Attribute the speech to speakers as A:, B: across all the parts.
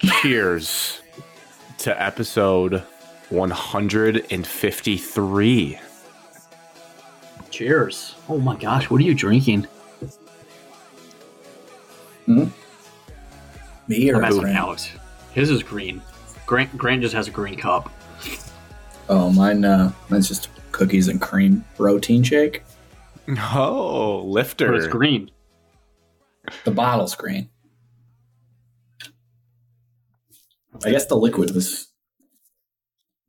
A: cheers to episode 153.
B: Cheers. Oh my gosh, what are you drinking?
C: Me or
B: I'm asking
C: who?
B: Alex. His is green. Grant, Grant just has a green cup.
C: Oh, mine. Uh, mine's just cookies and cream protein shake.
A: Oh,
B: But it's
A: lifter.
B: green.
C: The bottle's green. I guess the liquid was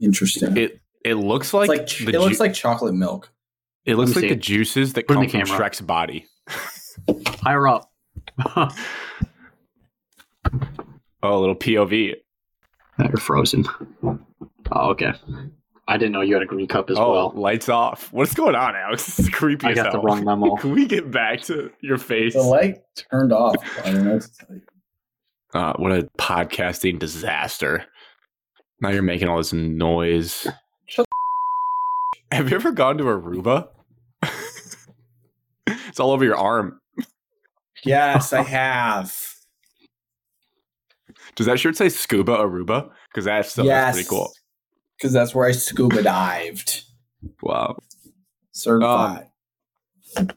C: interesting. It's
A: It it looks like,
C: like,
A: the
C: it looks
A: ju-
C: like chocolate milk.
A: it looks
B: Let me
A: like the
B: see.
A: juices that
B: Put in
A: come
B: the
A: from
B: camera.
A: Shrek's body.
B: Higher up.
A: Oh, a little POV.
B: They're frozen. Oh, okay. I didn't know you had a green cup as
A: oh,
B: well.
A: lights off. What's going on, Alex? This is creepy
B: I
A: as
B: got the
A: hell.
B: wrong memo.
A: Can we get back to your face?
C: The light turned off. I don't know. what to tell you.
A: Uh, what a podcasting disaster. Now you're making all this noise.
C: Shut
A: Have you ever gone to Aruba? it's all over your arm.
C: Yes, I have.
A: Does that shirt say Scuba Aruba? Because that's, so, that's pretty cool.
C: Because that's where I scuba dived.
A: Wow.
C: Certified.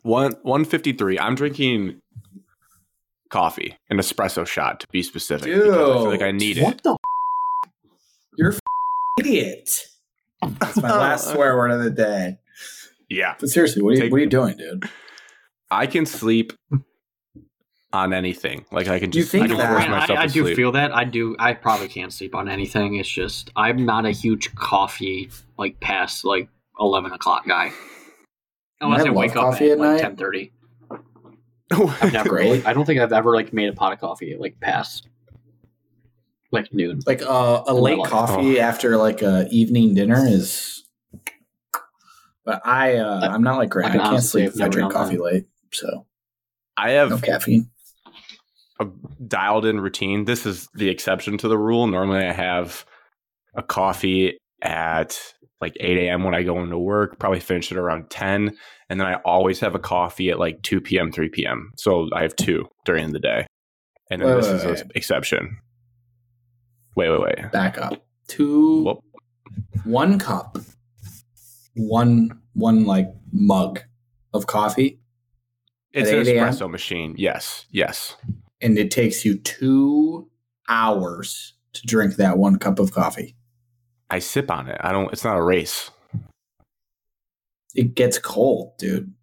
A: One 153. I'm drinking coffee, an espresso shot to be specific. because I feel like I
C: Dude.
A: need it.
B: What the?
C: You're f- idiot. That's my last swear word of the day.
A: Yeah.
C: But seriously, what are you,
A: Take-
C: what are you doing, dude?
A: I can sleep on anything. Like I can
C: Do you
A: just
C: think
A: I can
C: that-
A: force
B: Man,
A: myself
B: I, I
A: to
B: do
A: sleep.
B: feel that. I do. I probably can't sleep on anything. It's just I'm not a huge coffee like past like eleven o'clock guy. Unless
C: I
B: I,
C: love
B: wake up
C: coffee
B: at,
C: at
B: like
C: night.
B: ten thirty. I've never.
C: Really?
B: I don't think I've ever like made a pot of coffee like past like noon.
C: Like uh, a
B: my
C: late
B: life.
C: coffee after like a evening dinner is. But I, uh,
B: I-
C: I'm not like Grant.
B: I
C: I,
B: can
C: can't
B: honestly
C: sleep
B: have
C: if I
B: never
C: drink
B: done
C: coffee late, so
A: I have
C: no caffeine.
A: a dialed in routine. This is the exception to the rule. Normally, I have a coffee at like 8 a.m. when I go into work, probably finish it around 10. And then I always have a coffee at like 2 p.m., 3 p.m. So I have two during the day. And then
C: Wait,
A: this
C: wait,
A: is
C: wait.
A: an exception. Wait, wait, wait.
C: Back up. Two,
A: Whoop.
C: one cup, one one like mug of coffee,
A: It's
C: At
A: an
C: 8 a.m.?
A: espresso machine. Yes, yes.
C: and it takes you two hours to drink that one cup of coffee.
A: I sip on it. I don't, it's not a race.
C: It gets cold, dude.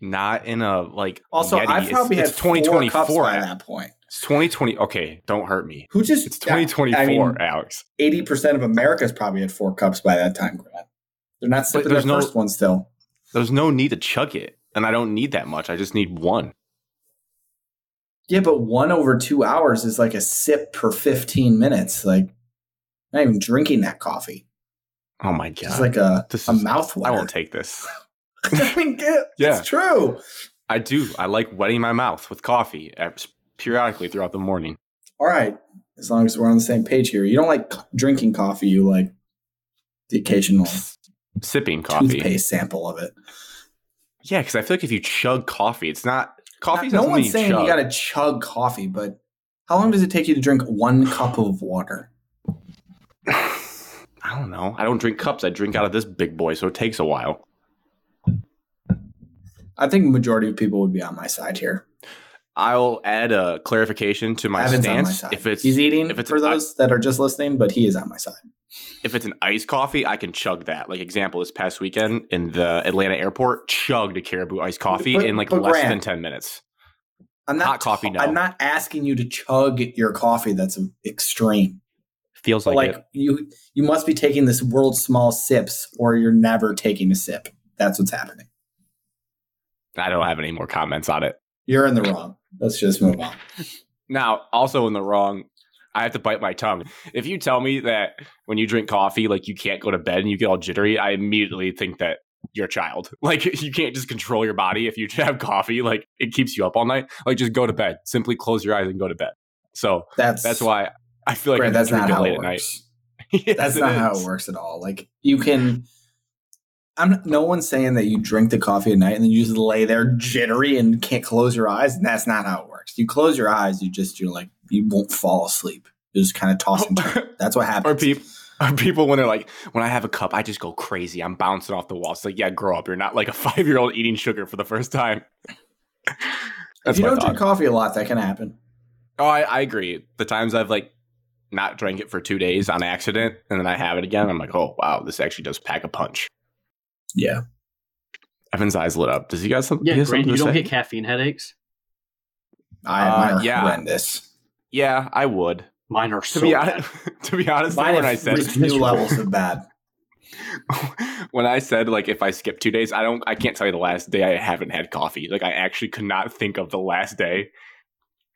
A: Not in a like.
C: Also,
A: Yeti.
C: I've
A: It's-
C: probably
A: it's,
C: had four cups
A: 2024.
C: by that point.
A: It's 2020. Okay, don't hurt me.
C: Who just
A: It's 2024,
C: I mean,
A: Alex.
C: eighty percent of America's probably had four cups by that time, Grant. They're not sipping their
A: there's no-
C: first one still.
A: There's no need to chug it, and I don't need that much. I just need one.
C: Yeah, but one over two hours is like a sip per fifteen minutes. Like not even drinking that coffee.
A: Oh my
C: It's
A: god!
C: Just like a
A: this
C: a
A: is,
C: mouth.
A: I won't take this.
C: I mean, get,
A: Yeah.
C: it's true.
A: I do. I like wetting my mouth with coffee at- periodically throughout the morning.
C: All right, as long as we're on the same page here. You don't like co- drinking coffee. You like the occasional
A: S- Sipping coffee.
C: toothpaste sample of it.
A: Yeah, because I feel like if you chug coffee, it's not coffee's
C: no
A: not something
C: one's saying
A: chug.
C: you got to chug coffee, but how long does it take you to drink one cup of water?
A: I don't know. I don't drink cups. I drink out of this big boy, so it takes a while.
C: I think majority of people would be on my side here.
A: I'll add a clarification to my
C: Evan's on my
A: stance.
C: side.
A: if it's
C: he's eating,
A: if it's
C: for
A: an-
C: those that are just listening, but he is on my side.
A: if it's an iced coffee, I can chug that. Like example, this past weekend in the Atlanta airport, chugged a Caribou iced coffee
C: But-
A: in like
C: but
A: less
C: Grant-
A: than ten minutes.
C: I'm not
A: Hot coffee, no.
C: I'm not asking you to chug your coffee. That's extreme.
A: Feels
C: But
A: like,
C: like,
A: it.
C: you, you must be taking this world's small sips, or you're never taking a sip. That's what's happening.
A: I don't have any more comments on it.
C: You're in the wrong. Let's just move on.
A: Now, also in the wrong, I have to bite my tongue. If you tell me that when you drink coffee, like you can't go to bed and you get all jittery, I immediately think that you're a child. Like you can't just control your body if you have coffee. Like it keeps you up all night. Like just go to bed. Simply close your eyes and go to bed. So
C: That's
A: that's why I feel like
C: Grant,
A: I'm
C: that's not
A: drinking
C: how
A: late
C: it
A: at night.
C: works.
A: Yes,
C: That's not how
A: is.
C: it works at all. Like you can. I'm no one's saying that you drink the coffee at night and then you just lay there jittery and can't close your eyes. And that's not how it works. You close your eyes, you just you're like you won't fall asleep. It was kind of
B: Oh,
C: tossed. and turned. That's what
A: Or
C: happens.
A: people, or people when they're like, when I have a cup, I just go crazy. I'm bouncing off the wall. It's like, yeah, grow up. You're not like a five year old eating sugar for the first time.
C: if
A: That's
C: you
A: my
C: don't
A: thought.
C: drink coffee a lot, that can happen.
A: Oh, I, I agree. The times I've like not drank it for two days on accident, and then I have it again, I'm like, oh wow, this actually does pack a punch.
C: Yeah.
A: Evan's eyes lit up. Does he got some- he
B: Yeah,
A: has
B: Grant,
A: something?
B: you
A: to
B: don't
A: say?
B: get caffeine headaches.
C: I
A: Uh,
C: mine are
A: yeah.
C: horrendous.
A: yeah, I would.
B: Mine are
A: To
B: so
A: be
B: bad.
A: honest, to be honest, though,
C: Mine
A: when
C: have
A: I said
C: reached new levels of bad.
A: when I said like if I skip two days, I don't I can't tell you the last day I haven't had coffee. Like I actually could not think of the last day.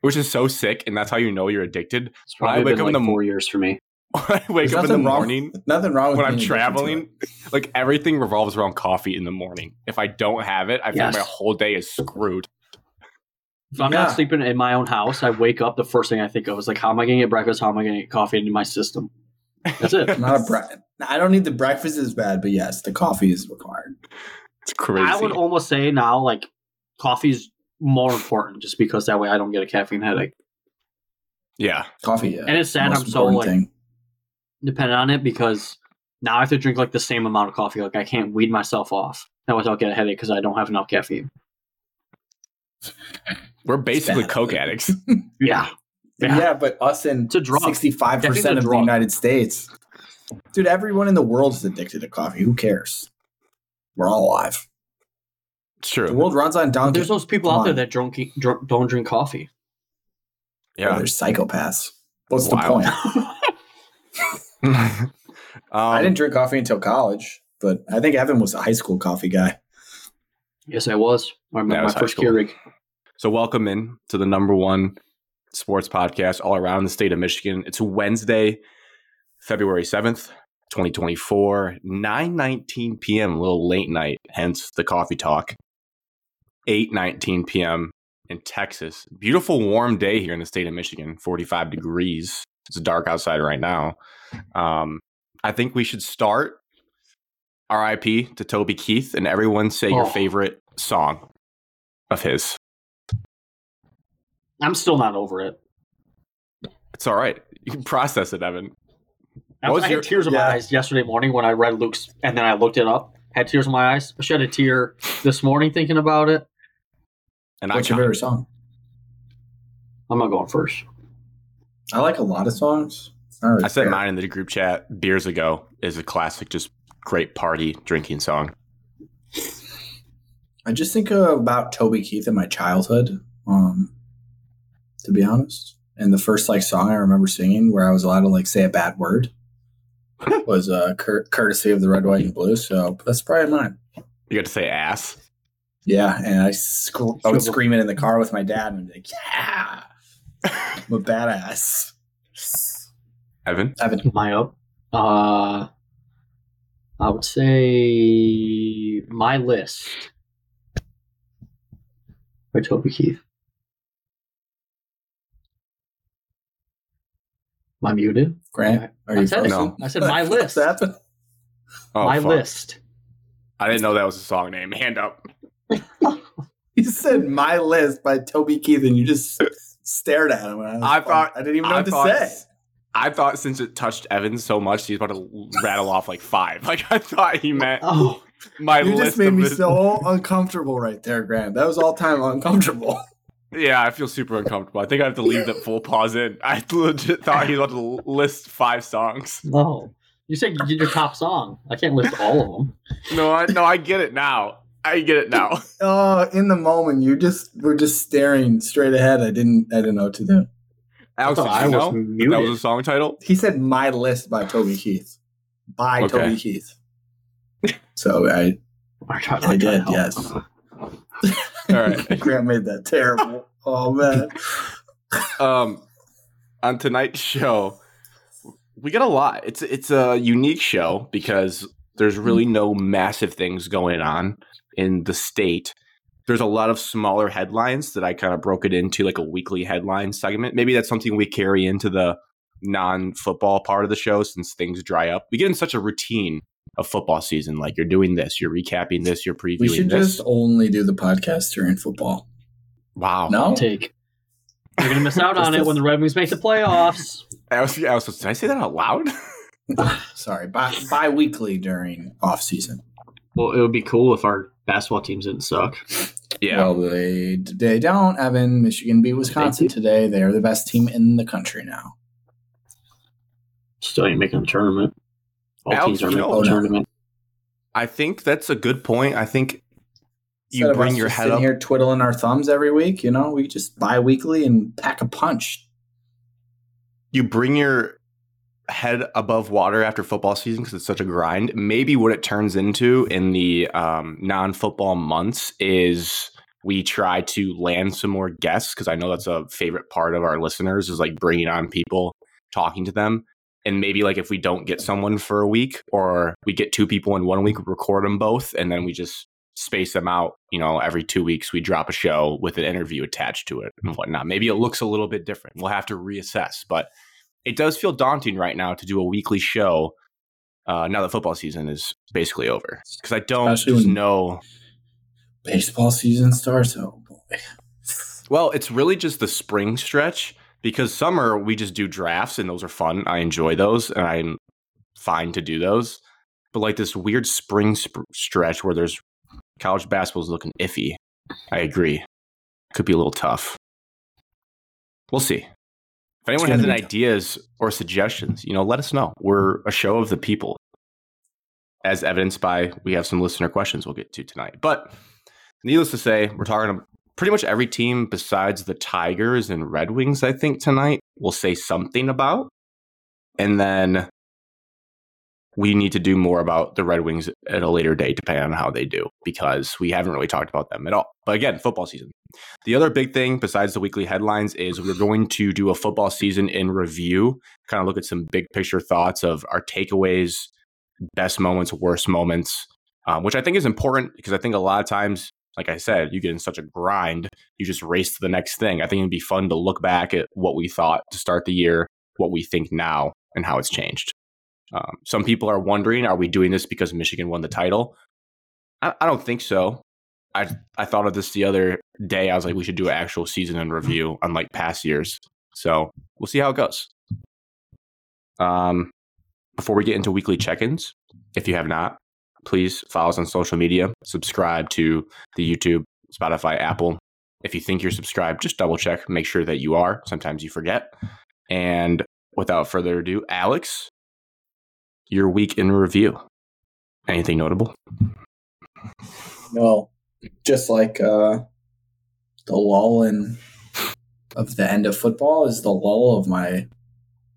A: Which is so sick, and that's how you know you're addicted.
B: It's
A: When I
B: probably
A: wake
B: been
A: up in
B: like
A: the mo-
B: four years for me.
A: When I wake
C: There's
A: up in the
C: nothing wrong-
A: morning
C: Nothing wrong with
A: when I'm
C: being addicted to it.
A: traveling, like everything revolves around coffee in the morning. If I don't have it, I feel
B: Yes.
A: my whole day is screwed.
B: If I'm not
C: Yeah.
B: sleeping in my own house, I wake up. The first thing I think of is like, how am I going to get breakfast? How am I going to get coffee into my system? That's it.
C: I'm not a bre- I don't need the breakfast is bad, but yes, the coffee is required.
A: It's crazy.
B: I would almost say now, like, coffee's more important just because that way I don't get a caffeine headache.
A: yeah.
C: Coffee, yeah.
B: And it's sad
C: most
B: I'm so,
C: important
B: like- Dependent on it because now I have to drink like the same amount of coffee. Like, I can't weed myself off. That way I'll get a headache because I don't have enough caffeine.
A: We're basically
C: bad.
A: coke addicts.
B: Yeah.
C: Yeah.
B: Yeah.
C: but us in
B: It's a drug.
C: sixty-five
B: Caffeine's a
C: percent of the
B: drug.
C: United States, dude, everyone in the world is addicted to coffee. Who cares? We're all alive.
A: It's
C: The
A: true.
C: world runs on donkey.
B: There's those people
C: Come
B: out there
C: on.
B: that drunk, drunk, don't drink coffee.
A: Yeah.
C: They're psychopaths. What's the
A: Wow.
C: point?
A: um,
C: I didn't drink coffee until college, but I think Evan was a high school coffee guy.
B: yes, I was. I remember
A: That
B: my
A: was high
B: first
A: school.
B: Keurig.
A: So welcome in to the number one sports podcast all around the state of Michigan. It's Wednesday, February 7th, 2024, 9:19 p.m., a little late night, hence the coffee talk. 8:19 p.m. in Texas. Beautiful warm day here in the state of Michigan, 45 degrees. It's dark outside right now. Um, I think we should start RIP to Toby Keith and everyone say your
B: Oh.
A: favorite song of his.
B: I'm still not over it.
A: It's all right. You can process it, Evan.
B: I,
A: What was
B: was, I
A: your-
B: had tears in
C: Yeah.
B: my eyes yesterday morning when I read Luke's, and then I looked it up. Had tears in my eyes. I shed a tear this morning thinking about it.
A: And I
C: What's your favorite song?
B: I'm not going first.
C: I like a lot of songs. I don't really
A: I said
C: care.
A: mine in the group chat years ago is a classic, just great party drinking song.
C: I just think uh, about Toby Keith in my childhood. Um, to be honest, and the first like song I remember singing where I was allowed to like say a bad word was uh, cur- courtesy of the Red, White, and Blue. So that's probably mine.
A: You got to say ass.
C: Yeah, and I, sc- I would scream it in the car with my dad and be like, "Yeah, I'm a badass."
A: Evan,
C: Evan,
B: Am I up? Uh, I would say my list. By Toby Keith. Am I muted?
C: Grant, are
B: I
C: you
B: said it.
A: No.
B: I said my list.
C: What's happened?
A: oh,
B: my
A: fuck.
B: list.
A: I didn't know that was a song name. Hand up.
C: You said "My List" by Toby Keith, and you just stared at him. And I, was
A: I
C: like,
A: thought-
C: I didn't even know
A: I
C: what to
A: thought-
C: say.
A: I thought since it touched Evan so much, he's about to rattle off like five. Like I thought he meant
B: Oh,
A: my
C: you
A: list.
C: just made
A: of
C: me
A: the-
C: so uncomfortable right there, Grant. That was all time uncomfortable.
A: Yeah, I feel super uncomfortable. I think I have to leave that full pause in. I legit thought he was about to list five songs.
B: No. You said you did your top song. I can't list all of them.
A: No, I, no, I get it now. I get it now.
C: Oh, in the moment, you just were just staring straight ahead. I didn't, I didn't know what to do.
A: Alex, did
B: thought
A: you
B: I was
A: know that
B: muted.
A: was a song title?
C: He said "My List" by Toby Keith, by
A: Okay.
C: Toby Keith. So I,
B: Oh I, tried-
C: I
B: tried
C: did,
B: to help.
C: yes.
A: All right.
C: Grant made that terrible. Oh man,
A: um on tonight's show we got a lot it's it's a unique show because there's really
C: Hmm.
A: no massive things going on in the state there's a lot of smaller headlines that i kind of broke it into like a weekly headline segment maybe that's something we carry into the non-football part of the show since things dry up we get in such a routine of football season like you're doing this you're recapping this you're previewing
C: we should
A: this
C: just only do the podcast during football.
A: wow
C: No,
B: Take. You're gonna miss out on it when the Red Wings make the playoffs.
A: I was, I was, did I say that out loud?
C: Sorry, bi- bi-weekly during off season.
B: Well, it would be cool if our basketball teams didn't suck.
C: Well, they they don't. Evan, Michigan beat Wisconsin today. They are the best team in the country now.
B: Still ain't making the tournament. All
A: Alex,
B: teams are
A: you
B: making
A: know-
B: the tournament.
A: I think that's a good point. I think you
C: Instead of
A: bring
C: us
A: your
C: just
A: head
C: sitting
A: up.
C: here twiddling our thumbs every week. You know, we just bi-weekly and pack a punch.
A: You bring your head above water after football season because it's such a grind. Maybe what it turns into in the um, non-football months is we try to land some more guests because I know that's a favorite part of our listeners is like bringing on people, talking to them. And maybe like if we don't get someone for a week or we get two people in one week, we record them both and then we just space them out. You know, every two weeks we drop a show with an interview attached to it
C: Mm.
A: and whatnot. Maybe it looks a little bit different. We'll have to reassess, but it does feel daunting right now to do a weekly show uh, now that football season is basically over because I don't
C: Especially
A: just
C: when-
A: know.
C: Baseball season starts. Oh boy.
A: Well, it's really just the spring stretch because summer we just do drafts and those are fun. I enjoy those and I'm fine to do those. But like this weird spring sp- stretch where there's college basketball's looking iffy. I agree. Could be a little tough. We'll see. If anyone
C: gonna
A: has any
C: be tough.
A: ideas or suggestions, you know, let us know. We're a show of the people, as evidenced by we have some listener questions we'll get to tonight. But needless to say, we're talking about pretty much every team besides the Tigers and Red Wings, I think, tonight will say something about. And then we need to do more about the Red Wings at a later date, depending on how they do, because we haven't really talked about them at all. But again, football season. The other big thing, besides the weekly headlines, is we're going to do a football season in review, kind of look at some big picture thoughts of our takeaways, best moments, worst moments, um, which I think is important because I think a lot of times like I said, you get in such a grind, you just race to the next thing. I think it'd be fun to look back at what we thought to start the year, what we think now, and how it's changed. Um, some people are wondering, are we doing this because Michigan won the title? I, I don't think so. I I thought of this the other day. I was like, we should do an actual season in review, unlike past years. So we'll see how it goes. Um, before we get into weekly check-ins, if you have not, please follow us on social media, subscribe to the YouTube, Spotify, Apple. If you think you're subscribed, just double check, make sure that you are. Sometimes you forget. And without further ado, Alex, your week in review. Anything notable?
C: Well, just like uh, the lull in of the end of football is the lull of my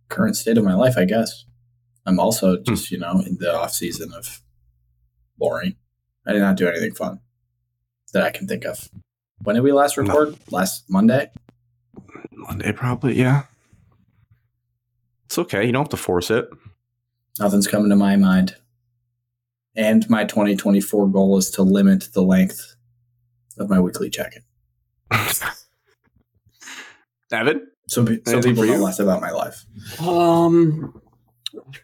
C: current state of my life, I guess. I'm
A: Hmm.
C: also just, you know, in the off season of boring. I did not do anything fun that I can think of. When did we last record? Last Monday?
A: Monday, probably, yeah. It's okay. You don't have to force it.
C: Nothing's coming to my mind. And my 2024 goal is to limit the length of my weekly check-in.
A: Evan?
C: So, pe- so
A: Anything
C: people
A: for
C: know
A: you?
C: less about my life.
B: Um,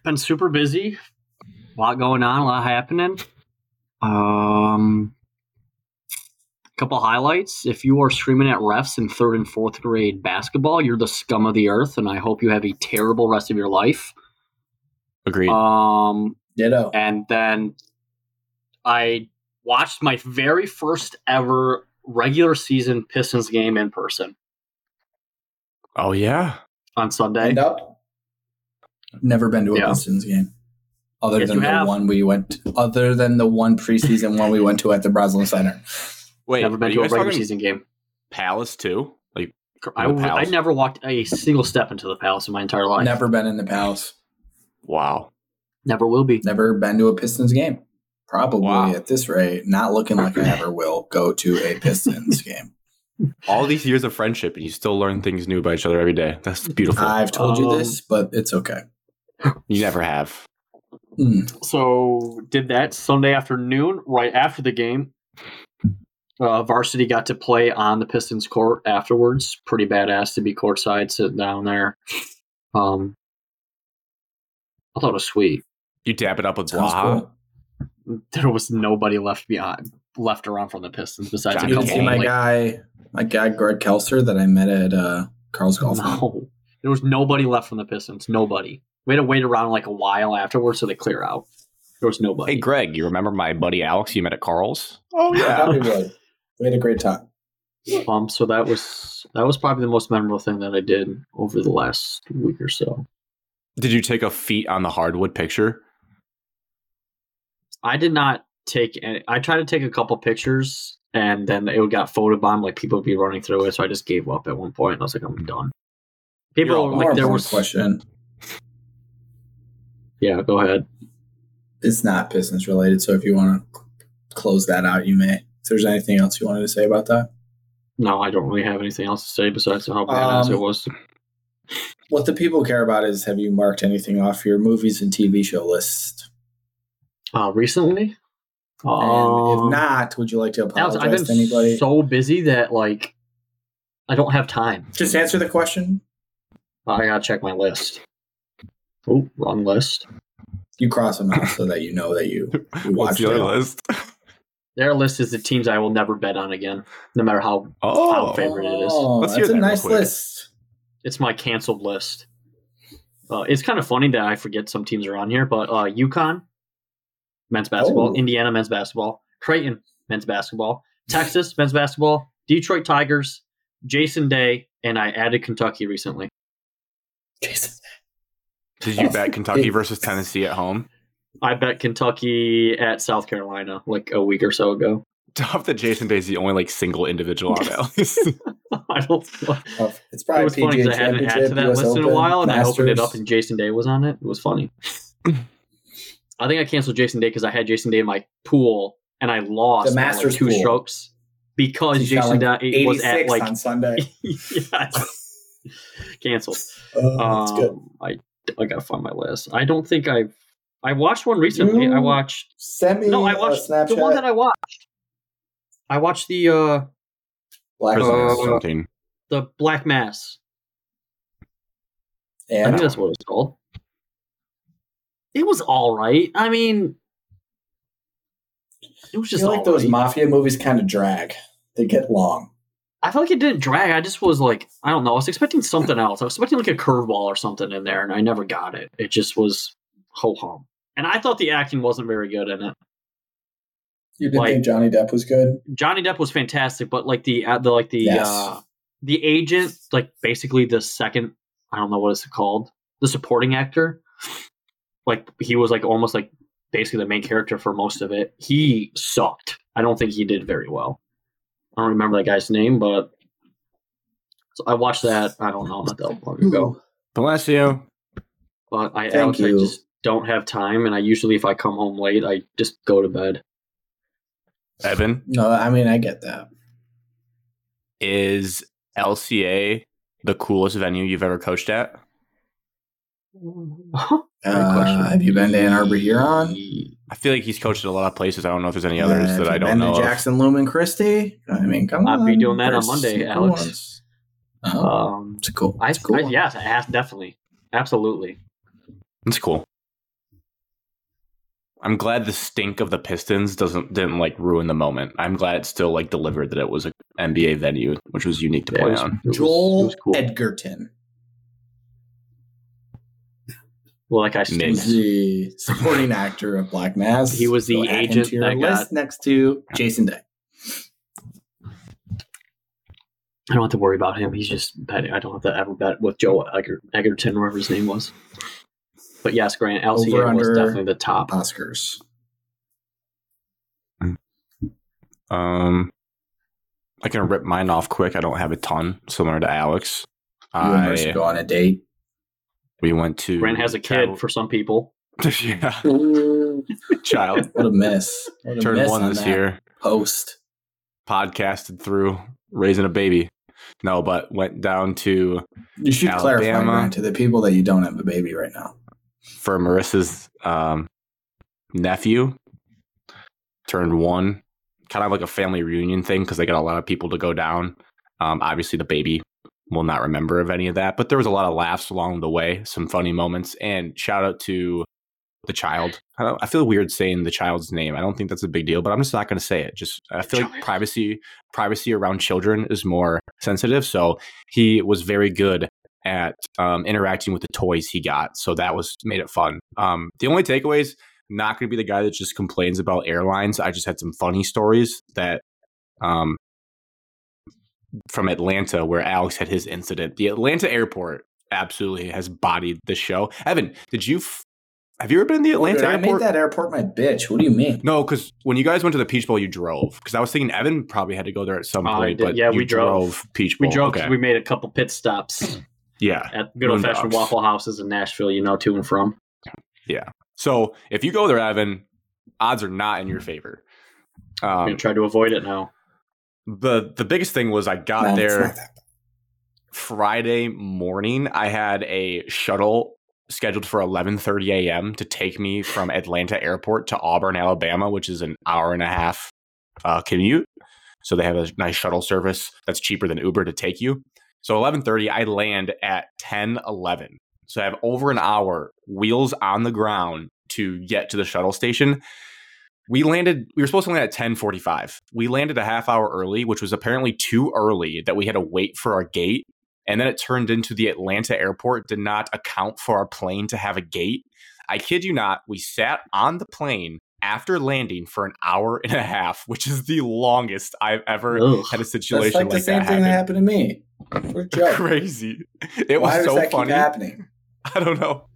B: been super busy. A lot going on. A lot happening. Um, couple highlights. If you are screaming at refs in third and fourth grade basketball, you're the scum of the earth, and I hope you have a terrible rest of your life.
A: Agreed.
B: Um,
C: Ditto.
B: and then I watched my very first ever regular season Pistons game in person
A: oh, yeah.
B: on Sunday.
A: uh,
C: End up. Never been to a
B: Yeah.
C: Pistons game. Other
B: Yes,
C: than
B: you
C: the
B: have.
C: one we went other than the one preseason one we went to at the Breslin Center.
A: Wait,
B: Never
A: are
B: been
A: you
B: to a
A: guys
B: regular
A: talking
B: season game.
A: Palace, too? Like,
B: I,
A: the
B: I
A: Palace?
B: never walked a single step into the palace in my entire life.
C: Never been in the palace.
A: wow.
B: Never will be.
C: Never been to a Pistons game. Probably
A: Wow.
C: at this rate, not looking like I ever will go to a Pistons game.
A: All these years of friendship, and you still learn things new about each other every day. That's beautiful.
C: I've told you
B: Um,
C: this, but it's okay.
A: you never have.
C: Mm.
B: So did that Sunday afternoon, right after the game. Uh, varsity got to play on the Pistons court afterwards. Pretty badass to be courtside, sitting down there. Um, I thought it was sweet.
A: You dab it up with
C: Sounds
A: Blaha.
C: cool.
B: There was nobody left behind, left around from the Pistons besides
A: Johnny
B: a
C: You
B: couple.
C: can
A: Kane.
C: see my
B: like,
C: guy, my guy Greg Kelser that I met at uh, Carl's golf. Club.
B: No. There was nobody left from the Pistons. Nobody. We had to wait around like a while afterwards so they clear out. There was nobody.
A: Hey, Greg, you remember my buddy Alex you met at Carl's?
C: Oh that'd be good. We had a great time.
B: Um, so that was that was probably the most memorable thing that I did over the last week or so.
A: Did you take a feet on the hardwood picture?
B: I did not take. Any, I tried to take a couple pictures, and then it got photobombed. Like people would be running through it, so I just gave up at one point. I was like, I'm done.
A: You're
B: People
A: all
B: like
C: More
B: there
C: important
B: was
C: question.
B: yeah. Go ahead.
C: It's not business related, so if you want to close that out, you may. If there's anything else you wanted to say about that,
B: No, I don't really have anything else to say besides how badass
C: Um,
B: it was.
C: what the people care about is: have you marked anything off your movies and TV show list?
B: Uh, recently,
C: And
B: Um,
C: if not, would you like to
B: Alex,
C: apologize
B: I've been
C: to anybody?
B: so busy that like I don't have time.
C: Just answer the question.
B: I gotta check my list. Oh, wrong list.
C: You cross them out so that you know that you, you
A: What's
C: watched
A: the
C: it.
A: other list?
B: Their list is the teams I will never bet on again, no matter how.
A: Oh,
B: Outfit. favorite it is.
C: Oh,
A: Let's hear
C: that's a
A: that real
C: nice
A: quick.
C: list.
B: It's my canceled list. Uh, it's kind of funny that I forget some teams are on here, but uh, UConn, men's basketball,
C: Oh.
B: Indiana men's basketball, Creighton men's basketball, Texas men's basketball, Detroit Tigers, Jason Day, and I added Kentucky recently.
C: Jason.
A: did you bet Kentucky versus Tennessee at home?
B: I bet Kentucky at South Carolina like a week or so ago.
A: Tough that Jason Day's the only like single individual on that list.
B: I don't.
C: Oh, It's
B: It
C: probably
B: was funny
C: PGA
B: because I hadn't
C: Championship,
B: added to that
C: US
B: list in a
C: Open,
B: while, and I opened it
C: Masters.
B: up, and Jason Day was on it. It was funny. I think I canceled Jason Day because I had Jason Day in my pool, and I lost
C: The
B: by, like,
C: Masters
B: two
C: pool.
B: strokes because
C: He shot,
B: Jason
C: like,
B: Day was at
C: 86
B: like
C: on Sunday.
B: yes, canceled.
C: Oh, that's
B: Um,
C: good.
B: I I gotta find my list. I don't think I I watched one recently. I
C: You-
B: watched
C: Send me
B: no, I
C: a
B: watched
C: Snapchat.
B: the one that I watched. I watched the uh
C: Black
A: Prisoners
C: Hole.
B: Uh,
A: 13.
B: the Black Mass. I
C: and
B: think that's what it's called. It was all right. I mean, it was
C: I
B: just
C: feel like those
B: alright.
C: mafia movies kind of drag. They get long.
B: I felt like it didn't drag. I just was like, I don't know. I was expecting something else. I was expecting like a curveball or something in there, and I never got it. It just was ho hum. And I thought the acting wasn't very good in it.
C: You didn't
B: Like-
C: think Johnny Depp was good?
B: Johnny Depp was fantastic, but like the uh, the like the
C: Yes.
B: uh, the agent, like basically the second, I don't know what it's called, the supporting actor. Like he was like almost like basically the main character for most of it. He sucked. I don't think he did very well. I don't remember that guy's name, but so I watched that. I don't know not that long ago,
A: Bless you.
B: but I,
C: Thank
B: Alex, I
C: you.
B: just don't have time, and I usually if I come home late, I just go to bed.
A: Evan,
C: No, I mean I get that.
A: is LCA the coolest venue you've ever coached at?
B: Great question.
C: Uh, have you been to Ann Arbor Huron?
A: I feel like he's coached at a lot of places. I don't know if there's any others
C: Uh,
A: that
C: have
A: I
C: you
A: don't
C: been
A: know.
C: To
A: of.
C: Jackson Lumen Christie. I mean, come on.
B: I'll be doing that on
C: There's
B: Monday,
C: some
B: Alex.
C: ones. Oh,
B: Um,
C: it's cool.
B: I,
C: It's cool.
B: I yes, I have, definitely, absolutely.
A: That's cool. I'm glad the stink of the Pistons doesn't didn't like ruin the moment. I'm glad it still like delivered that it was a NBA venue, which was unique to
B: Yeah, it
A: play
B: was-
A: on.
B: it was- it
C: Joel
B: was cool.
C: Edgerton
B: well, like I stated,
C: was the supporting actor of Black Mass.
B: He was the
C: add him
B: agent
C: to your
B: that got-
C: list next to Jason Day.
B: I don't have to worry about him. He's just betting. I don't have to ever bet with Joe Egger, Egerton, whatever his name was. But yes, Grant LCA
C: Over,
B: was
C: under.
B: definitely the top.
C: Uh, Oscars.
A: Um, I can rip mine off quick. I don't have a ton, similar to Alex.
C: You and Mercy
A: I,
C: go on a date.
A: we went to
B: Grant has a kid for some people.
A: yeah,
C: what
A: child
C: a miss. What a
A: turned
C: miss
A: one
C: on
A: this
C: that
A: year.
C: Post.
A: Podcasted through raising a baby. No, but went down to
C: You should clarify
A: Alabama.
C: Grant, to the people that you don't have a baby right now.
A: for Marissa's um, nephew turned one, kind of like a family reunion thing because they got a lot of people to go down. Um, obviously, the baby will not remember of any of that, but there was a lot of laughs along the way, some funny moments, and shout out to the child. I don't. I feel weird saying the child's name. I don't think that's a big deal, but I'm just not going to say it. Just I feel like
B: Child.
A: privacy privacy around children is more sensitive. So he was very good at um, interacting with the toys he got. So that was made it fun. Um, the only takeaways not going to be the guy that just complains about airlines. I just had some funny stories that um, from Atlanta where Alex had his incident. The Atlanta airport absolutely has bodied the show. Evan, did you f- have you ever been to the Atlanta
C: Dude, I made
A: airport?
C: that airport my bitch. What do you mean?
A: no, because when you guys went to the Peach Bowl, you drove. Because I was thinking Evan probably had to go there at some
B: Oh, I
A: point.
B: did.
A: But
B: Yeah,
A: you
B: we drove.
A: Peach Bowl.
B: We drove 'cause
A: Oh, Okay.
B: we made a couple pit stops
A: yeah.
B: at good old fashioned
A: Boondocks.
B: waffle houses in Nashville, you know, to and from.
A: So if you go there, Evan, odds are not in your
B: Mm.
A: favor.
B: I'm going
A: Um,
B: to try to avoid it now.
A: the the biggest thing was I got
C: No, it's
A: there.
C: not that bad.
A: Friday morning, I had a shuttle scheduled for 11:30 a.m. to take me from Atlanta Airport to Auburn, Alabama, which is an hour and a half uh, commute. So they have a nice shuttle service that's cheaper than Uber to take you. So 11:30, I land at 10:11. So I have over an hour wheels on the ground to get to the shuttle station. We landed. We were supposed to land at 10:45. We landed a half hour early, which was apparently too early that we had to wait for our gate and then it turned into the Atlanta airport did not account for our plane to have a gate. I kid you not, we sat on the plane after landing for an hour and a half, which is the longest I've ever
B: Ugh.
A: had a
C: That's
A: situation like,
C: like the same
A: that
C: thing that
A: happen.
C: happened to me. What a joke.
A: Crazy. It
C: Why
A: was
C: does
A: so
C: that
A: funny.
C: keep happening?
A: I don't know.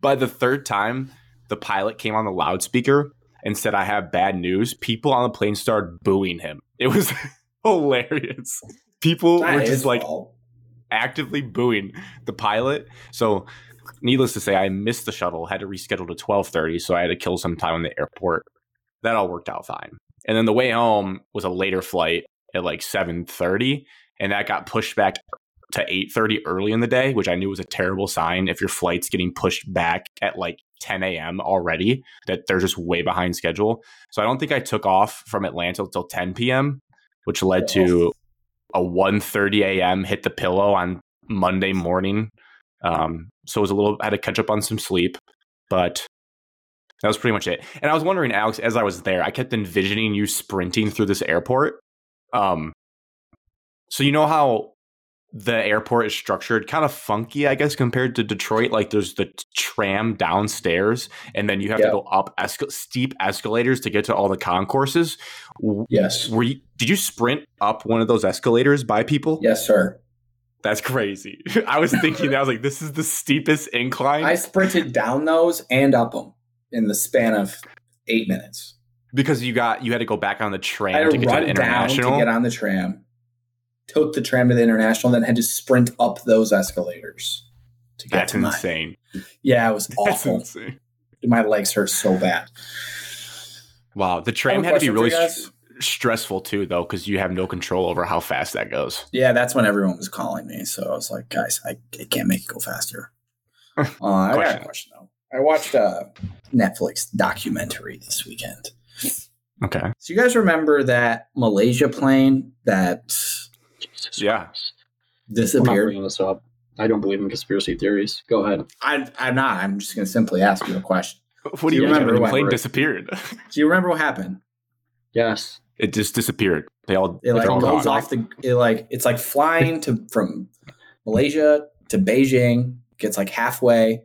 A: By the third time, the pilot came on the loudspeaker and said, I have bad news. People on the plane started booing him. It was hilarious. People
C: That
A: were
C: is
A: just like,
C: all.
A: actively booing the pilot. So, needless to say, I missed the shuttle. Had to reschedule to twelve thirty, so I had to kill some time in the airport. That all worked out fine. And then the way home was a later flight at like seven thirty, and that got pushed back to eight thirty early in the day, which I knew was a terrible sign. If your flight's getting pushed back at like ten a.m. already, that they're just way behind schedule. So I don't think I took off from Atlanta until ten p.m., which led to a 1.30 a.m. hit the pillow on Monday morning. Um, so it was a little, I had to catch up on some sleep, but that was pretty much it. And I was wondering, Alex, as I was there, I kept envisioning you sprinting through this airport. Um, so you know how the airport is structured, kind of funky, I guess, compared to Detroit. Like there's the t- tram downstairs, and then you have
C: Yeah.
A: to go up esca- steep escalators to get to all the concourses. W-
C: Yes.
A: were you, did you sprint up one of those escalators by people?
C: Yes, sir.
A: That's crazy. I was thinking, I was like, this is the steepest incline
C: I sprinted down those and up them in the span of eight minutes.
A: because you got you had to go back on the
C: I had
A: train
C: to
A: to get to
C: run
A: the
C: down to
A: international.
C: get on the tram, took the tram to the international, then had to sprint up those escalators to get
A: That's
C: to mine.
A: insane.
C: Yeah, it was
A: That's
C: awful.
A: insane.
C: My legs hurt so bad.
A: Wow, the
C: I have
A: tram
C: a
A: had to be
C: question for
A: really
C: you guys.
A: s- stressful too, though, because you have no control over how fast that goes.
C: Yeah, that's when everyone was calling me. So I was like, guys, I, I can't make it go faster. Uh, I got
A: Question.
C: a question though. I watched a Netflix documentary this weekend.
A: Okay.
C: So you guys remember that Malaysia plane that
B: Jesus
A: Yeah.
B: Christ. I'm not
C: disappeared?
B: bringing this up. I don't believe in conspiracy theories. Go ahead.
C: I, I'm not. I'm just going to simply ask you a question.
A: What do you
C: you
A: remember?
C: remember
A: The
C: when
A: plane
C: we're-
A: disappeared.
C: Do you remember what happened?
B: Yes.
A: It just disappeared. They all
C: It like
A: they're all
C: goes
A: gone.
C: off the it like it's like flying to from Malaysia to Beijing, gets like halfway.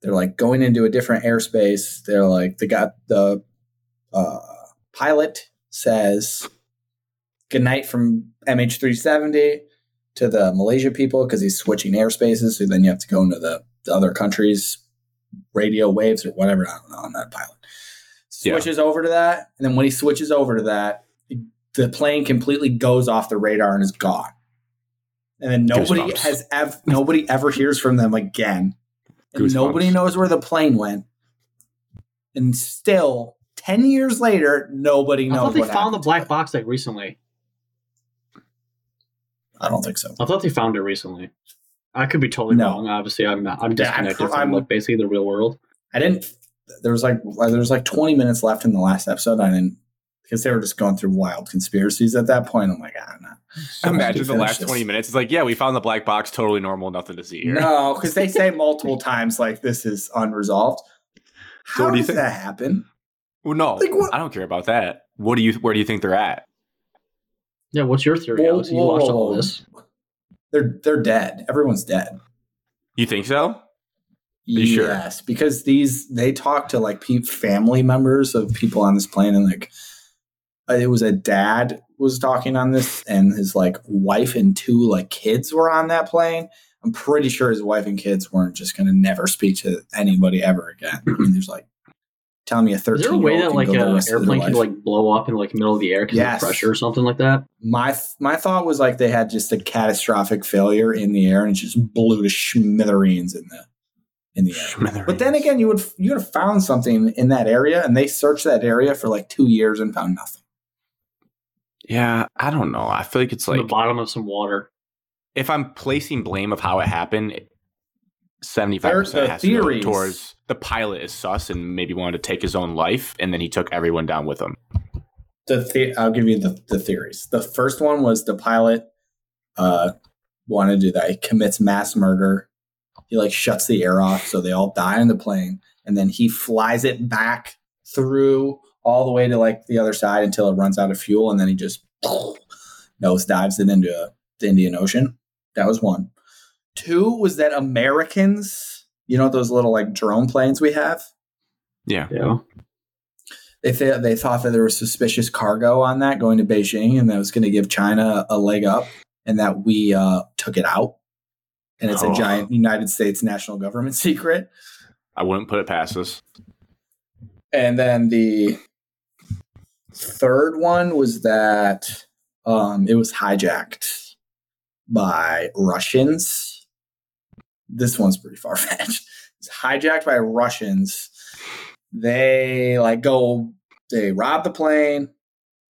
C: They're like going into a different airspace. They're like they got the uh, pilot says good night from MH370 to the Malaysia people because he's switching airspaces. So then you have to go into the, the other countries' radio waves or whatever. I don't know. I'm not a pilot.
A: Yeah.
C: Switches over to that, and then when he switches over to that, the plane completely goes off the radar and is gone. And then nobody
A: Goosebumps.
C: has ev- nobody ever hears from them again. And
A: Goosebumps.
C: nobody knows where the plane went. And still, ten years later, nobody
B: I
C: knows.
B: thought they
C: what
B: found the
C: happened to
B: black
C: it.
B: box like recently.
C: I don't think so.
B: I thought they found it recently. I could be totally
C: No.
B: wrong. Obviously, I'm not, I'm
C: Yeah, I'm
B: disconnected
C: pr- I'm-
B: from like basically the real world.
C: I didn't. There was like there was like twenty minutes left in the last episode. and I didn't because they were just going through wild conspiracies at that point. I'm like, "Ah, I don't know.
A: Imagine the last twenty minutes. It's like, yeah, we found the black box. Totally normal. Nothing to see here.
C: No, because they say multiple times like this is unresolved.
A: So
C: How
A: what do you
C: does
A: think?
C: that happen?
A: Well, no,
C: Like, what-
A: I don't care about that. What do you? Where do you think they're at?
B: Yeah, what's your theory,
C: Whoa,
B: Alex? You watched all
C: whoa.
B: this.
C: They're they're dead. Everyone's dead.
A: You think so? You sure?
C: yes, because these they talk to like pe- family members of people on this plane, and like uh, it was a dad was talking on this, and his like wife and two like kids were on that plane. I'm pretty sure his wife and kids weren't just gonna never speak to anybody ever again. I mean, there's like telling me a
B: Is
C: thirteen
B: there a way
C: year old
B: that like
C: can go the
B: an
C: rest of their
B: airplane could
C: life.
B: like blow up in like middle of the air because
C: Yes.
B: of pressure or something like that?
C: My th- my thought was like they had just a catastrophic failure in the air and it just blew to smithereens in the in the air. But then again, you would you would have found something in that area, and they searched that area for like two years and found nothing.
A: yeah, I don't know. I feel like it's
B: From
A: like
B: the bottom of some water.
A: if I'm placing blame of how it happened, seventy five
C: There-
A: percent
C: the
A: has to go
C: theories-
A: towards the pilot is sus and maybe wanted to take his own life, and then he took everyone down with him.
C: The, the I'll give you the, the theories. The first one was the pilot uh, wanted to do that. He commits mass murder. He like shuts the air off, so they all die in the plane, and then he flies it back through all the way to like the other side until it runs out of fuel, and then he just nose dives it into the Indian Ocean. That was one. Two was that Americans, you know those little like drone planes we have.
A: Yeah,
B: Yeah.
C: they th- they thought that there was suspicious cargo on that going to Beijing, and that was going to give China a leg up, and that we uh, took it out, and it's
A: Oh.
C: a giant United States national government secret.
A: I wouldn't put it past us.
C: And then the third one was that um, it was hijacked by Russians. This one's pretty far fetched. It's hijacked by Russians. They like go, they rob the plane,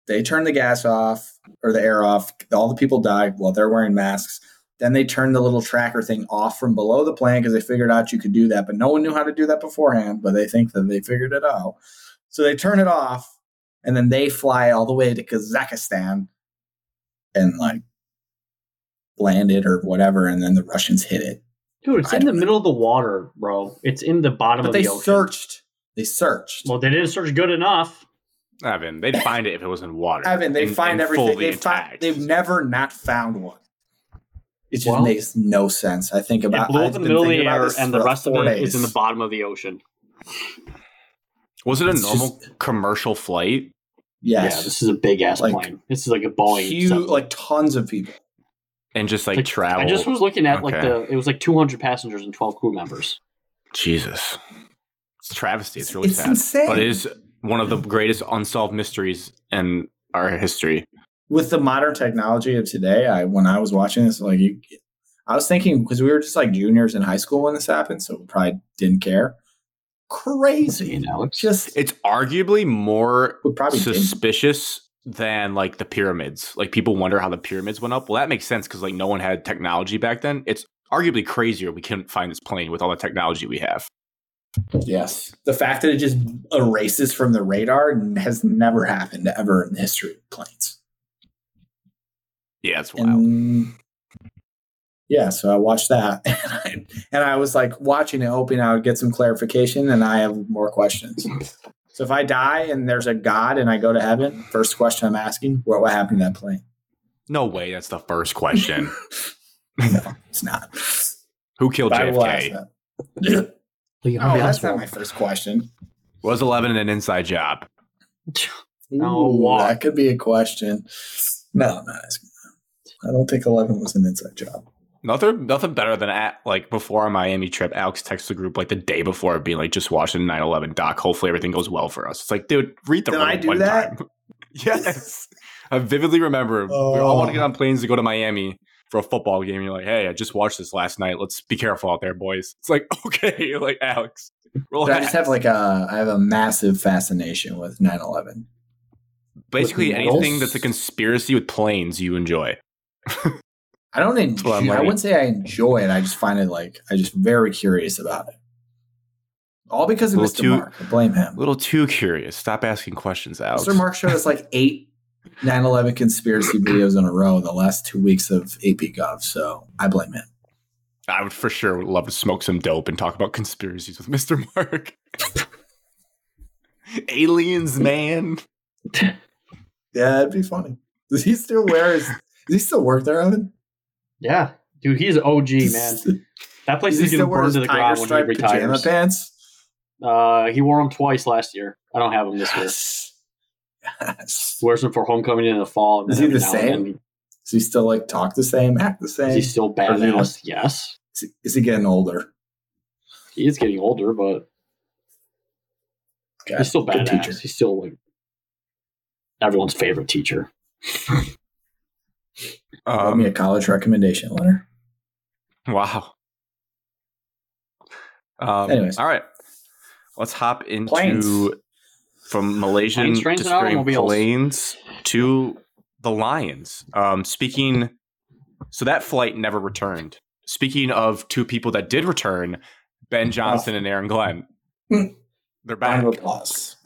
C: they turn the gas off or the air off. All the people die while they're wearing masks. Then they turn the little tracker thing off from below the plane because they figured out you could do that, but no one knew how to do that beforehand. But they think that they figured it out. So they turn it off and then they fly all the way to Kazakhstan and like land it or whatever. And then the Russians hit it.
B: Dude, it's
C: I
B: in the
C: don't know.
B: middle of the water, bro. It's in the bottom
C: But
B: of
C: they
B: the ocean.
C: searched. They searched.
B: Well, they didn't search good enough.
A: Evan, they'd find it if it was in water.
C: Evan, they
A: and-
C: find
A: and
C: everything.
A: fully
C: They find,
A: intact.
C: they've never not found one. It just
B: Well-
C: makes no sense. I think about
B: it blew
C: I've
B: up in the
C: been
B: middle of the
C: thinking about
B: air,
C: this
B: and
C: for
B: the rest of
C: four
B: it is
C: days.
B: in the bottom of the ocean.
A: was it a
C: It's
A: normal commercial flight?
B: Yeah,
C: Yes,
B: this is a big ass
C: Like,
B: plane. This is like a Boeing.
C: huge,
B: something.
C: like tons of people.
A: And just like,
B: Like,
A: travel.
B: I just was looking at like
A: Okay.
B: the it was like 200 passengers and 12 crew members.
A: Jesus. It's a travesty. It's really
C: It's
A: sad.
C: insane.
A: But it is one of the greatest unsolved mysteries in our history.
C: with the modern technology of today, I when I was watching this, like you, I was thinking because we were just like juniors in high school when this happened, so we probably didn't care.
B: You
C: Crazy,
B: know, it's
C: just
A: It's arguably more
C: we probably didn't.
A: suspicious than like the pyramids. Like people wonder how the pyramids went up. Well, that makes sense because like no one had technology back then. It's arguably crazier we couldn't find this plane with all the technology we have.
C: Yes, the fact that it just erases from the radar n- has never happened ever in the history of planes.
A: Yeah, it's wild.
C: And yeah, so I watched that, and I, and I was like watching it, hoping I would get some clarification, and I have more questions. So if I die and there's a God and I go to heaven, first question I'm asking, what, what happened to that plane?
A: no way that's the first question.
C: no, it's not.
A: Who killed
C: But I will ask
A: JFK?
C: that.
B: Leonardo
C: Oh, that's
B: Oswald.
C: not my first question.
A: Was 11 an inside job?
B: No,
C: Ooh,
B: why?
C: that could be a question. No, I'm not asking that. I don't think 11 was an inside job.
A: Nothing, nothing better than at like before our Miami trip. Alex texted the group like the day before, being like, "Just watching 9/11 doc. Hopefully everything goes well for us." It's like, dude, read the
C: Did I
A: room
C: do
A: one
C: that?
A: time. yes, I vividly remember we
C: Oh.
A: all want to get on planes to go to Miami for a football game. You're like, "Hey, I just watched this last night. Let's be careful out there, boys." It's like, okay, like Alex,
C: But I
A: relax.
C: just have like a, I have a massive fascination with 9-11.
A: basically
C: with needles.
A: anything that's a conspiracy with planes you enjoy.
C: I don't enjoy,
A: what I'm
C: I
A: learning.
C: wouldn't say I enjoy it. I just find it like, I just very curious about it. All because of
A: Little
C: Mr.
A: too-
C: Mark. I blame
A: A
C: him.
A: little too curious. Stop asking questions, Alex.
C: Mr. Mark showed us like eight 9 11 conspiracy videos in a row in the last two weeks of AP Gov. So I blame him.
A: I would for sure would love to smoke some dope and talk about conspiracies with Mr. Mark. Aliens, man.
C: Yeah, it'd be funny. Does he still wear his? does he still work there, Evan?
B: Yeah, dude, he's OG man. That place
C: Does he
B: is
C: still
B: getting
C: wear
B: burned
C: his
B: to the
C: tiger
B: ground when he
C: striped pajama
B: retires.
C: pants?
B: Uh, he wore them twice last year. I don't have them this year.
C: Yes. Yes.
B: Wears them for homecoming in the fall. And
C: Is
B: then
C: he the
B: every now and
C: same? Does he still like talk the same, act the
B: then-
C: same?
B: Is he still
C: Or is he
B: badass? Yes,
C: Is he- is he getting older?
B: he is getting older, but
C: Okay.
B: he's still
C: Good
B: badass. He's still like everyone's favorite teacher.
A: Um,
C: Give me a college recommendation letter.
A: Wow. Um,
C: Anyways.
A: all right, let's hop into
C: Planes.
A: from Malaysian
B: Planes, trains, and
A: disappearing
B: automobiles.
A: planes to the Lions. Um, speaking, so that flight never returned. Speaking of two people that did return, Ben Johnson and Aaron Glenn,
C: Hmm.
A: they're back.
C: Round of applause.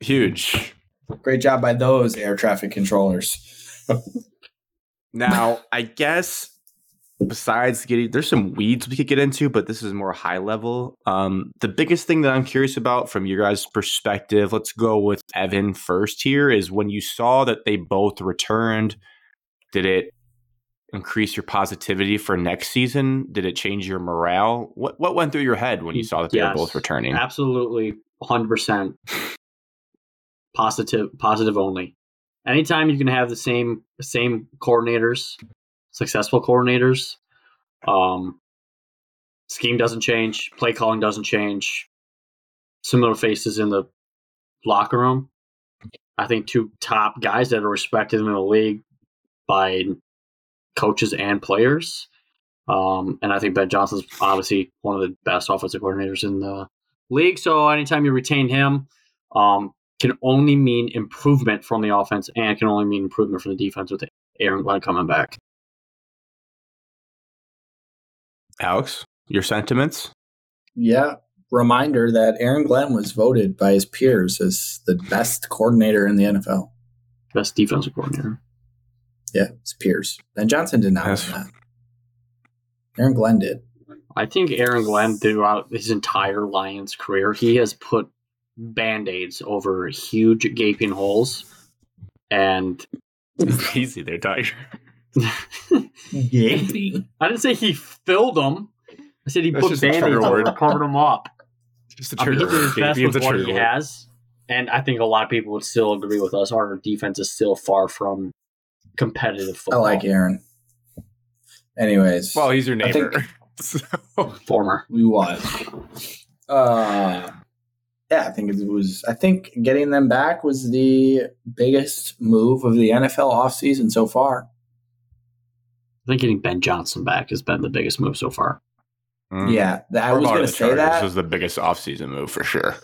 A: Huge.
C: Great job by those air traffic controllers.
A: Now, I guess besides getting there's some weeds we could get into, but this is more high level. Um, the biggest thing that I'm curious about from your guys' perspective, let's go with Evan first here, is when you saw that they both returned, did it increase your positivity for next season? Did it change your morale? What what went through your head when you saw that they
B: Yes.
A: were both returning?
B: Absolutely, hundred percent. Positive, positive only. Anytime you can have the same same coordinators, successful coordinators, um, scheme doesn't change, play calling doesn't change, similar faces in the locker room. I think two top guys that are respected in the league by coaches and players. Um, and I think Ben Johnson's obviously one of the best offensive coordinators in the league. So anytime you retain him, um, can only mean improvement from the offense and can only mean improvement from the defense with Aaron Glenn coming back.
A: Alex, your sentiments?
C: yeah. Reminder that Aaron Glenn was voted by his peers as the best coordinator in the NFL.
B: Best defensive coordinator.
C: Yeah, his peers. Ben Johnson did not win
A: Yes.
C: that. Aaron Glenn did.
B: I think Aaron Glenn throughout his entire Lions career, he has put band-aids over huge gaping holes. And
A: Easy there, Tiger.
C: Gaping.
B: I didn't say he filled them. I said he
A: That's
B: put
A: just a
B: band-aids
A: trigger
B: over,
A: word.
B: covered them up.
A: Just a
B: I mean, he
A: trigger.
B: did his
A: word. Gabe's
B: best
A: a
B: with what
A: trigger
B: he
A: word.
B: has, and I think a lot of people would still agree with us. Our defense is still far from competitive
C: I
B: football.
C: like Aaron. Anyways.
A: Well, he's your
C: I think-
A: neighbor. so.
B: Former.
C: we won. Uh, yeah, I think it was. I think getting them back was the biggest move of the NFL offseason so far.
B: I think getting Ben Johnson back has been the biggest move so far.
A: Mm.
C: Yeah, that, I
A: Or
C: was
A: about
C: going to
A: the
C: say
A: Chargers
C: that.
A: is the biggest offseason move for sure.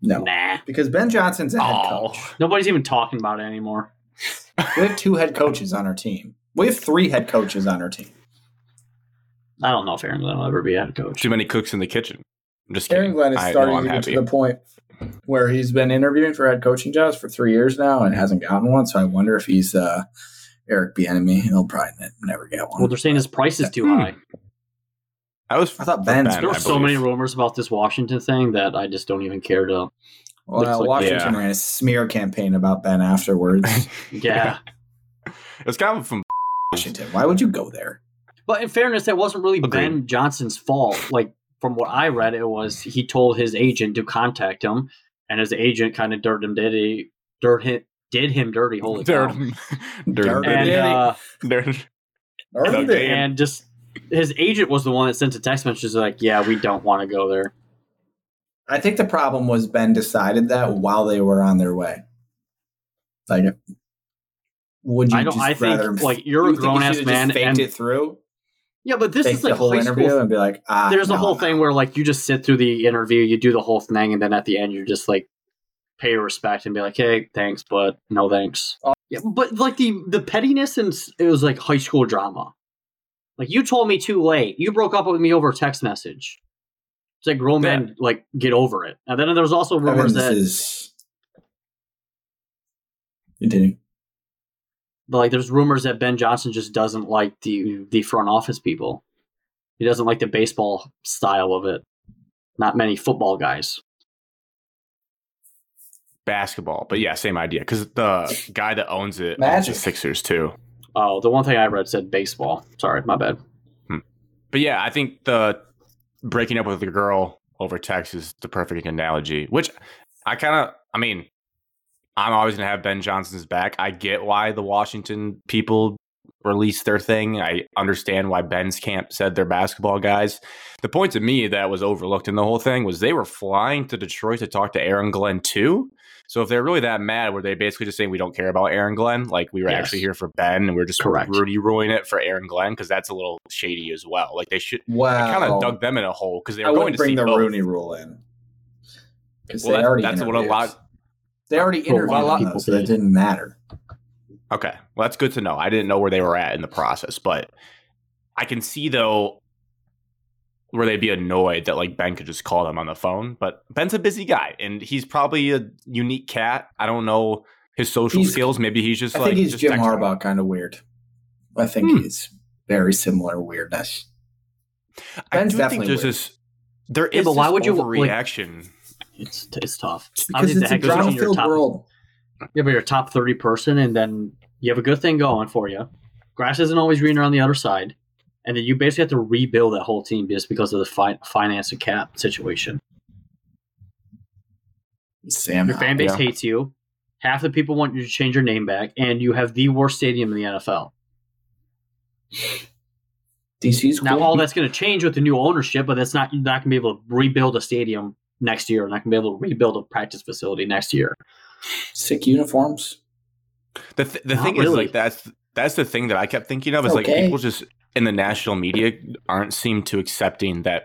C: no,
B: Nah,
C: because Ben Johnson's a head
A: Oh,
C: coach.
B: nobody's even talking about it anymore.
C: We have two head coaches on our team. We have three head coaches on our team.
B: I don't know if Aaron Glenn will ever be a head coach.
A: too many cooks in the kitchen. I'm just kidding.
C: Aaron Glenn
A: I
C: is
A: know
C: starting
A: I'm
C: to get to
A: happy.
C: the point where he's been interviewing for head coaching jobs for three years now and hasn't gotten one. So I wonder if he's uh, Eric Bieniemy. He'll probably ne- never get one.
B: Well, they're saying his price is too
A: Hmm.
B: high.
A: I was.
C: I thought Ben's-
A: for
B: There
A: I
B: were so many
A: believe.
B: rumors about this Washington thing that I just don't even care to.
C: Well,
B: Looks like-
C: Washington
A: Yeah.
C: ran a smear campaign about Ben afterwards.
B: Yeah.
A: It's kind of from.
C: Washington, why would you go there?
B: But in fairness, that wasn't really
A: Agreed.
B: Ben Johnson's fault. Like from what I read, it was he told his agent to contact him, and his agent kind of dirted him dirty, dirt him, did him dirty. Holy
A: Dirt.
B: cow!
A: Dirt.
C: Dirt.
B: And
C: Dirty.
B: uh,
A: Dirt.
C: Or
A: Okay.
C: they-
B: and just his agent was the one that sent a text message like, "Yeah, we don't want to go there."
C: I think the problem was Ben decided that while they were on their way. Like, would you?
B: I don't.
C: just
B: I think
C: rather-
B: like you're
C: You
B: a
C: think you
B: grown ass
C: should've just
B: man,
C: faked
B: and
C: it through.
B: yeah, but this
C: Fake
B: is like
C: the whole
B: high
C: interview
B: school.
C: and be like, ah,
B: There's a
C: no,
B: whole
C: no.
B: thing where like you just sit through the interview, you do the whole thing, and then at the end you're just like pay respect and be like, "Hey, thanks, but no thanks."
C: Oh.
B: Yeah, but like the the pettiness and s- it was like high school drama. Like you told me too late. You broke up with me over a text message. It's like grown
A: Yeah.
B: men like get over it. And then there was also
C: I mean,
B: rumors
C: this
B: that
C: is. Continue.
B: but like there's rumors that Ben Johnson just doesn't like the the front office people. He doesn't like the baseball style of it. Not many football guys.
A: basketball. But yeah, same idea because the guy that owns it owns the
C: Magic.
A: Sixers too.
B: Oh, the one thing I read said baseball. Sorry, my bad.
A: But yeah, I think the breaking up with the girl over text is the perfect analogy. Which I kind of, I mean, I'm always gonna have Ben Johnson's back. I get why the Washington people released their thing. I understand why Ben's camp said they're basketball guys. The point to me that was overlooked in the whole thing was they were flying to Detroit to talk to Aaron Glenn too. So if they're really that mad, were they basically just saying we don't care about Aaron Glenn? Like we were
B: Yes.
A: actually here for Ben and we are just
B: Correct.
A: Rudy ruin it for Aaron Glenn because that's a little shady as well. Like they should
C: Wow.
A: I kind of dug them in a hole because they
C: Uh, oh. I
A: were going
C: wouldn't
A: to
C: bring
A: see
C: the
A: both.
C: Rooney Rule in. 'Cause
A: Well,
C: they
A: that's-
C: already
A: that's what a
C: interviewed.
A: lot-
C: They already
B: Well, a
C: interviewed
A: lot of
C: on
B: people
C: those, so that
B: did.
C: didn't matter.
A: Okay, well that's good to know. I didn't know where they were at in the process, but I can see though where they'd be annoyed that like Ben could just call them on the phone. But Ben's a busy guy, and he's probably a unique cat. I don't know his social
C: He's-
A: skills. Maybe he's just
C: I
A: like
C: think he's
A: just
C: Jim
A: text him.
C: Harbaugh kind of weird. I think
A: Hmm.
C: he's very similar weirdness.
A: I
C: Ben's
A: do think
C: definitely
A: there's
C: weird.
A: this. There is
B: Yeah, but why
A: this
B: would you, like-
A: overreaction.
B: It's it's tough. I
C: Because
B: think
C: it's a
B: the heck is your
C: drama-filled
B: top-
C: world.
B: Yeah, but you're a top thirty person, and then you have a good thing going for you. Grass isn't always greener on the other side, and then you basically have to rebuild that whole team just because of the fi- finance and cap situation.
C: Sam,
B: Your fan base
A: Yeah.
B: hates you. Half the people want you to change your name back, and you have the worst stadium in the NFL.
C: DC's cool.
B: Now, all that's going to change with the new ownership, but that's not you're not going to be able to rebuild a stadium next year. Not going to be able to rebuild a practice facility next year.
C: sick uniforms.
A: The th- the
B: Not
A: thing is
B: really.
A: like that's that's the thing that I kept thinking of
C: It's
A: is like
C: okay.
A: people just in the national media aren't seem to accepting that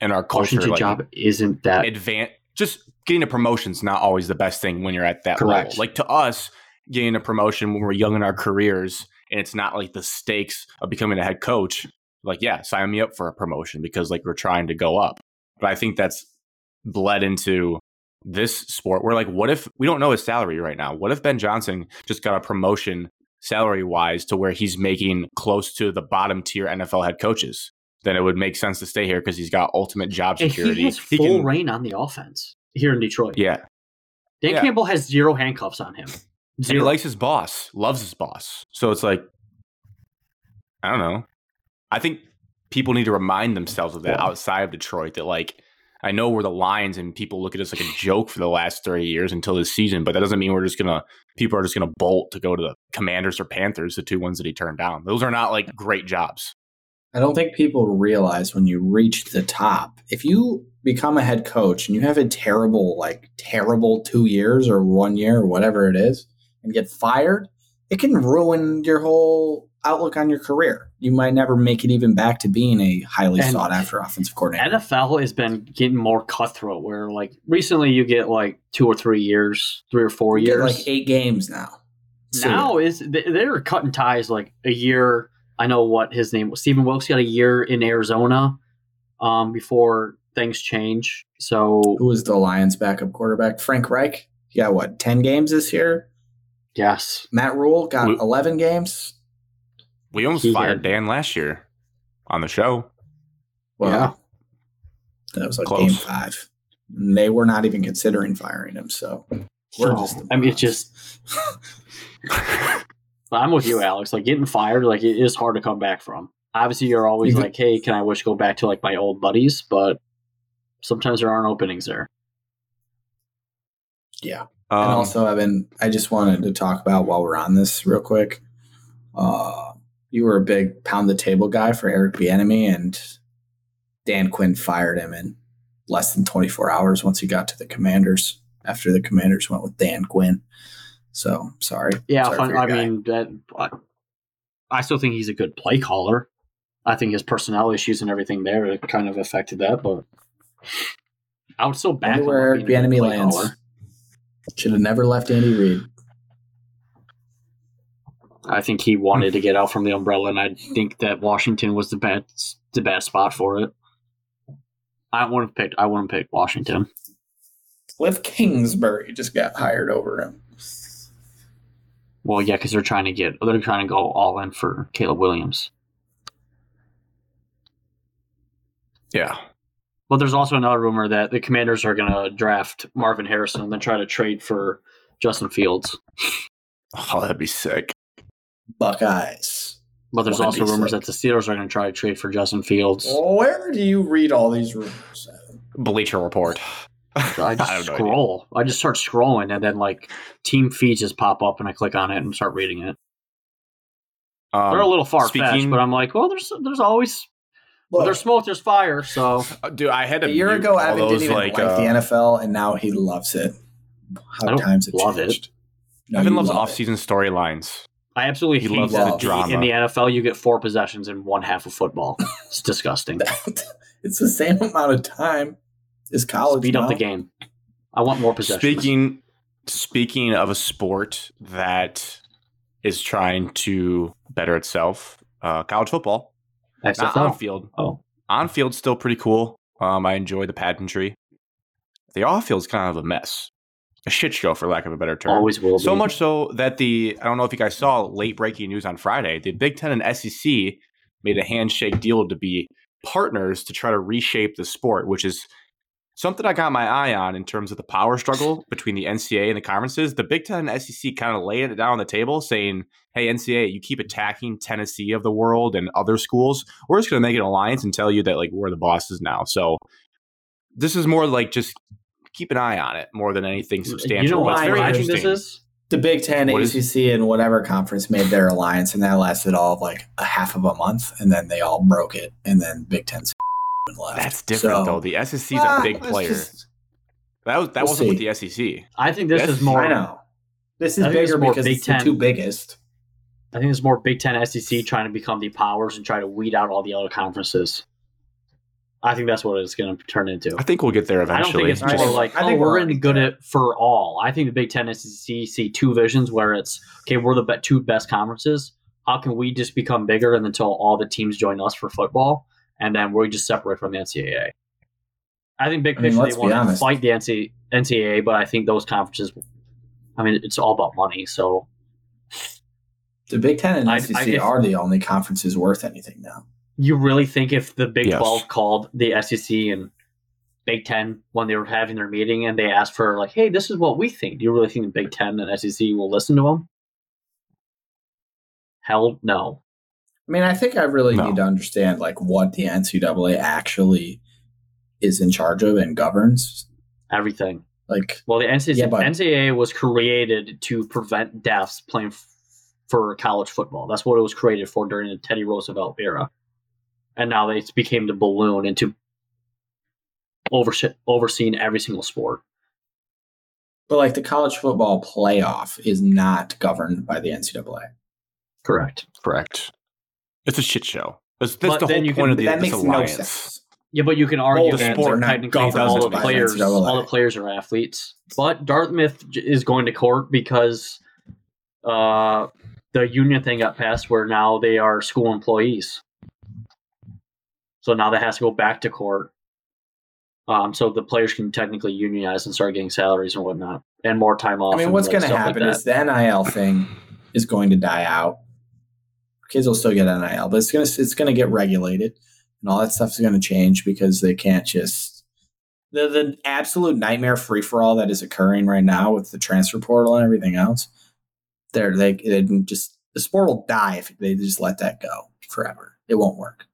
A: in our culture
B: Washington
A: like
B: job isn't that
A: advan just getting a promotion's not always the best thing when you're at that
B: Correct.
A: level. Like to us, getting a promotion when we're young in our careers and it's not like the stakes of becoming a head coach. Like yeah, sign me up for a promotion because like we're trying to go up. But I think that's bled into this sport where like what if we don't know his salary right now what if ben johnson just got a promotion salary wise to where he's making close to the bottom tier nfl head coaches then it would make sense to stay here because he's got ultimate job
B: And
A: security
B: He has
A: He
B: full
A: can-
B: reign on the offense here in Detroit.
A: yeah
B: Dan
A: yeah.
B: Campbell has zero handcuffs on him.
A: and he
B: Zero.
A: likes his boss loves his boss so it's like i don't know i think people need to remind themselves of that
B: Yeah.
A: outside of detroit that like i know we're the lions and people look at us like a joke for the last 30 years until this season but that doesn't mean we're just gonna people are just gonna bolt to go to the commanders or panthers the two ones that he turned down those are not like great jobs
C: I don't think people realize when you reach the top, if you become a head coach and you have a terrible, like terrible two years or one year or whatever it is, and get fired, it can ruin your whole outlook on your career. You might never make it even back to being a highly
B: And-
C: sought after offensive coordinator.
B: NFL has been getting more cutthroat where like recently you get like two or three years, three or four
C: You get
B: years.
C: like eight games now. So-
B: now is they- they're cutting ties like a year. I know what his name was. Stephen Wilkes got a year in Arizona um, before things change. So
C: who was the Lions backup quarterback? Frank Reich. He got what, ten games this year?
B: yes,
C: Matt Rule got
A: Wh-
C: eleven games.
A: we almost
B: He
A: fired
B: had-
A: dan last year on the show
C: Well,
B: Yeah.
C: that was like
A: Close.
C: game five. And they were not even considering firing him. So we're
B: No.
C: just. the
B: I mean, it's
C: Browns.
A: Um,
B: I'm with you, Alex. Like getting fired, like it is hard to come back from. Obviously, you're always
C: Mhm.
B: like, "Hey, can I wish to go back to like my old buddies?" But sometimes there aren't openings there.
C: yeah.
A: um,
C: and also, I've been. I just wanted to talk about while we're on this real quick. Uh, you were a big pound the table guy for Eric Bieniemy, and Dan Quinn fired him in less than 24 hours once he got to the Commanders. After the Commanders went with Dan Quinn, so sorry.
B: Yeah,
C: Sorry for
B: fun,
C: your
B: I
C: guy.
B: mean that. I, I still think he's a good play caller. I think his personnel issues and everything there it kind of affected that, but I would still back
C: Wonder
B: him
C: where
B: on
C: Eric
B: being a good
C: Bieniemy
B: play
C: lands.
B: caller.
C: Should have never left Andy Reid.
B: I think he wanted to get out from the umbrella, and I think that Washington was the bad the bad spot for it. I wouldn't pick. I wouldn't pick Washington.
C: Cliff Kingsbury just got hired over him.
B: Well, yeah, because they're trying to get they're trying to go all in for Caleb Williams.
A: yeah
B: Well, there's also another rumor that the Commanders are going to draft Marvin Harrison and then try to trade for Justin Fields.
A: Oh, that'd be sick.
C: Buckeyes.
B: But there's
C: That'd be
B: also rumors
C: sick.
B: that the Steelers are going to try to trade for Justin Fields.
C: Where do you read all these rumors? at?
A: Bleacher Report.
B: So I just
A: have no idea.
B: scroll. I just start scrolling, and then like team feeds just pop up, and I click on it and start reading it.
A: Um,
B: They're a little far fetched,
A: speaking-
B: but I'm like, well, there's there's always well,
C: Look,
B: there's smoke, there's fire. So
A: Uh, Dude, I had to
C: a year
A: mute
C: ago,
A: all
C: Evan didn't
A: those,
C: even like,
A: like, uh,
C: the NFL, and now he loves it.
B: I
C: How
B: don't
C: times have
B: love it.
C: changed. No,
A: Evan
C: you
A: loves
C: love it.
A: off-season storylines.
B: I absolutely
A: He
B: hate
A: loves
C: the
B: that
A: drama.
B: in the NFL. You get four possessions in one half of football. It's disgusting.
C: it's the same amount of time as college.
B: Speed up the
C: now.
B: game. I want more possessions.
A: Speaking, speaking of a sport that is trying to better itself, uh, college football. Not on
B: XFL.
A: field.
B: Oh,
A: On field's still pretty cool. Um, I enjoy the pageantry. The off field's kind of a mess, a shit show, for lack of a better term.
B: always will.
A: So
B: be.
A: much so that the I don't know if you guys saw late breaking news on Friday, the Big Ten and SEC made a handshake deal to be partners to try to reshape the sport, which is something I got my eye on in terms of the power struggle between the NCAA and the conferences. The Big Ten and SEC kind of laying it down on the table, saying, "Hey, NCAA, you keep attacking Tennessee of the world and other schools. We're just going to make an alliance and tell you that like we're the bosses now." So this is more like just keep an eye on it more than anything substantial.
B: You know
A: But
B: what
A: it's
B: I
A: very
B: imagine this
A: interesting.
B: is?
C: The Big Ten,
A: What is-
C: ACC, and whatever conference made their alliance, and that lasted all of like a half of a month, and then they all broke it, and then Big Ten's left. Ah,
A: That's different though. The SEC's a big player. that was that
C: we'll
A: wasn't
C: see.
A: with the E SEC.
B: I think this
A: Yes,
B: is more.
C: I know. This is
B: I think it's
C: bigger
B: more
C: because
B: Big
C: it's
B: Ten.
C: the two biggest.
B: I think it's more Big Ten SEC trying to become the powers and try to weed out all the other conferences. I think that's what it's going to turn into.
A: I think we'll get there
B: I don't think
A: eventually.
B: it's
C: I
B: more
C: think-
B: like
C: I
B: oh,
C: think
B: we're
C: we're
B: in
C: already
B: good
C: there.
B: at for all. I think the Big Ten SEC see two visions where it's okay, we're the be- two best conferences. How can we just become bigger and until all the teams join us for football, and then we just separate from the NCAA? I think big
C: I mean,
B: picture
C: let's
B: they
C: be
B: want to
C: honest.
B: fight the NC- NCAA, but I think those conferences. I mean, it's all about money, so
C: The Big Ten and
B: I- I
C: SEC
B: guess-
C: are the only conferences worth anything now.
B: You really think if the Big
A: Yes.
B: 12 called the SEC and Big 10 when they were having their meeting and they asked for, like, hey, this is what we think, do you really think the Big 10 and SEC will listen to them? Hell no.
C: I mean, I think I really
A: No.
C: need to understand like what the NCAA actually is in charge of and governs.
B: Everything.
C: Like,
B: Well, the NCAA,
C: Yeah, but-
B: NCAA was created to prevent deaths playing f- for college football. That's what it was created for during the Teddy Roosevelt era. And now they became the balloon into overse- overseeing every single sport.
C: but like the college football playoff is not governed by the NCAA.
B: Correct.
A: correct. It's a shit show. That's, that's
B: But
A: the
B: then
A: whole
B: you
A: point
B: can-
A: of the
C: that
A: this
C: makes
A: alliance.
C: no sense.
B: Yeah, but you can argue
C: All
B: that
A: sports are
C: not
B: technically
C: governed
B: all the
C: by
B: players,
C: NCAA.
B: all the players are athletes. But Dartmouth j- is going to court because uh, the union thing got passed, where now they are school employees. So now that has to go back to court. Um, so the players can technically unionize and start getting salaries and whatnot, and more time off.
C: I mean,
B: and,
C: what's
B: like,
C: going to
B: stuff like
C: happen
B: that.
C: is the NIL thing is going to die out. Kids will still get NIL, but it's going to it's going to get regulated, and all that stuff is going to change because they can't just the the absolute nightmare free for all that is occurring right now with the transfer portal and everything else. They're they they can just the sport will die if they just let that go forever. It won't work.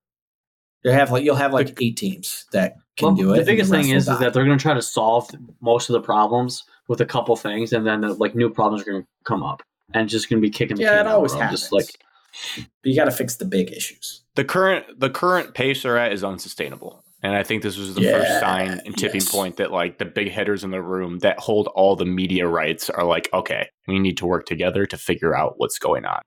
C: You have like you'll have like eight teams that can
B: Well,
C: do it.
B: The
C: and
B: biggest
C: rest
B: thing
C: will
B: is, is
C: die.
B: that they're going to try to solve most of the problems with a couple things, and then uh, like new problems are going to come up, and it's just going to be kicking the
C: yeah,
B: can
C: that
B: down the
C: always
B: road,
C: happens.
B: Just like
C: but you got to fix the big issues.
A: The current the current pace they're at is unsustainable. And I think this was the first
C: Yeah,
A: sign and tipping
C: yes.
A: point that like the big headers in the room that hold all the media rights are like, okay, we need to work together to figure out what's going on.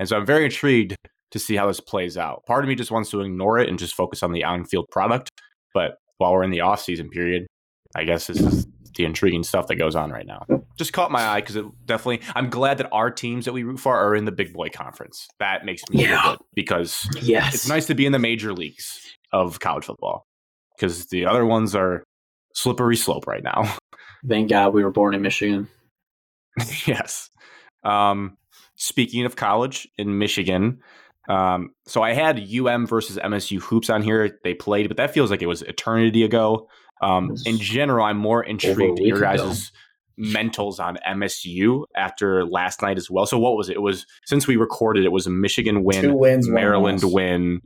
A: And so I'm very intrigued to see how this plays out. Part of me just wants to ignore it and just focus on the on-field product, but while we're in the off-season period, I guess this is the intriguing stuff that goes on right now. Just caught my eye because it definitely. I'm glad that our teams that we root for are in the big boy conference. That makes me feel
B: Yeah.
A: good because
B: yes,
A: it's nice to be in the major leagues of college football because the other ones are slippery slope right now.
B: Thank God we were born in Michigan.
A: yes. Um, speaking of college in Michigan, Um, so I had UM versus MSU hoops on here. They played, but that feels like it was eternity ago. Um, in general, I'm more intrigued at
C: week
A: your guys'
C: ago.
A: mentals on MSU after last night as well. So what was it? It was since we recorded, it was a Michigan win,
C: Two wins, one
A: Maryland
C: loss.
A: win,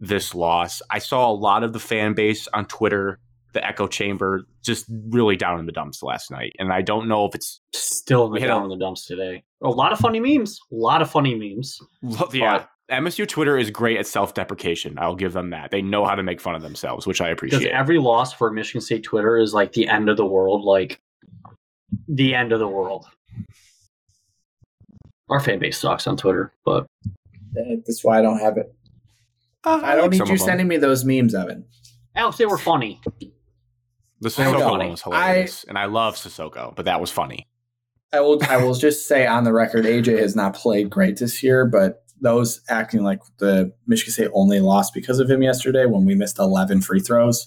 A: this loss. I saw a lot of the fan base on Twitter, the echo chamber, just really down in the dumps last night. And I don't know if it's
B: Still in the
A: We hit
B: down
A: a-
B: in the dumps today. A lot of funny memes. A lot of funny memes.
A: yeah. MSU Twitter is great at self deprecation. I'll give them that. They know how to make fun of themselves, which I
B: Because
A: appreciate.
B: every loss for Michigan State Twitter is like the end of the world. Like the end of the world. Our fan base sucks on Twitter, but
C: Eh, That's why I don't have it.
A: Uh,
C: Oh, I don't
A: like some
C: need you
A: of them.
C: sending me those memes, Evan.
B: Alex, they were funny.
A: The
C: I
A: Sissoko
C: don't.
A: one was hilarious, and I love Sissoko, but that was funny.
C: I will. I will just say on the record, AJ has not played great this year, but those acting like the Michigan State only lost because of him yesterday when we missed eleven free throws,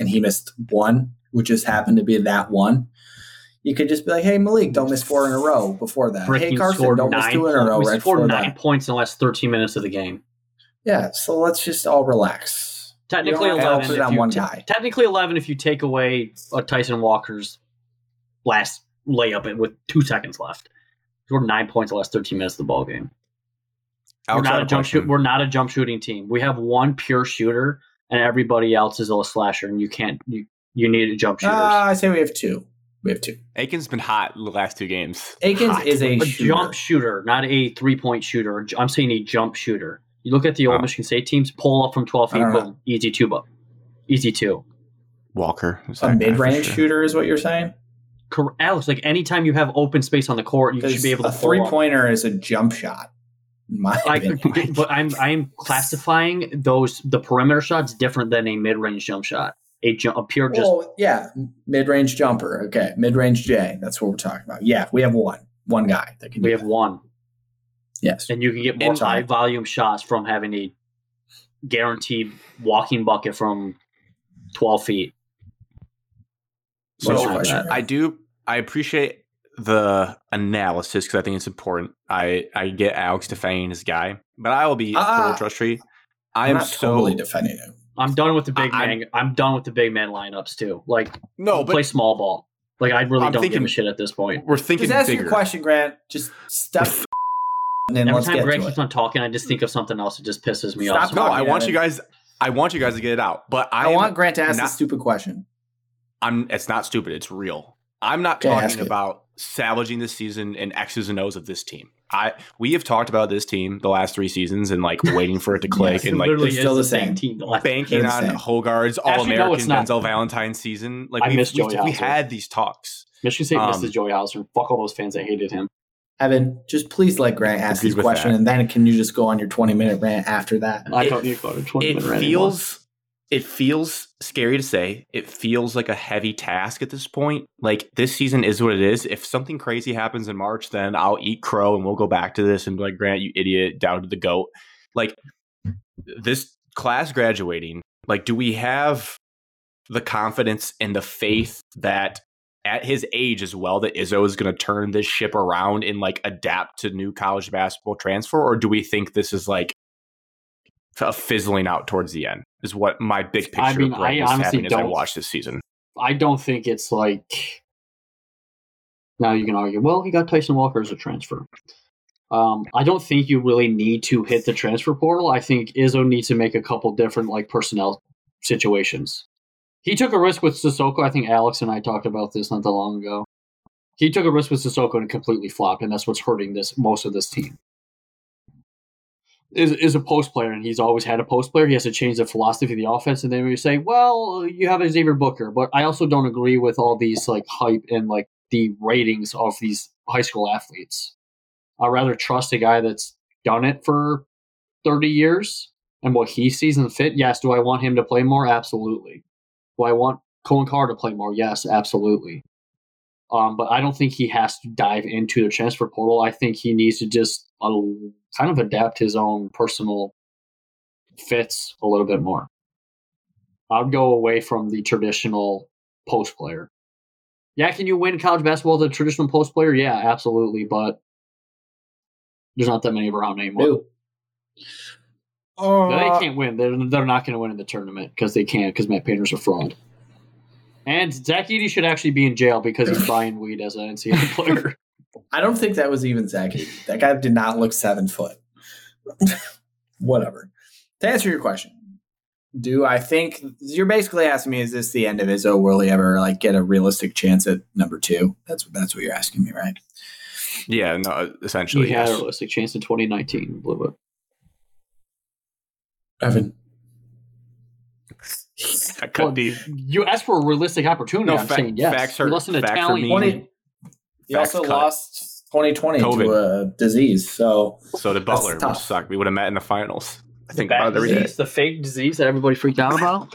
C: and he missed one, which just happened to be that one. You could just be like, "Hey Malik, don't miss four in a row." Before that,
B: Brick,
C: hey
B: you
C: Carson,
B: scored
C: don't miss
B: nine,
C: two in a
B: points-
C: row
B: we
C: right
B: scored
C: before
B: nine
C: that.
B: points in the last 13 minutes of the game.
C: Yeah, so let's just all relax.
B: Technically
C: You don't have to
B: 11
C: put it
B: if
C: on
B: you
C: one
B: ta-
C: guy.
B: technically 11 if you take away uh, Tyson Walker's last layup and with 2 seconds left. We're 9 points in the last 13 minutes of the ball game. We're
A: Outside
B: not a
A: of
B: jump
A: question.
B: shoot, we're not a jump shooting team. We have one pure shooter and everybody else is a slasher and you can't you, you need a jump shooters.
C: Ah, I say we have two. We have two.
A: Aiken's been hot the last two games.
C: Akins
A: Hot.
C: is a,
B: a
C: shooter.
B: jump shooter, not a three-point shooter. J- I'm saying a jump shooter. You look at the old
A: Oh.
B: Michigan State teams, pull up from 12
C: I
B: feet,
C: don't know.
B: boom, easy two, bu- easy two.
A: Walker, is that
C: a
A: guy for
C: mid-range
A: sure?
C: shooter is what you're saying.
B: Cor- Alex, like anytime you have open space on the court, you should be able to
C: a
B: pull
C: three
B: up.
C: pointer is a jump shot. in My
B: I,
C: opinion.
B: but I'm I'm classifying those the perimeter shots different than a mid-range jump shot. A jump, a pure just
C: well, yeah, mid-range jumper. Okay, mid-range J. That's what we're talking about. Yeah, we have one, one guy that can.
B: we
C: do
B: have
C: that.
B: one,
C: yes.
B: and you can get more
C: Inside.
B: high volume shots from having a guaranteed walking bucket from 12 feet.
A: So
C: What's your
B: I-
C: question?
A: I do. I appreciate the analysis because I think it's important. I I get Alex defending his guy, but I will be
C: Ah.
A: total trust tree. I
C: I'm
A: am
C: not
A: so
C: totally defending him.
B: I'm done with the big
A: I-
B: man. I'm done with the big man lineups too. Like
A: no,
B: play
A: but
B: small ball. Like I really
A: I'm
B: don't give
A: thinking-
B: a shit at this point.
A: we're thinking
C: Just ask
A: bigger.
C: your question, Grant. Just stop. and then
B: Every
C: let's
B: time
C: get
B: Greg
C: to it.
B: keeps on talking, I just think of something else. It just pisses me
C: Stop
B: off.
A: No,
C: talking
A: I want
C: at
A: you
C: it.
A: guys. I want you guys to get it out, but I,
C: I
A: am-
C: want Grant to ask
A: not-
C: a stupid question.
A: I'm it's not stupid. It's real. I'm not
C: Yeah, ask
A: talking
C: it.
A: about salvaging this season and X's and O's of this team. I we have talked about this team the last three seasons and like waiting for it to click
C: Yes,
A: and like
B: literally
C: it's
B: is
C: still
B: the
C: the
B: same
C: same.
B: team. though.
A: banking
C: They're the
A: on
C: same.
A: Hogard's All
B: Actually, no,
A: American
B: it's not.
A: Denzel Valentine season. Like
B: I
A: we
B: miss
A: we,
B: Joey
A: we
B: Hauser.
A: had these talks.
B: Michigan State
A: Um,
B: misses Joey Hauser. Fuck all those fans that hated him.
C: Evan, just please let Grant ask
A: Agreed
C: his
A: with
C: question,
A: that.
C: and then can you just go on your 20 minute rant after that?
B: I
A: it-
B: don't need to go to twenty
A: It
B: minute rant
A: feels it feels scary to say. It feels like a heavy task at this point. Like this season is what it is. If something crazy happens in March, then I'll eat crow and we'll go back to this and be like, Grant, you idiot, down to the goat. Like this class graduating, like, do we have the confidence and the faith that at his age as well that Izzo is going to turn this ship around and like adapt to new college basketball transfer or do we think this is like a fizzling out towards the end is what my big picture
B: I mean,
A: of Brent
B: I
A: is
B: honestly
A: having as I
B: don't-
A: watch this season.
B: anymore. I don't think it's like. Now you can argue. Well, he got Tyson Walker as a transfer. Um, I don't think you really need to hit the transfer portal. I think Izzo needs to make a couple different like personnel situations. He took a risk with Sissoko. I think Alex and I talked about this not that long ago. He took a risk with Sissoko and completely flopped, and that's what's hurting this most of this team. Is is a post player, and he's always had a post player. He has to change the philosophy of the offense, and then we say, "Well, you have a Xavier Booker," but I also don't agree with all these like hype and like the ratings of these high school athletes. I rather trust a guy that's done it for 30 years and what he sees in fit. Yes. Do I want him to play more? Absolutely. Do I want Cohen Carr to play more? Yes, absolutely. Um, but I don't think he has to dive into the transfer portal. I think he needs to just uh, kind of adapt his own personal fits a little bit more. I'd go away from the traditional post player. Yeah, can you win college basketball with a traditional post player? Yeah, absolutely. But there's not that many around anymore.
C: No. Oh,
B: they can't win. They're, they're not going to win in the tournament because they can't because Matt Painter's a fraud. And Zach Eady should actually be in jail because he's Brian Weed as an NCAA player.
C: I don't think that was even Zach. Eady. That guy did not look seven foot. Whatever. To answer your question, do I think you're basically asking me? Is this the end of Izzo? Will he ever like get a realistic chance at number two? That's that's what you're asking me, right?
A: Yeah, no,
B: he
A: essentially,
B: had a
A: yes.
B: realistic chance in 2019. Blew it.
C: Evan,
A: I cut deep.
B: You asked for a realistic opportunity.
A: No,
B: I'm
A: fa-
B: saying yes.
A: facts
B: You're
A: are-
B: less an
A: facts are
B: Italian.
A: mean.
C: twenty. He
A: Facts
C: also
A: cut.
C: lost 2020 to
A: COVID.
C: a disease. So
A: So did
C: That's
A: Butler, which
C: tough.
A: sucked. We would have met in the finals. I think
B: the,
A: about
B: bad
A: it every day.
B: disease, the fake disease that everybody freaked out about.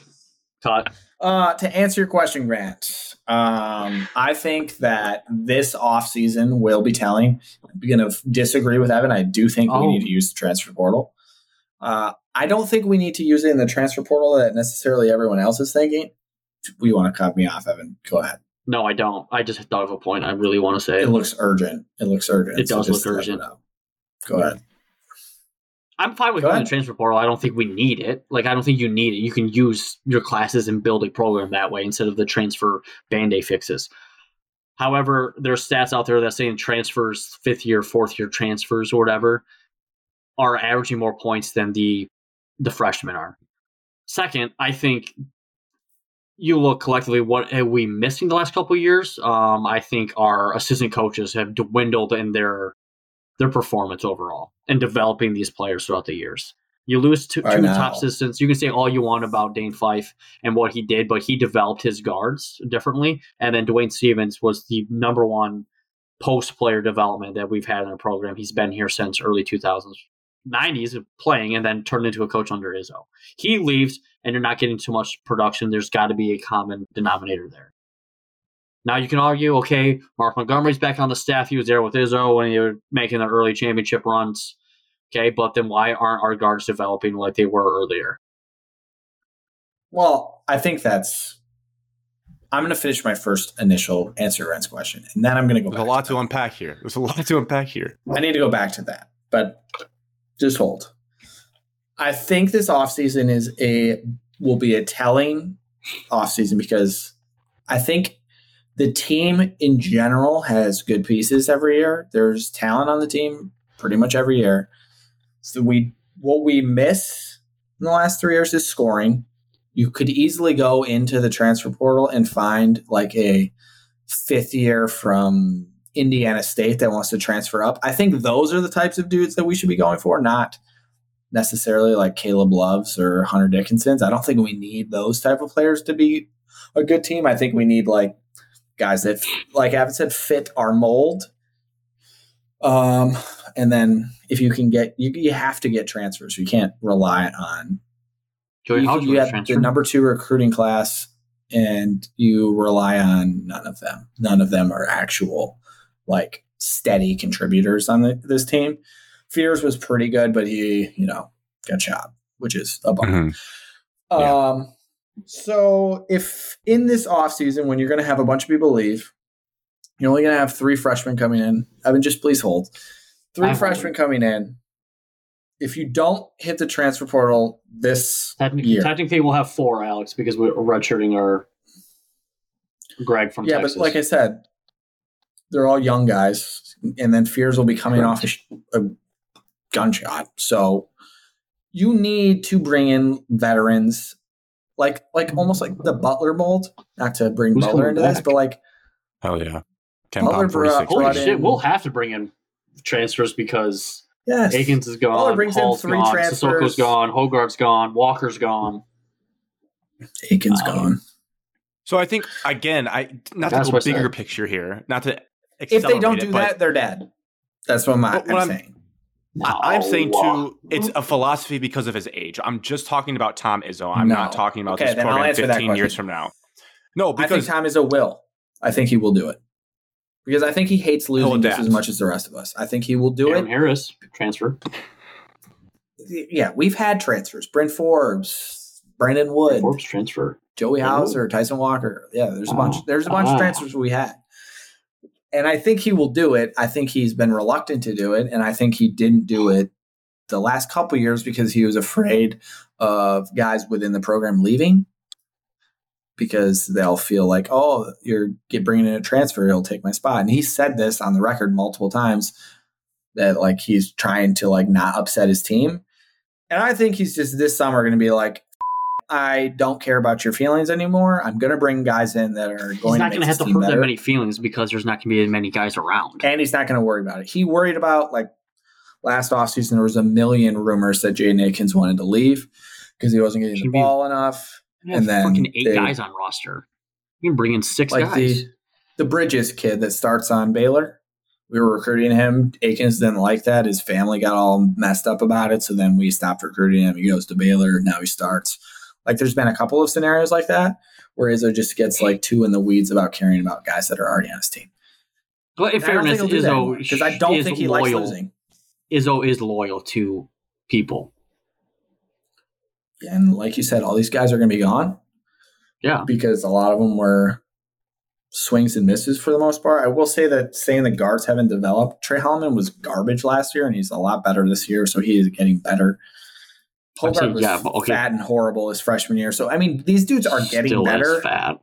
B: Todd,
C: Uh, to answer your question, Grant, um, I think that this offseason will be telling. I'm going to disagree with Evan. I do think
B: Oh.
C: we need to use the transfer portal. Uh, I don't think we need to use it in the transfer portal that necessarily everyone else is thinking. We want to cut me off, Evan. Go ahead.
B: no, I don't. I just thought of a point I really want to say.
C: It looks urgent. It looks urgent.
B: It does
C: just
B: look
C: let
B: urgent.
C: know. Go ahead.
B: I'm fine with
C: Go
B: going
C: ahead.
B: to transfer portal. I don't think we need it. Like I don't think you need it. You can use your classes and build a program that way instead of the transfer band-aid fixes. However, there's stats out there that saying transfers, fifth year, fourth year transfers or whatever, are averaging more points than the the freshmen are. Second, I think you look collectively what are we missing the last couple of years? Um, I think our assistant coaches have dwindled in their their performance overall and developing these players throughout the years. You lose two,
C: Right
B: two
C: now.
B: top assistants. You can say all you want about Dane Fife and what he did, but he developed his guards differently. And then Dwayne Stevens was the number one post player development that we've had in our program. He's been here since early 2000s, 90s of playing, and then turned into a coach under Izzo. He leaves, and you're not getting too much production. There's got to be a common denominator there. Now you can argue, okay, Mark Montgomery's back on the staff. He was there with Izzo when they were making their early championship runs. Okay, but then why aren't our guards developing like they were earlier?
C: Well, I think that's. I'm going to finish my first initial answer to Grant's question, and then I'm going to go
A: There's a
C: back
A: lot to unpack here. There's a lot to unpack here.
C: I need to go back to that, but just hold. I think this offseason is a will be a telling offseason because I think the team in general has good pieces every year. There's talent on the team pretty much every year. So we what we miss in the last three years is scoring. You could easily go into the transfer portal and find like a fifth year from Indiana State that wants to transfer up. I think those are the types of dudes that we should be going for, not necessarily like Caleb Loves or Hunter Dickinson's. I don't think we need those type of players to be a good team. I think we need like guys that, like Evan said, fit our mold. Um, and then if you can get, you, you have to get transfers. You can't rely on
B: Joey
C: you,
B: Hodge
C: you
B: was
C: had
B: transferred.
C: the number two recruiting class, and you rely on none of them. None of them are actual, like steady contributors on the, this team. Fears was pretty good, but he, you know, got shot, which is a bummer.
A: Mm-hmm. Yeah.
C: Um, so if in this offseason, when you're going to have a bunch of people leave, you're only going to have three freshmen coming in. Evan, just please hold. Three
B: I'm
C: freshmen coming in. If you don't hit the transfer portal this
B: Technically,
C: year,
B: technically, we'll have four, Alex, because we're redshirting our Greg from
C: yeah,
B: Texas.
C: but like I said, they're all young guys, and then Fears will be coming
B: Correct.
C: off a, sh- a gunshot. So you need to bring in veterans, like like almost like the Butler mold. Not to bring
B: Who's
C: Butler
B: coming
C: into this,
B: back?
C: but like
A: Hell yeah. Ken
C: Butler
A: Palm
C: brought-
A: 46.
B: Holy
C: brought
A: baby.
B: shit,
C: in-
B: we'll have to bring in transfers because
C: yes,
B: Akins is gone,
C: Butler brings in
B: Hall's
C: three
B: gone,
C: transfers.
B: Sissoko's gone, Hogarth's gone, Walker's gone.
C: Aikens
B: Um,
C: gone.
A: So I think again, I not
B: That's
A: to go
B: what's
A: bigger
B: there.
A: picture here, not to
C: If they don't
A: accelerate
C: do
A: it, but
C: that, they're dead. That's what, my,
A: But what
C: I'm
A: I'm-
C: saying.
A: I- I'm saying
B: No.
A: too, it's a philosophy because of his age. I'm just talking about Tom Izzo. I'm
C: No.
A: not talking about
C: Okay,
A: this
C: then I'll
A: program
C: answer that
A: 15 years
C: question.
A: from now. No,
C: I think
A: because
C: Tom is a will. I think he will do it because I think he hates losing just
A: adapt.
C: as much as the rest of us. I think he will do
B: Aaron
C: it.
B: Harris transfer.
C: yeah, we've had transfers. Brent Forbes, Brandon Wood,
B: Forbes transfer.
C: Joey
B: Brandon Wood.
C: Hauser, Tyson Walker. Yeah, there's a
B: Oh.
C: bunch. There's a bunch
B: Ah.
C: of transfers we had. And I think he will do it. I think he's been reluctant to do it, and I think he didn't do it the last couple years because he was afraid of guys within the program leaving because they'll feel like, oh, you're get bringing in a transfer, he'll take my spot. And he said this on the record multiple times that like he's trying to like not upset his team. And I think he's just this summer going to be like, I don't care about your feelings anymore. I'm going to bring guys in that are
B: He's
C: going
B: not
C: to
B: going
C: make
B: to have
C: his
B: to
C: team
B: hurt that
C: better.
B: many feelings because there's not going to be as many guys around.
C: and he's not going to worry about it. He worried about like last offseason, there was a million rumors that Jay Naikins wanted to leave because he wasn't getting the
B: Should be-
C: ball enough.
B: You have
C: and then
B: fucking eight
C: they-
B: guys on roster. You can bring in six
C: Like
B: guys.
C: the the Bridges kid that starts on Baylor. We were recruiting him. Akins didn't like that. His family got all messed up about it. So then we stopped recruiting him. He goes to Baylor. Now he starts. Like there's been a couple of scenarios like that where Izzo just gets like two in the weeds about caring about guys that are already on his team.
B: but in fairness, Izzo
C: because I don't
B: is
C: think he likes
B: loyal.
C: losing.
B: Izzo is loyal to people.
C: And like you said, all these guys are going to be gone.
B: Yeah.
C: because a lot of them were swings and misses for the most part. I will say that saying the guards haven't developed, Trey Holloman was garbage last year, and he's a lot better this year, so he is getting better.
B: I'd say,
C: Hobart was
B: yeah, but okay.
C: fat and horrible his freshman year, so I mean these dudes are getting
B: Still is
C: better.
B: Fat.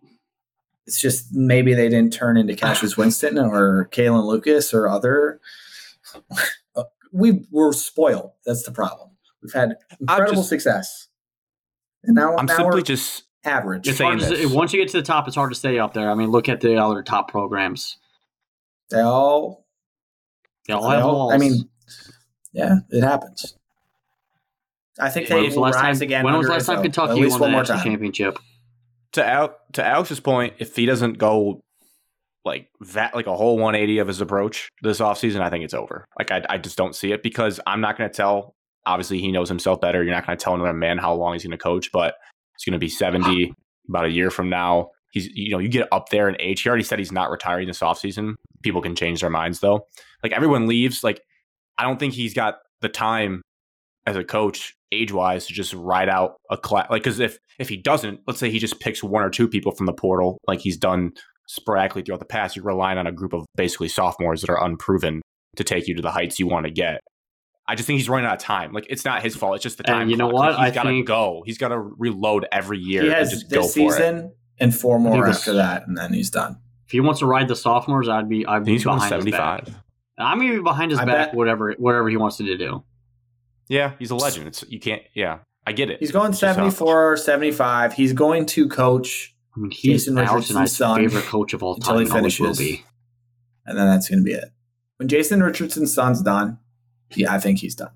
C: It's just maybe they didn't turn into Cassius
B: Ah.
C: Winston or Kalen Lucas or other. we were spoiled. That's the problem. We've had incredible
A: just-
C: success, and now
A: I'm
C: now
A: simply
C: we're
A: just
C: average.
A: just
B: It's hard
A: saying
B: to-
A: this.
B: once you get to the top, it's hard to stay up there. I mean, look at the other top programs.
C: They all
B: They all have
C: Well,
B: walls.
C: I mean, yeah, it happens. I think
B: when
C: they
B: was the
C: will
B: last
C: rise
B: time?
C: again.
B: when was
C: under
B: the last time
C: Izzo,
B: Kentucky
C: at
B: won
C: least
B: the
C: one more
B: national
C: time.
B: championship?
A: to Al to Alex's point, if he doesn't go like that, like a whole 180 of his approach this offseason, I think it's over. Like I, I just don't see it because I'm not going to tell. Obviously, he knows himself better. You're not going to tell another man how long he's going to coach, but it's going to be 70 about a year from now. He's you know you get up there in age. He already said he's not retiring this offseason. People can change their minds though. Like everyone leaves. Like I don't think he's got the time as a coach age wise to just ride out a class like because if if he doesn't let's say he just picks one or two people from the portal like he's done sporadically throughout the past you're relying on a group of basically sophomores that are unproven to take you to the heights you want to get i just think he's running out of time like it's not his fault it's just the
B: And
A: time
B: you know
A: clock.
B: what?
A: like, he's
B: I
A: gotta
B: think-
A: go he's gotta reload every year
C: He
A: and
C: has
A: just go
C: this
A: for it
C: season and four
B: think
C: more
B: this-
C: after that, and then he's done.
B: If he wants to ride the sophomores, I'd be I'd be
A: he's going
B: behind his back.
A: 75
B: I'm gonna be behind his
C: I
B: back,
C: bet-
B: whatever whatever he wants to do.
A: yeah he's a legend it's you can't yeah i get it
C: He's going
A: It's just how-
C: 74 75. He's going to coach,
B: I mean, he's
C: Jason
B: Alex and I's
C: Richardson's son
B: favorite coach of all
C: until
B: time.
C: he
B: and always will
C: finishes.
B: be.
C: and then that's going to be it. When Jason Richardson's son's done, he, I think he's done.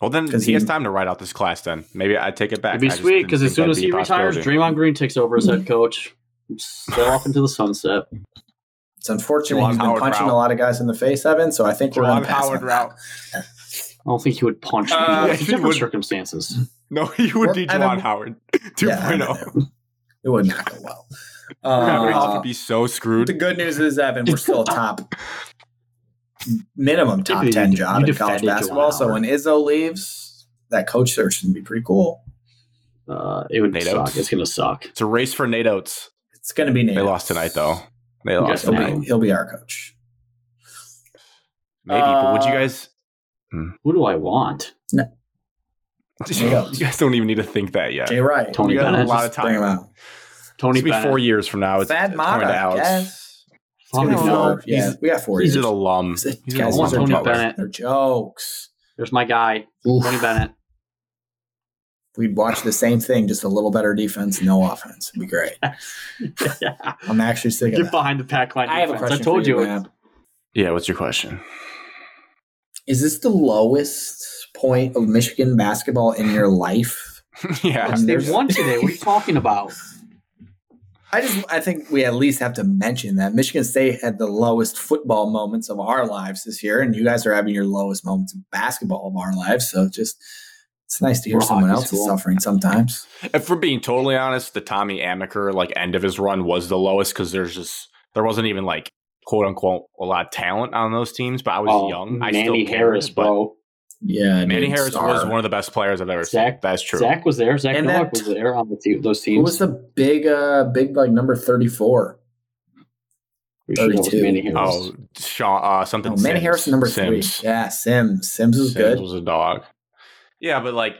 A: well then
C: 'Cause
A: he has
C: he-
A: time to ride out this class then maybe i take it back
B: It'd be
A: I just
B: sweet
A: didn't
B: because as
A: think
B: soon
A: that'd
B: as
A: be
B: he
A: a
B: retires,
A: possibility.
B: Draymond Green takes over as head coach. Sail off into the sunset.
C: It's unfortunate
A: Juwan
C: he's been
A: Howard
C: punching
A: route.
C: a lot of guys in the face, Evan. So I think we're
A: Juwan
C: on pass
A: Howard
C: on
A: route.
C: that.
B: I don't think he would punch.
C: Uh,
B: people.
A: yeah,
B: It's
A: he
B: different
A: wouldn't.
B: circumstances.
A: No, he would
C: Well,
A: be
C: Evan-
A: Juwan Howard
C: Yeah,
A: 2.0. oh.
C: it would not go well.
A: Robert Goff
C: Uh,
A: would be so
C: The
A: screwed.
C: good news is, Evan, we're still a top minimum top
B: You
C: ten
B: defended
C: job in college
B: Juwan
C: basketball. So
B: Howard.
C: when Izzo leaves, that coach search is gonna be pretty cool.
B: Uh, it would
A: Nate
B: suck.
A: Oates.
B: It's gonna suck.
A: It's a race for Nate Oates.
C: It's gonna be Nate.
A: They lost tonight, though. They
B: Okay.
A: lost
C: He'll
A: tonight.
C: be, he'll be our coach.
A: Maybe, but would you
C: Uh,
A: guys?
B: Who do I want?
A: You
C: Nate Oates.
A: guys don't even need to think that yet.
C: Jay Wright,
B: Tony
A: you got a
B: Bennett,
A: lot of
C: bring him
A: time.
C: out.
B: Tony
A: It's gonna be four
B: Bennett.
A: years from now. It's,
C: Fad
A: it's
C: Mata,
A: going to
C: I
A: Alex.
C: guess. It's
B: Probably
C: gonna be
A: no.
B: not.
C: four. Yeah,
A: He's-
C: we got four
A: He's an
C: years.
A: alum.
C: Guys,
A: He's
C: these
A: an
C: are
A: alum.
B: want Tony
A: Butler.
B: Bennett.
C: They're jokes.
B: There's my guy,
C: Oof.
B: Tony Bennett.
C: We'd watch the same thing, just a little better defense, no offense. It'd be great. I'm actually sick of
B: Get
C: that.
B: behind the pack line.
C: I have a
B: defense.
C: question.
B: I told
C: for you,
B: you.
C: Matt.
A: Yeah, what's your question?
C: Is this the lowest point of Michigan basketball in your life?
A: yeah.
B: They won today. What are you talking about?
C: I just I think we at least have to mention that Michigan State had the lowest football moments of our lives this year, and you guys are having your lowest moments of basketball of our lives. So just it's nice to hear
B: We're a
C: someone
B: hockey
C: else is
B: school.
C: suffering sometimes.
A: If we're being totally honest, the Tommy Amaker like end of his run was the lowest because there's just there wasn't even like quote unquote a lot of talent on those teams. But I was
B: Oh,
A: young. I
B: Manny
A: still cared,
B: Harris,
A: but-
B: bro.
C: Yeah, I
A: Manny
C: mean,
A: Harris
C: star.
A: was one of the best players I've ever seen.
B: Zach-
A: That's true.
B: Zach was there. Zach
C: And
B: Nowak
C: that-
B: was there on the team, those
C: Who
B: teams.
C: was the big uh big like number thirty four?
B: Pretty sure that was
C: 32.
B: Manny Harris.
A: Oh, Sean, uh, something.
C: Oh, Manny
A: Sims.
C: Harris is number
A: Sims.
C: three. Yeah, Sims. Sims was
A: Sims
C: good.
A: was a dog. Yeah, but like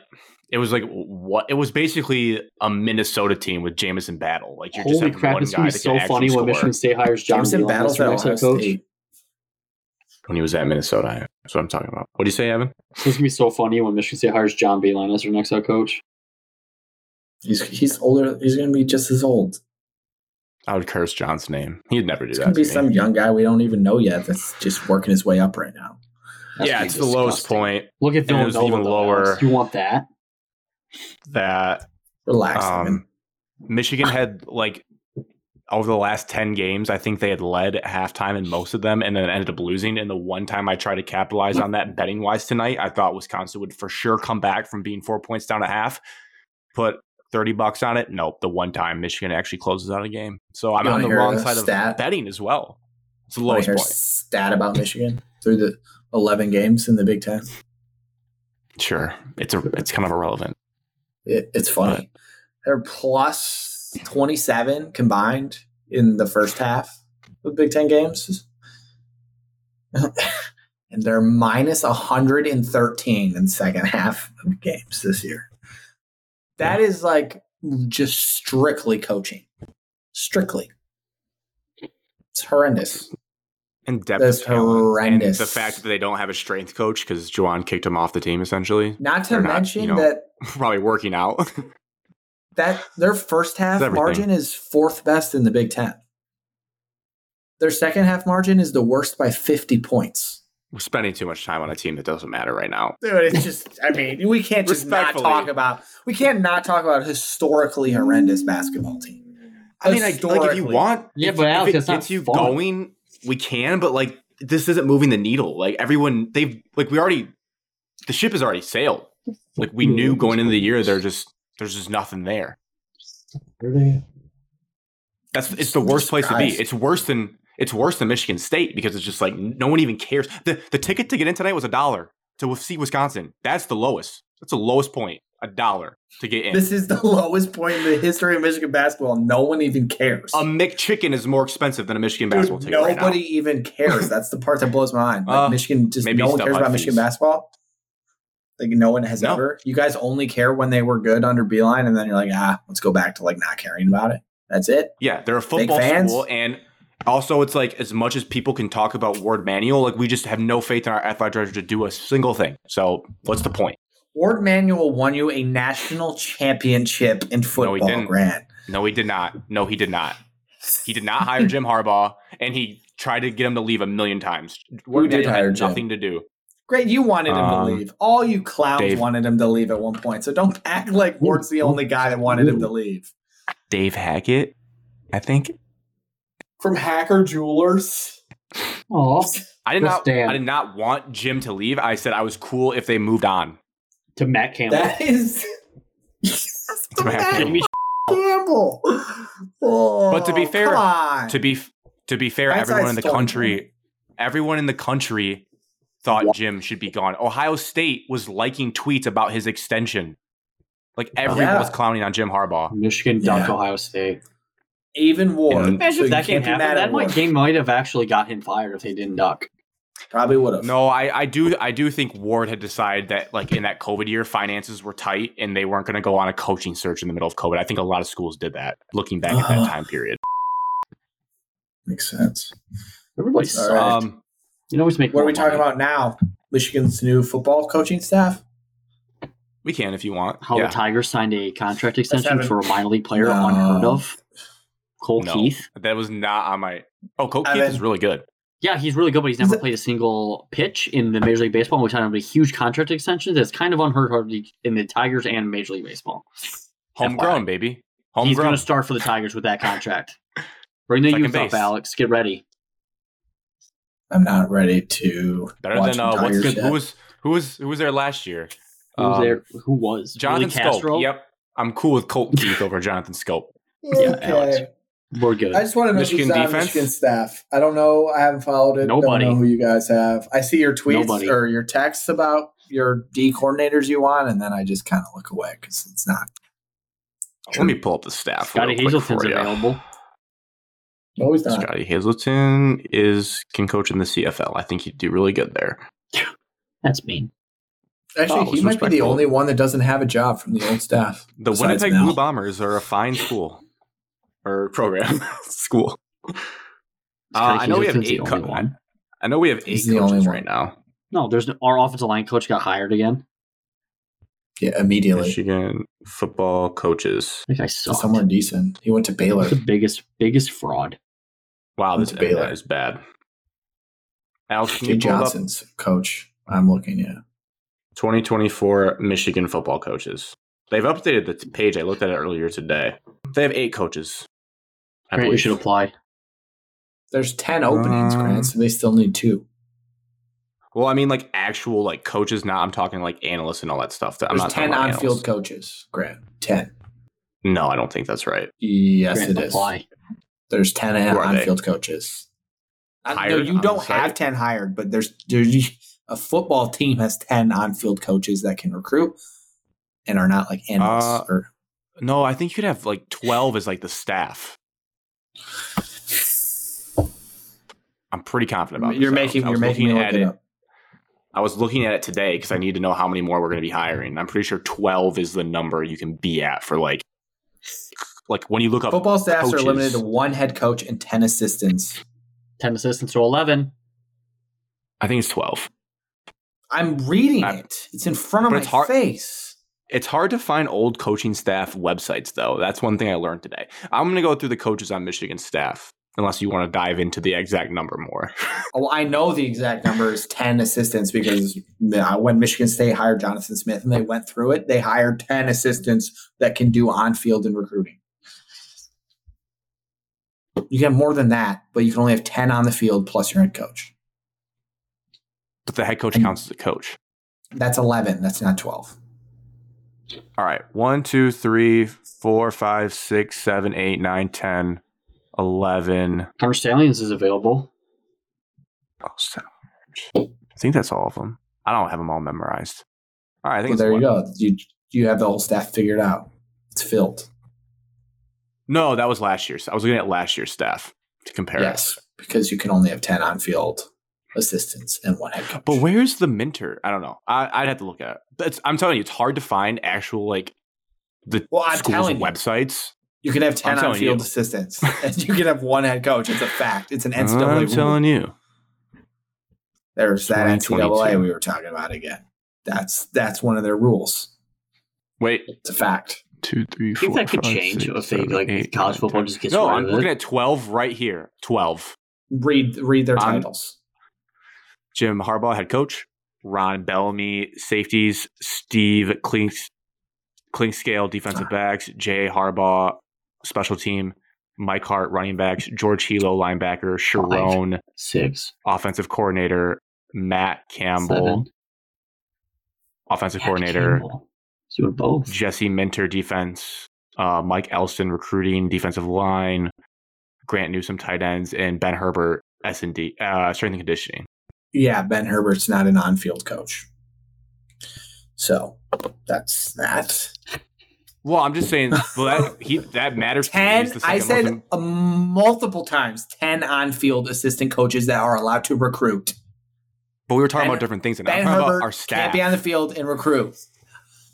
A: it was like what it was basically a Minnesota team with Jamison Battle. Like you're
B: Holy
A: just having
B: crap!
A: one
B: It's gonna
A: guy
B: be
A: that
B: so
A: can
B: funny
A: actually
B: when
A: score.
B: Michigan State hires John
C: Jameson
B: Beal as
C: battles
B: their
C: at
B: next
C: Ohio
B: head coach.
C: State.
A: when he was at Minnesota. That's what I'm talking about. What do you say, Evan?
B: It's gonna be so funny when Michigan State hires John Beeline as their next head coach.
C: He's he's older. He's gonna be just as old.
A: I would curse John's name. He'd never do
C: It's
A: that.
C: gonna
A: To
C: be
A: me.
C: some young guy we don't even know yet that's just working his way up right now.
B: That's
A: yeah,
B: gonna
A: it's
B: be
A: the lowest
B: disgusting.
A: point
B: Look at
A: And it was
B: Villanova.
A: even
B: though, Alex.
A: lower.
B: You want that?
A: that
C: Relax.
A: um,
C: man.
A: Michigan had like over the last 10 games, I think they had led at halftime in most of them and then ended up losing. And the one time I tried to capitalize on that betting wise tonight, I thought Wisconsin would for sure come back from being four points down at half. Put 30 bucks on it. Nope. The one time Michigan actually closes out a game. So I'm
C: You
A: on
C: wanna
A: the
C: hear
A: wrong
C: a
A: side of
C: stat?
A: betting as well. It's the
C: Wanna
A: lowest
C: hear a
A: point.
C: stat about Michigan through the eleven games in the Big Ten.
A: Sure. It's a it's kind of irrelevant.
C: It, it's funny.
A: Right.
C: They're plus 27 combined in the first half of Big Ten games. and they're minus 113 in second half of games this year. That is like just strictly coaching. Strictly. It's horrendous.
A: And depth
C: That's
A: of talent. And
C: horrendous.
A: the fact that they don't have a strength coach because Juwan kicked him off the team essentially.
C: Not to
A: They're not,
C: mention
A: you know,
C: that
A: Probably working out.
C: that their first half
A: It's everything.
C: margin is fourth best in the Big Ten. Their second half margin is the worst by fifty points.
A: We're spending too much time on a team that doesn't matter right now.
C: Dude, it's just I mean, we can't just not
A: Respectfully.
C: talk about we can't not talk about a historically horrendous basketball team.
A: I mean, I, like if you
C: Historically.
A: want,
B: Yeah,
A: if,
B: but
A: if
B: Alex,
A: it
B: that's not
A: gets you
B: fun.
A: going, we can. But like, this isn't moving the needle. Like everyone, they've like we already, the ship has already sailed. Like we knew going into the year, there's just there's just nothing there. That's it's the worst place to be.
C: Surprised.
A: It's worse than it's worse than Michigan State because it's just like no one even cares. the The ticket to get in tonight was a dollar to see Wisconsin. That's the lowest. That's the lowest point. A dollar to get in.
C: This is the lowest point in the history of Michigan basketball. No one even cares.
A: a McChicken is more expensive than a Michigan
C: Dude,
A: basketball ticket right
C: nobody
A: now.
C: even cares. That's the part that blows my mind. Like
A: Uh,
C: Michigan just
A: maybe
C: no one
A: step
C: cares
A: up
C: about
A: fees.
C: Michigan basketball. Like no one has
A: No.
C: ever. You guys only care when they were good under Beeline, and then you're like, ah, let's go back to like not caring about it. That's it.
A: Yeah, they're a football
C: fans?
A: school, and also it's like as much as people can talk about Ward Manual, like we just have no faith in our athletic director to do a single thing. So what's the point?
C: Ward Manuel won you a national championship in football,
A: didn't.
C: Grant.
A: No, he did not. No, he did not. He did not hire Jim Harbaugh, and he tried to get him to leave a million times. Ward
C: did
A: Manuel
C: hire
A: had
C: Jim?
A: nothing to do.
C: Grant, you wanted him to
A: Um,
C: leave. All you clowns
A: Dave-
C: wanted him to leave at one point. So don't act like Ward's the only guy that wanted him to leave.
A: Dave Hackett, I think.
C: From Hacker Jewelers.
B: Oh,
A: I did
B: Just
A: not.
B: Dan.
A: I did not want Jim to leave. I said I was cool if they moved on.
B: to Matt Campbell.
C: That is. That's the
A: Matt
C: Matt
B: Give me
C: Campbell. Oh,
A: But to be fair,
C: come on.
A: to be f- to be fair,
C: Hindsight's
A: everyone in the
C: 20.
A: country, everyone in the country thought Jim should be gone. Ohio State was liking tweets about his extension. Like everyone
C: Yeah.
A: was clowning on Jim Harbaugh.
B: Michigan dunked
C: Yeah.
B: Ohio State.
C: even Ward.
A: And-
B: Imagine
C: So
B: if that
C: you
B: game
C: can't be mad
B: happened.
C: at
B: That might,
C: Ward.
B: game might have actually got him fired if they didn't duck.
C: Probably would have.
A: No, I, I do I do think Ward had decided that like in that COVID year finances were tight and they weren't going to go on a coaching search in the middle of COVID. I think a lot of schools did that. Looking back at that
C: Uh-huh.
A: time period,
C: makes sense.
B: Everybody
C: All
B: sucked.
C: right.
A: um,
B: You know, always make.
C: What are we
B: more
C: talking
B: money.
C: about now? Michigan's new football coaching staff.
A: we can if you want.
B: How
A: yeah,
B: the Tigers signed a contract extension
C: Evan.
B: for a minor league player
C: No.
B: unheard of. Cole
A: No.
B: Keith.
A: that was not on my. Oh, Coach Keith
C: Evan.
A: is really good.
B: Yeah, he's really good, but he's
C: Is
B: never
C: it-
B: played a single pitch in the Major League Baseball. We're talking about a huge contract extension that's kind of unheard of in the Tigers and Major League Baseball.
A: Homegrown baby.
B: he's going
A: Homegrown.
B: to start for the Tigers with that contract. Bring the
A: Second
B: youth
A: base.
B: up, Alex. Get ready.
C: I'm not ready to.
A: Better
C: watch
A: than uh, what's
C: Tigers
A: good?
C: yet.
A: Who was who was who was there last year?
B: Who was
A: Um,
B: there? Who was?
A: Jonathan
B: Willie Castro?
A: Scope. Yep, I'm cool with Colt Keith over Jonathan Scope.
B: Yeah, Alex. We're good.
C: I just want to know
A: Michigan
C: who's on
A: defense?
C: Michigan staff. I don't know. I haven't followed it.
B: Nobody.
C: Don't know who you guys have. I see your tweets
B: Nobody.
C: or your texts about your D coordinators you want, and then I just kind of look away because it's not.
A: Let me pull up the staff.
B: Scotty
A: real quick
B: Hazelton's
A: for ya.
B: available.
C: No, he's not.
A: Scotty Hazleton is can coach in the CFL. I think he'd do really good there.
B: That's mean.
A: Oh,
C: Actually, he
A: it's
C: might be the
A: respectful.
C: only one that doesn't have a job from the old staff.
A: The
C: Besides
A: Winnipeg
C: Mel.
A: Blue Bombers are a fine school or program school. Uh, I know we have
B: Hazleton's the
A: eight.
B: only
A: Co-
B: one.
A: I know we have eight
C: He's the only
A: coaches
C: one.
A: right now.
B: No, there's no, our offensive line coach got hired again.
C: Yeah, immediately.
A: Michigan football coaches.
B: That guy
C: So
B: sucked.
C: somewhere decent. He went to Baylor.
B: the biggest biggest fraud.
A: Wow, this
C: Went to Baylor.
A: internet is bad. Alex, can
C: Jay
A: you pull up
C: Johnson's coach. I'm looking. Yeah,
A: 2024 Michigan football coaches? They've updated the t- page. I looked at it earlier today. They have eight coaches. I
B: Grant, you
A: believe.
B: should apply.
C: there's ten openings,
A: Um,
C: Grant. So they still need two.
A: Well, I mean, like actual like coaches. Now I'm talking like analysts and all that stuff. That I'm
C: There's
A: not
C: ten
A: talking about
C: on-field
A: analysts.
C: coaches, Grant. Ten.
A: No, I don't think that's right.
C: Yes,
B: Grant,
C: it is.
B: apply.
C: There's ten
A: Who are they?
C: on-field coaches. I, no,
A: Hired
C: you
A: on
C: don't
A: the site?
C: have ten hired, but there's there's a football team has ten on-field coaches that can recruit and are not like analysts
A: Uh,
C: or
A: No, I think you could have like 12 as like the staff. I'm pretty confident about
C: You're
A: this,
C: making
A: Alex. I
C: you're
A: was
C: making me
A: looking
C: look
A: at
C: it up.
A: I was looking at it today because I need to know how many more we're going to be hiring. I'm pretty sure 12 is the number you can be at for like, like when you look up
C: Football staffs
A: coaches.
C: are limited to one head coach and ten assistants.
B: Ten assistants to eleven.
A: I think it's 12.
C: I'm reading
A: I-
C: it. It's in front of
A: But
C: my
A: it's hard-
C: face.
A: It's hard to find old coaching staff websites though. That's one thing I learned today. I'm going to go through the coaches on Michigan staff unless you want to dive into the exact number more.
C: Well, Oh, I know the exact number is ten assistants because uh, when Michigan State hired Jonathan Smith and they went through it, they hired ten assistants that can do on-field and recruiting. You get more than that, but you can only have ten on the field plus your head coach.
A: But the head coach counts as a coach.
C: That's eleven. That's not twelve.
A: All right. One, two, three, four, five, six, seven, eight, nine, ten, eleven.
B: Hunter Stallions is available.
A: Oh, seven. I think that's all of them. I don't have them all memorized. All right. I think
C: Well,
A: it's
C: there you
A: one.
C: go. You you have the whole staff figured out. It's filled.
A: No, that was last year's. I was looking at last year's staff to compare. Yes.
C: Yes, because you can only have ten on-field assistants and one head coach.
A: But where's the Minter? I don't know. I, I'd have to look at it. But it's, I'm telling you, it's hard to find actual like the
C: Well, Oh, I'm
A: school's
C: telling you.
A: websites.
C: You can have
A: I'm
C: ten
A: telling
C: on field
A: you.
C: assistants, and you can have one head coach. It's a fact. It's an
A: I'm
C: NCAA rule.
A: telling you.
C: There's that
A: 2022.
C: NCAA we were talking about again. That's that's one of their rules.
A: Wait,
C: It's a fact.
A: two, three,
B: I think
A: four,
B: that could
A: five,
B: change
A: six,
B: if they,
A: seven,
B: like,
A: eight,
B: college
A: nine,
B: football
A: ten.
B: just gets
A: No,
B: rid
A: I'm
B: of
A: looking
B: it.
A: at twelve right here. Twelve.
C: Read read their
A: I'm-
C: titles.
A: Jim Harbaugh, head coach, Ron Bellamy, safeties, Steve Klings, Klingscale, defensive
B: Ah.
A: backs, Jay Harbaugh, special team, Mike Hart, running backs, George Hilo, linebacker, Sharon,
B: Six.
A: offensive coordinator, Matt Campbell,
B: Seven.
A: offensive
B: Jack
A: coordinator,
B: Campbell. He's doing both.
A: Jesse Minter, defense, uh, Mike Elston, recruiting, defensive line, Grant Newsom, tight ends, and Ben Herbert, S and D, uh, strength and conditioning.
C: Yeah, Ben Herbert's not an on field coach. So that's that.
A: Well, I'm just saying well, that he that matters. to me. He's
C: Ten.
A: the
C: I
A: second
C: said
A: most im-
C: uh, multiple times ten on field assistant coaches that are allowed to recruit.
A: but we were talking
C: Ben-
A: about different things. And
C: Ben
A: I'm talking
C: Herbert
A: about our
C: can't
A: staff.
C: be on the field and recruit.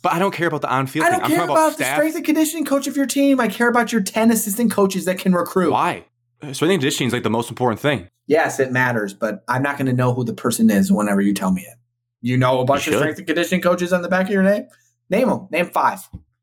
A: but I don't care about the on-field.
C: I don't
A: thing.
C: care
A: I'm
C: about,
A: talking about,
C: the
A: staff.
C: strength and conditioning coach of your team. I care about your 10 assistant coaches that can recruit.
A: Why? Strength and conditioning is like the most important thing.
C: Yes, it matters, but I'm not going to know who the person is whenever you tell me it. You know a bunch
A: You
C: of
A: should.
C: strength and conditioning coaches on the back of your name? Name them. Name five.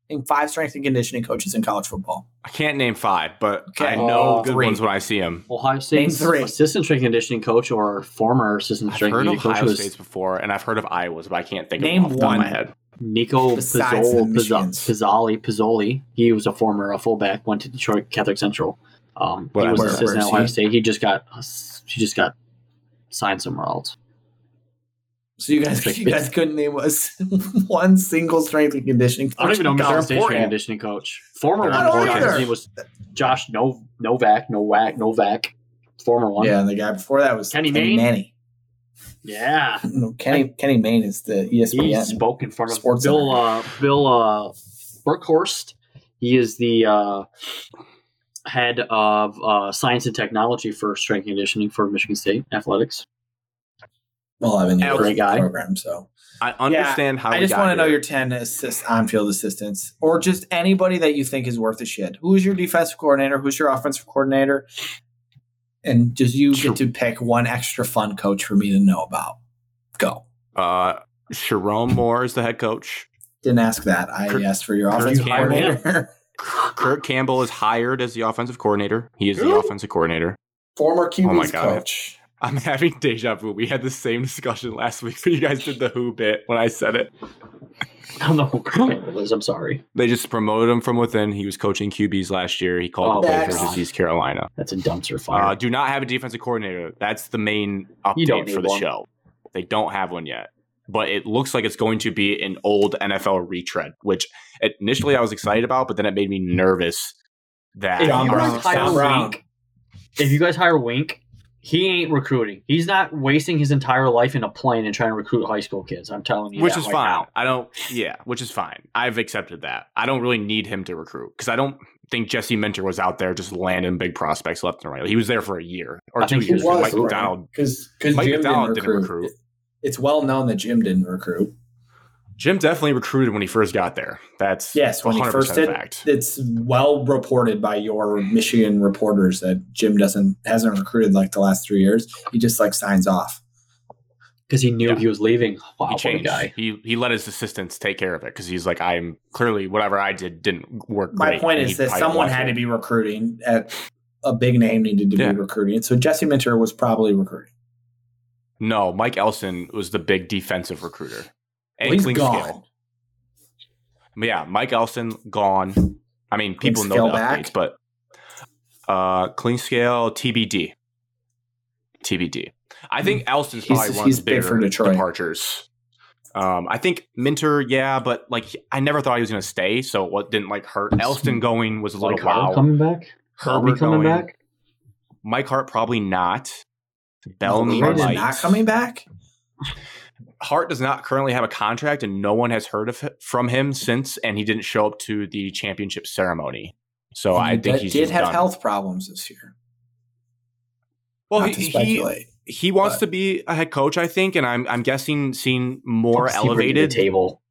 C: Name five strength and conditioning coaches in college football.
A: I can't name five, but I
C: Okay.
A: know
B: Oh,
A: good
C: three.
A: ones when I see them.
B: Ohio State's
C: three.
B: assistant strength and conditioning coach or former assistant
A: I've
B: strength
A: heard
B: and
A: of
B: conditioning
A: Ohio
B: coach
A: State's
B: was
A: before, and I've heard of Iowa's, but I can't think
C: Name
A: of them off the top
C: one.
A: of my head.
B: Nico
C: Besides the
B: Pizzol, Pizzo-
C: Michigans.
B: Pizzoli, Pizzoli. He was a former uh, fullback, went to Detroit Catholic Central. Um, he
A: Where-
B: was
A: where-
B: assistant
C: where's
B: at Ohio
C: he?
B: State. He just got he just got signed somewhere else.
C: So you guys, you guys couldn't name us one single strength and conditioning.
B: I don't even know
C: coach in
B: Michigan
C: college
B: State's strength
A: They're
B: and conditioning coach. Former
C: football.
B: one,
A: not
B: former
A: either.
B: guy, his name was Josh no- Novak, Novak, Novak. Former one.
C: Yeah, and the guy before that was
B: Kenny
C: Kenny,
B: Mayne?
C: Manny.
B: Yeah.
C: No, Kenny Kenny Maine is the E
B: He
C: ESPN.
B: spoke in front of
C: Sports
B: Bill
C: Center.
B: uh, Bill uh, Brookhorst. He is the uh, head of uh, science and technology for strength and conditioning for Michigan State athletics.
C: Well, I've been
B: Great
C: using the
B: guy.
C: program, so
A: I understand how
D: I
A: we
D: just
A: got
D: want to know
A: here.
D: your 10 assist on-field assistants or just anybody that you think is worth a shit. Who's your defensive coordinator? Who's your offensive coordinator? And just you
A: Sure.
D: get to pick one extra fun coach for me to know about. Go.
A: Uh, Sharon Moore is the head coach.
D: Didn't ask that. I
A: Kirk-
D: asked for your
A: Kirk
D: offensive
A: Cameron.
D: coordinator.
A: Kirk Campbell is hired as the offensive coordinator. He is the
C: Who?
A: offensive coordinator.
C: former
A: Oh my
C: QB's
A: God.
C: coach.
A: I'm having deja vu. We had the same discussion last week when you guys did the who bit when I said it.
B: I don't know who Kirk Campbell is. I'm sorry.
A: They just promoted him from within. He was coaching QBs last year. He called the
C: Oh,
A: plays
C: that's-
A: versus East Carolina.
B: That's a dumpster
A: Uh,
B: fire.
A: do not have a defensive coordinator. That's the main
B: You don't
A: update
B: need
A: for the
B: one.
A: show. They don't have one yet, but it looks like it's going to be an old NFL retread, which initially I was excited about, but then it made me nervous that
B: if,
D: John
B: you
D: Brown,
B: guys hire
D: John Brown.
B: Wink, if you guys hire Wink, he ain't recruiting. He's not wasting his entire life in a plane and trying to recruit high school kids. I'm telling you,
A: which
B: that
A: is
B: right
A: fine.
B: now.
A: I don't. Yeah, which is fine. I've accepted that. I don't really need him to recruit because I don't think Jesse Mentor was out there just landing big prospects left and right. He was there for a year or
B: I
A: two
B: think he
A: years.
B: was,
A: Mike McDonald.
C: because
A: Mike
C: Jim
A: McDonald
C: didn't
A: didn't
C: recruit.
A: recruit.
C: It's well known that Jim didn't recruit.
A: Jim definitely recruited when he first got there. That's
C: Yes, when he
A: 100%
C: first did,
A: fact.
C: it's well reported by your Michigan reporters that Jim doesn't hasn't recruited like the last three years. He just like signs off.
B: because he knew
A: Yeah.
B: he was leaving. Wow,
A: he
B: what a
A: changed.
B: guy.
A: He he let his assistants take care of it because he's like, I'm clearly whatever I did didn't work.
C: My
A: great,
C: point
A: and
C: is
A: he
C: that
A: probably
C: someone
A: left
C: had
A: it.
C: to be recruiting at a big name needed to
A: Yeah.
C: be recruiting. So Jesse Minter was probably recruiting.
A: No, Mike Elson was the big defensive recruiter. And
C: He's
A: clean
C: gone.
A: skill. Yeah, Mike Elson gone. I mean, people know
C: scale
A: the
C: back.
A: updates, but uh, clean scale TBD. TBD. I think Elston's
C: Hmm. He's-
A: probably one of
C: he's
A: the
C: big
A: bigger
C: for Detroit.
A: departures. Um, I think Minter, yeah, but like I never thought he was going to stay, so what didn't like hurt. Elston going was a little
B: Like Harbaugh
A: wow.
B: coming back, Harbaugh
A: Herbert
B: coming
A: going.
B: back.
A: Mike Hart probably not. Bellamy
C: Recruiting
A: might.
C: is not coming back.
A: Hart does not currently have a contract, and no one has heard of from him since, and he didn't show up to the championship ceremony. So Oh, I
C: He
A: think
C: did-
A: he's
C: did
A: just
C: have
A: done.
C: health problems this year.
A: Well,
C: not
A: he,
C: to
A: he
C: speculate.
A: he wants to
C: but-
A: be a head coach, I think, and I'm I'm guessing seen more
B: Let's see where he did the
A: elevated.
B: table.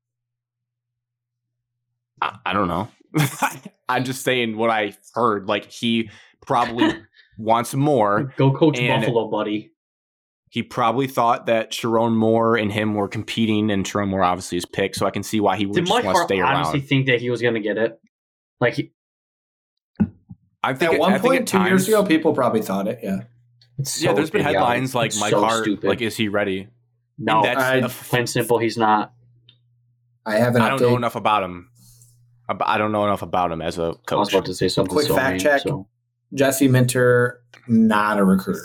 A: I, I don't know. I'm just saying what I heard. Like he probably wants more.
B: Go coach
A: and-
B: Buffalo, buddy.
A: he probably thought that Sharon Moore and him were competing, and Sharon Moore obviously is picked, so I can see why he would
B: Did
A: just
B: Mike
A: want to
B: Hart
A: stay
B: honestly
A: around.
B: think that he was going to get it? Like he,
A: I
C: At
A: think
C: one
A: I think
C: point,
A: at
C: two years
A: times-
C: ago, people probably thought it. Yeah,
B: it's
A: yeah,
B: so
A: there's been
B: idiotic.
A: headlines like
B: It's
A: Mike
B: so
A: Hart,
B: stupid.
A: like, is he ready?
B: no,
A: that's
C: I-
A: a f-
B: plain simple, he's not.
C: I have an
A: I don't
C: update.
A: know enough about him. Ab- I don't know enough about him as a
B: I was
A: coach.
B: about to say something.
C: Quick
B: so
C: fact
B: mean,
C: check.
B: so-
C: Jesse Minter, not a recruiter.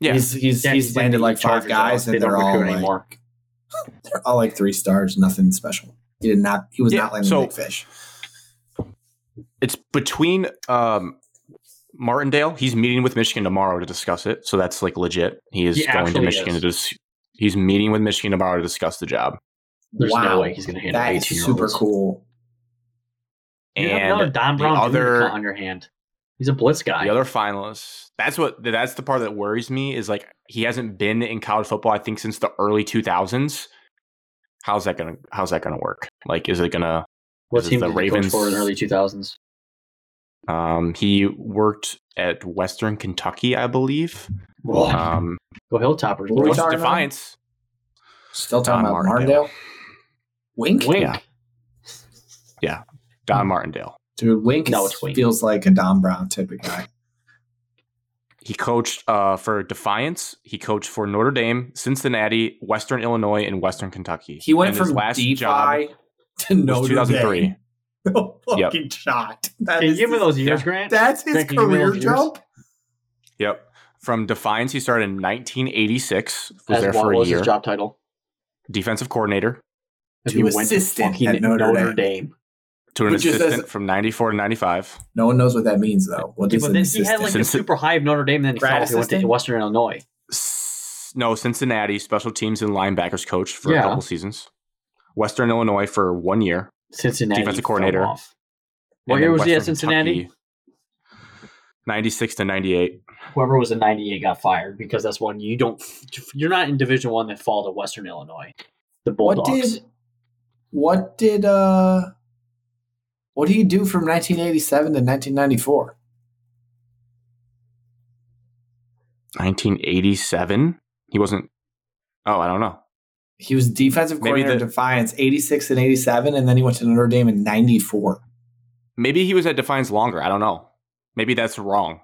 A: Yeah.
C: he's he's,
B: Yeah,
C: he's landed
B: the
C: like five
B: Chargers,
C: guys,
B: Alex.
C: and they're all
B: recruit
C: like, they're all like three stars, nothing special. He did not. He was
A: Yeah,
C: not landing
A: so-
C: big fish.
A: It's between um, Martindale. He's meeting with Michigan tomorrow to discuss it, so that's like legit. He is
B: He
A: going to
B: actually
A: Michigan
B: is.
A: to dis- He's meeting with Michigan tomorrow to discuss the job.
B: There's
C: Wow.
B: no way he's going to handle
C: That is
B: 18 year olds.
C: super cool.
B: You have another
A: And
B: Don
A: the
B: Brown Jr.
A: other-
B: cut on your hand. He's a blitz guy.
A: The other finalists. That's what. That's the part that worries me is like he hasn't been in college football. I think since the early two thousands. How's that gonna? How's that gonna work? Like, is it gonna?
B: what
A: this is
B: team
A: the
B: did he coach
A: Ravens-
B: for in the early 2000s?
A: Um, he worked at Western Kentucky, I believe.
B: Whoa.
A: Um,
B: Go Hilltoppers.
C: What are Oh. we
A: which
B: boys.
C: talking about?
A: Defiance.
C: Still talking
A: Don
C: about
A: Martindale.
C: Martindale. Wink,
B: Wink.
A: Yeah. Don
C: Hmm.
A: Martindale.
C: dude. Wink,
B: No,
C: is-
B: it's Wink.
C: feels like a Don Brown type of guy.
A: He coached uh, for Defiance. He coached for Notre Dame, Cincinnati, Western Illinois, and Western Kentucky.
C: He went
A: and
C: from DeFi to
A: was
C: no
A: 2003.
C: No
A: Yep.
C: fucking shot. That
B: Can you
C: is
B: give me
C: his-
B: those years,
A: yeah.
B: Grant?
C: That's his
B: Grant, can you give me
C: career
B: those years?
C: jump.
A: Yep. From Defiance, he started in 1986. Was
B: As
A: there
B: what
A: for a
B: was
A: year.
B: his job title?
A: Defensive coordinator
B: If
C: To
B: he went to
C: assistant
B: fucking
C: at Notre
B: Notre,
C: Dame.
B: Dame.
A: to an
C: Which is as-
A: assistant from 94 to 95.
C: No one knows what that means though. What
B: Yeah,
C: does
B: but
C: an
B: then he had
C: assistant?
B: like a
A: Assistant.
B: super high of Notre Dame, and then he
C: Grad
B: fell off. He went to
C: assistant?
B: Western Illinois.
A: S- No, Cincinnati special teams and linebackers coach for
B: Yeah.
A: a couple seasons. Western Illinois for one year.
B: Cincinnati
A: Defensive
B: fell
A: coordinator.
B: off. What
A: and
B: year
A: then
B: was he at
A: Western
B: Cincinnati?
A: Kentucky 96 to 98.
B: Whoever was in '98 got fired because that's one you don't. You're not in Division One that fall to Western Illinois. The
D: What
B: Bulldogs.
D: did what did uh what do you do from 1987 to 1994?
A: 1987. He wasn't. Oh, I don't know.
D: He was defensive
A: Maybe
D: coordinator
A: the-
D: of Defiance 86 and 87 and then he went to Notre Dame in 94.
A: Maybe he was at Defiance longer. I don't know. Maybe that's wrong.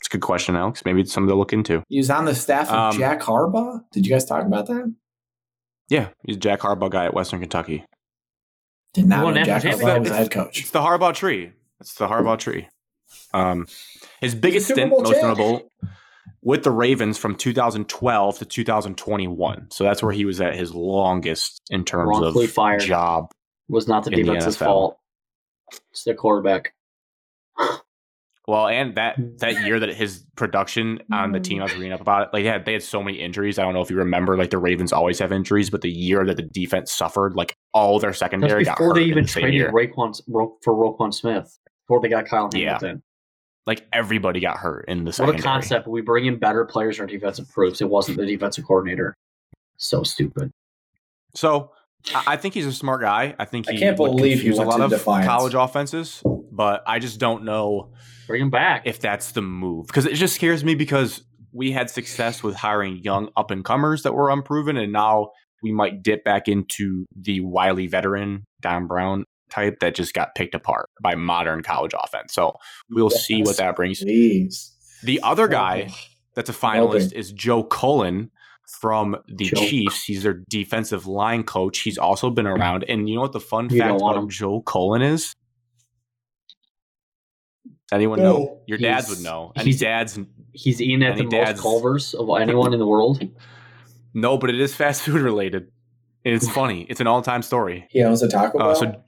A: It's a good question, Alex. Maybe it's something to look into.
D: He was on the staff of
A: Um,
D: Jack Harbaugh. Did you guys talk about that?
A: Yeah, he's a Jack Harbaugh guy at Western Kentucky.
D: Did not
B: Well,
D: know Jack
B: that's-
D: Harbaugh was
A: that's-
D: head coach.
A: It's the Harbaugh tree. It's the Harbaugh tree. Um, his biggest
D: Super
A: stint,
D: Bowl
A: most
D: champ.
A: notable, with the Ravens from 2012 to 2021. So that's where he was at his longest in terms
B: Wrongfully
A: of
B: fired.
A: job.
B: was not the
A: in the
B: defense's
A: NFL.
B: fault. It's the quarterback.
A: Well, and that that year that his production on the team, I was reading up about it. Like, yeah, they had so many injuries. I don't know if you remember. Like the Ravens always have injuries, but the year that the defense suffered, like all their
B: That's
A: secondary got
B: before
A: hurt
B: they
A: in
B: even
A: the same
B: traded
A: year.
B: Raquan Ro- for Roquan Smith. Before they got Kyle
A: Yeah.
B: Hamilton.
A: Like everybody got hurt in the
B: What
A: secondary.
B: a concept! We bring in better players in our defensive proofs. It wasn't the defensive coordinator. So stupid.
A: So I I think he's a smart guy. I think
C: I
A: he
C: can't
A: would
C: believe he
A: confuse
C: went
A: a lot
C: to
A: of
C: Defiance.
A: college offenses, but I just don't know
B: Bring him back.
A: if that's the move because it just scares me because we had success with hiring young up and comers that were unproven, and now we might dip back into the wily veteran Don Brown type that just got picked apart by modern college offense. So we'll see what
D: Yes.
A: that brings.
D: Jeez.
A: The other guy that's a finalist is Joe Cullen from the
B: Joe.
A: Chiefs. He's their defensive line coach. He's also been around. And you know what the fun
B: You don't
A: fact
B: want
A: about
B: him.
A: Joe Cullen is? Anyone know? Your dads
B: He's-
A: would know. Any
B: he's-
A: dads?
B: He's eating at
A: Any
B: the most
A: dads-
B: Culvers of anyone in the world.
A: No, but it is fast food related. And it's funny. It's an all time story.
C: He owns a Taco Bell.
A: Uh, so,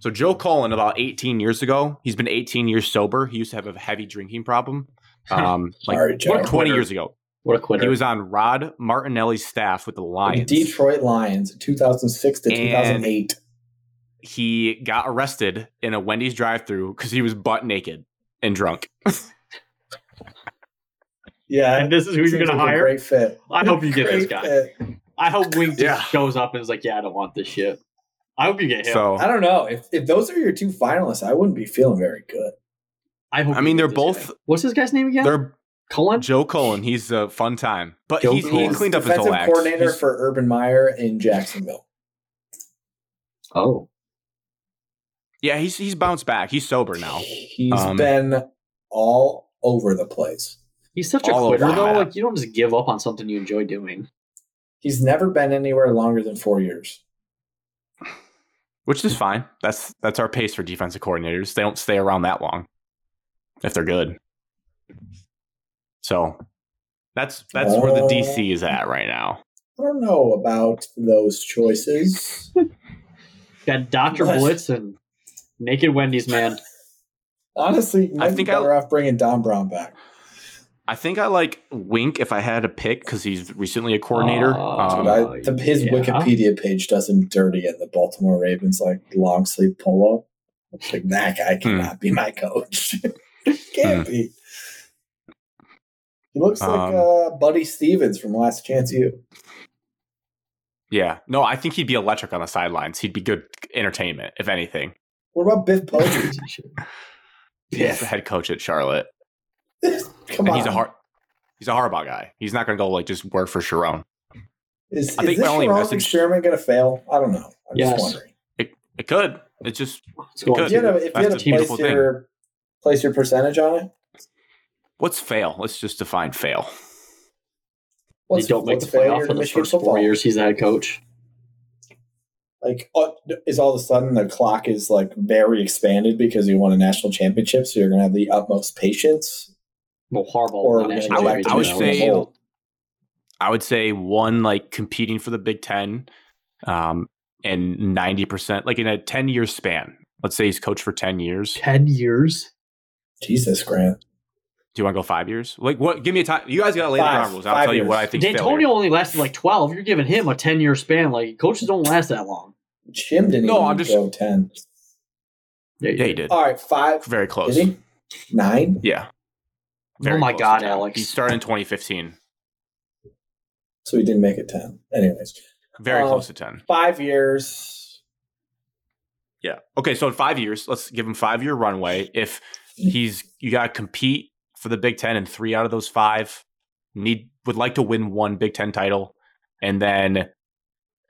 A: so Joe Cullen, about 18 years ago, he's been 18 years sober. He used to have a heavy drinking problem. Um, like
C: Sorry, Joe.
A: 20 years ago.
B: What a quitter!
A: He was on Rod Martinelli's staff with the
C: The
A: Lions.
C: Detroit Lions, 2006 to
A: And-
C: 2008.
A: he got arrested in a Wendy's drive-through because he was butt naked and drunk.
C: Yeah,
B: and Uh, this is who
C: Seems
B: you're going to
C: like a
B: hire.
C: Great fit.
B: I hope you get this
C: Great
B: guy.
C: fit.
B: I hope Wink just
A: Yeah.
B: shows up and is like, "Yeah, I don't want this shit." I hope you get him.
A: So
C: I don't know if, if those are your two finalists. I wouldn't be feeling very good.
B: I hope.
A: I
B: you
A: mean,
B: get
A: they're
B: this
A: both-
B: guy. What's this guy's name again?
A: they're
B: Cullen.
A: Joe Cullen. He's a fun time, but
B: Joe
A: he's, he
B: Cullen.
A: cleaned up his
C: defensive
A: whole act.
C: coordinator
A: He's-
C: for Urban Meyer in Jacksonville.
B: Oh,
A: yeah, he's he's bounced back. He's sober now.
C: He's
A: Um,
C: been all over the place.
B: he's such a
A: All
B: quitter
A: over the
B: though.
A: map.
B: Like, you don't just give up on something you enjoy doing.
C: He's never been anywhere longer than four years.
A: which is fine. That's that's our pace for defensive coordinators. They don't stay around that long if they're good. So that's that's where the DC is at right now.
C: I don't know about those choices.
B: Got Doctor
C: Yes.
B: Blitz and Naked Wendy's man.
C: Honestly, you
A: I
C: might be
A: think I-
C: better off bringing Don Brown back.
A: I think I like Wink if I had to pick because he's recently a coordinator.
B: Aw.
A: um,
C: But Ah, I, the, his
B: yeah.
C: Wikipedia page does him dirty in the Baltimore Ravens like long sleeve polo. It's Like that
A: Hmm.
C: guy cannot be my coach. Can't be. He looks like
A: Um,
C: uh, Buddy Stevens from Last Chance U.
A: Yeah. No, I think he'd be electric on the sidelines. He'd be good entertainment, if anything.
C: What about Biff
B: Oh.
C: Posey?
A: He's the head coach at Charlotte.
C: Come
A: and
C: on,
A: he's a har- he's a Harbaugh guy. He's not gonna go like just work for Sharon.
C: is, is
A: I think
C: this
A: my only
C: Sharon's
A: message-
C: experiment going to fail? I don't know. I'm
B: Yes.
C: just wondering.
A: It could. It's just
B: It's going
A: Good.
C: If you
B: to
C: had to, if you
A: That's a
C: had to place
A: beautiful thing.
C: your place your percentage on it,
A: what's fail? Let's just define fail.
B: you don't make the playoff for the first four years. He's the head coach.
C: like uh, is all of a sudden the clock is like very expanded because you won a national championship, so you're gonna have the utmost patience.
B: Well, Harbaugh
C: Or
B: won the national
A: I would-
B: championship.
A: I would
B: that
A: say-
B: was-
C: Hold.
A: I would say one like competing for the Big Ten, um, and ninety percent like in a ten year span. Let's say he's coached for ten years.
B: ten years.
C: Jesus, Grant.
A: Do you want to go five years? Like what? Give me a time. You guys got to lay
C: Five.
A: the ground rules. I'll
C: Five
A: tell you what I
C: years.
A: think. failure-
B: D'Antonio only lasted like twelve. You're giving him a ten year span. Like coaches don't last that long.
C: Jim didn't
A: No,
C: even
A: I'm just-
C: go ten.
A: Yeah, he did.
D: All right, five.
A: Very close.
D: Is he? Nine.
A: Yeah.
B: Oh
A: Very
B: my
A: close
B: god,
A: to ten. He
B: Alex.
A: started in 2015.
D: So he didn't make it ten. Anyways,
A: Very
D: Oh.
A: close to 10.
D: five years.
A: Yeah. Okay. So in five years, let's give him five year runway. If he's, you got to compete for the Big Ten in three out of those five. Need would like to win one Big Ten title, and then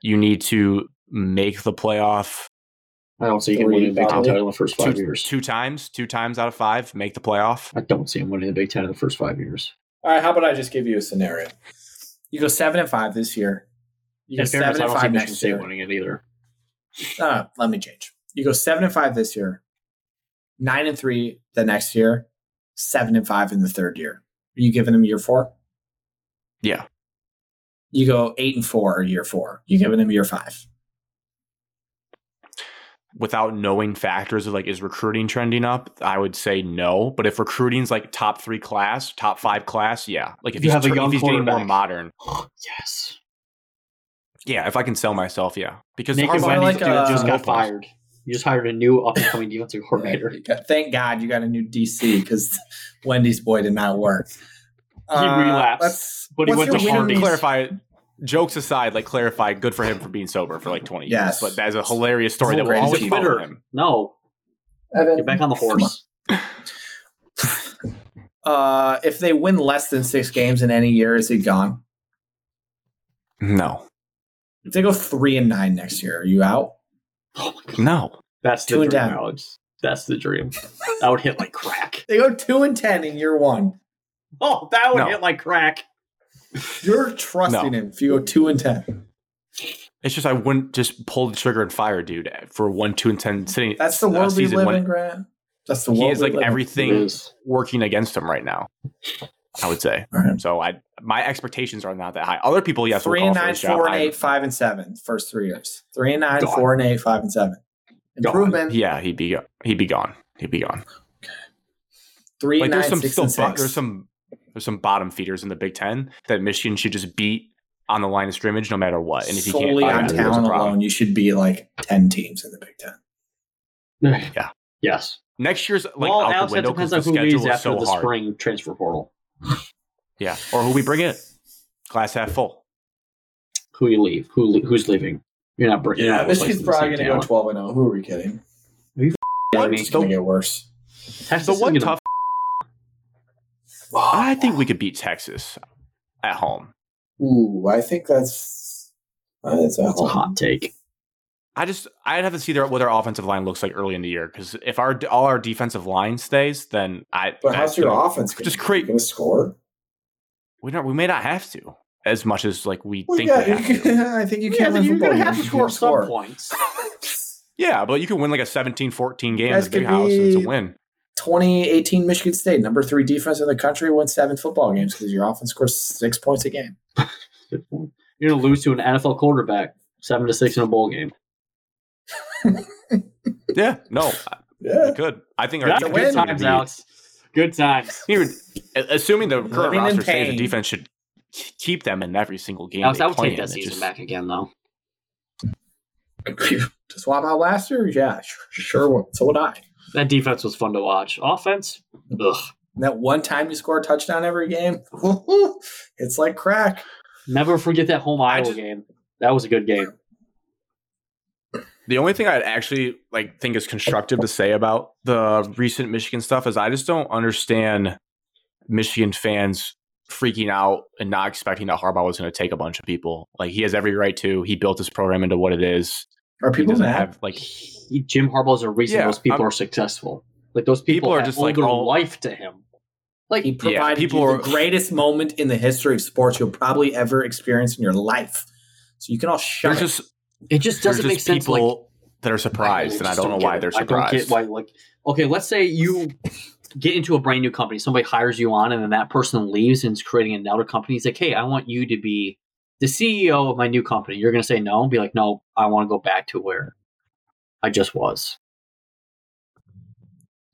A: you need to make the playoff
B: I don't see him winning the Big Ten
D: Three,
B: title in the first five
A: two,
B: years.
A: two times, two times out of five. Make the playoff.
B: I don't see him winning the Big Ten in the first five years.
D: All right, how about I just give you a scenario?
C: You go seven and five this year.
B: You
C: Yeah, seven
B: I
C: and
B: don't see
C: five
B: Michigan
C: next
B: State
C: year.
B: winning it either.
C: Uh, let me change. You go seven and five this year, nine and three the next year, seven and five in the third year. Are you giving him year four?
A: Yeah.
C: You go eight and four year four. You giving him year five?
A: Without knowing factors of like is recruiting trending up, I would say no. But if recruiting's like top three class, top five class, yeah. Like if
B: You
A: he's,
B: have a
A: tur-
B: young
A: if he's getting more
B: quarterback.
A: modern,
B: yes.
A: yeah. If I can sell myself, yeah. Because
B: Nick
A: Harbaugh-
B: and
C: Harbaugh
B: Wendy's
C: like,
B: dude
C: uh,
B: just got
A: Low post.
B: fired. You just hired a new up and coming defensive coordinator.
C: You got- Thank God you got a new DC because Wendy's boy did not work. Uh,
B: relapsed,
C: let's-
B: but he
C: what's
B: went
C: your
B: to
C: winner
B: Harvey.
C: list?
A: clarify jokes aside like clarify good for him for being sober for like 20
C: Yes.
A: years but that's a hilarious story that will
C: Hilarious.
A: always follow
B: Twitter.
A: him
B: No,
D: Evan,
B: get back on the horse.
C: Uh, if they win less than six games in any year, is he gone?
A: no
C: If they go three and nine next year, are you out?
A: no
B: Oh That's the
C: Two
B: dream,
C: and down.
B: Alex. That's the dream. That would hit like crack.
C: They go two and ten in year one.
B: Oh, that would
A: No.
B: hit like crack.
C: You're trusting
A: No.
C: him if you go two and ten.
A: it's just i wouldn't just pull the trigger and fire dude for one two and ten sitting
C: That's the
A: uh,
C: world we
A: season
C: live
A: one.
C: in, Grant. That's the world.
A: he has
C: we
A: like
C: live in.
B: It
A: everything
B: is.
A: working against him right now i would say
C: All right.
A: so i my expectations are not that high other people yes
C: three
A: will
C: and
A: call for
C: nine,
A: his job.
C: four and
A: I'm-
C: eight, five and seven. First three years. Three and nine,
B: Gone.
C: four and eight, five and seven.
B: Gone.
C: Improvement.
A: yeah he'd be go- he'd be gone he'd be gone
C: Three
A: like
C: and
A: there's
C: nine,
A: some
C: six
A: still
C: and
A: bo-
C: six.
A: there's some there's some bottom feeders in the Big Ten that Michigan should just beat on the line of scrimmage no matter what. And if you can't
C: solely
A: do
C: on
A: that, there's a
C: talent
A: problem.
C: alone, you should be like ten teams in the Big Ten.
B: yeah. Yes.
A: next year's like
B: well,
A: out
B: Alex,
A: the
B: that
A: window
B: depends
A: because
B: on
A: the
B: who leaves
A: schedule is
B: after
A: so
B: the
A: hard.
B: spring transfer portal.
A: Yeah, or who we bring in, class half full.
B: Who you leave? Who le- who's leaving? You're not bringing.
D: Yeah,
B: you're not
D: Michigan's
B: replacing the
D: probably
B: same
D: going to go
B: talent.
D: 12 and 0. Who are we kidding?
B: Yeah, I mean,
C: It's going to get worse.
B: Texas
A: The
B: is
A: one
B: gonna-
A: tough, I think we could beat Texas at home.
D: Ooh, I think that's uh, that's a,
B: That's a
D: hot.
B: hot take.
A: I just I'd have to see their, what their offensive line looks like early in the year because if our all our defensive line stays, then I.
D: But
A: that's
D: how's your
A: gonna-
D: offense?
A: Just create-
D: going to score.
A: We don't. We may not have to as much as like we
D: Well,
A: think
D: yeah,
A: we have
D: you
A: to.
D: can- I think you
B: Yeah,
D: can't
B: but
D: win
B: you're
D: football
B: gonna
D: games
B: have to
D: if you
B: score
D: can't
B: some points.
A: Yeah, but you can win like a 17-14 game
C: Guys
A: at the big
C: could
A: house, and it's
C: be-
A: a win.
C: 2018 Michigan State, number three defense in the country, won seven football games because your offense scores six points a game.
B: Good point. You're gonna lose to an NFL quarterback seven to six in a bowl game.
A: Yeah, no, we
D: Yeah.
A: could. I think our
B: That's
C: a
A: defense
B: good
A: is gonna
B: times,
A: be-
B: Alex. Good times.
A: Even assuming the current
C: Living in
A: roster stays, the
C: pain.
A: defense should keep them in every single game.
B: Alex,
A: they
B: I would
A: play
B: take
A: in.
B: that
A: It
B: season
A: just-
B: back again, though.
C: to swap out last year, yeah, sure, sure would. So would I.
B: That defense was fun to watch. Offense, ugh,
C: That one time you score a touchdown every game, it's like crack.
B: never forget that home
A: I
B: Iowa
A: just-
B: game. That was a good game.
A: The only thing I'd actually like think is constructive to say about the recent Michigan stuff is I just don't understand Michigan fans freaking out and not expecting that Harbaugh was going to take a bunch of people. Like he has every right to. He built his program into what it is.
C: Are
A: He
C: people
A: doesn't
C: mad?
A: have like
B: He- Jim Harbaugh's a reason
A: Yeah,
B: those people
A: I'm-
B: are successful. Like those people, are just like their
A: all-
B: life to him. Like
C: he provided
A: people
C: you
A: are-
C: the greatest moment in the history of sports you'll probably ever experience in your life. So you can all shut
A: there's
C: up.
A: just
B: it just
A: there's
B: doesn't
A: just
B: make sense. Like
A: people that are surprised, and I
B: just
A: don't know
B: get
A: why
B: it.
A: they're
B: I don't get
A: surprised.
B: why, like, okay, let's say you get into a brand new company, somebody hires you on, and then that person leaves and is creating another company. He's like, hey, I want you to be the CEO of my new company. You're going to say no and be like, no, I want to go back to where I just was.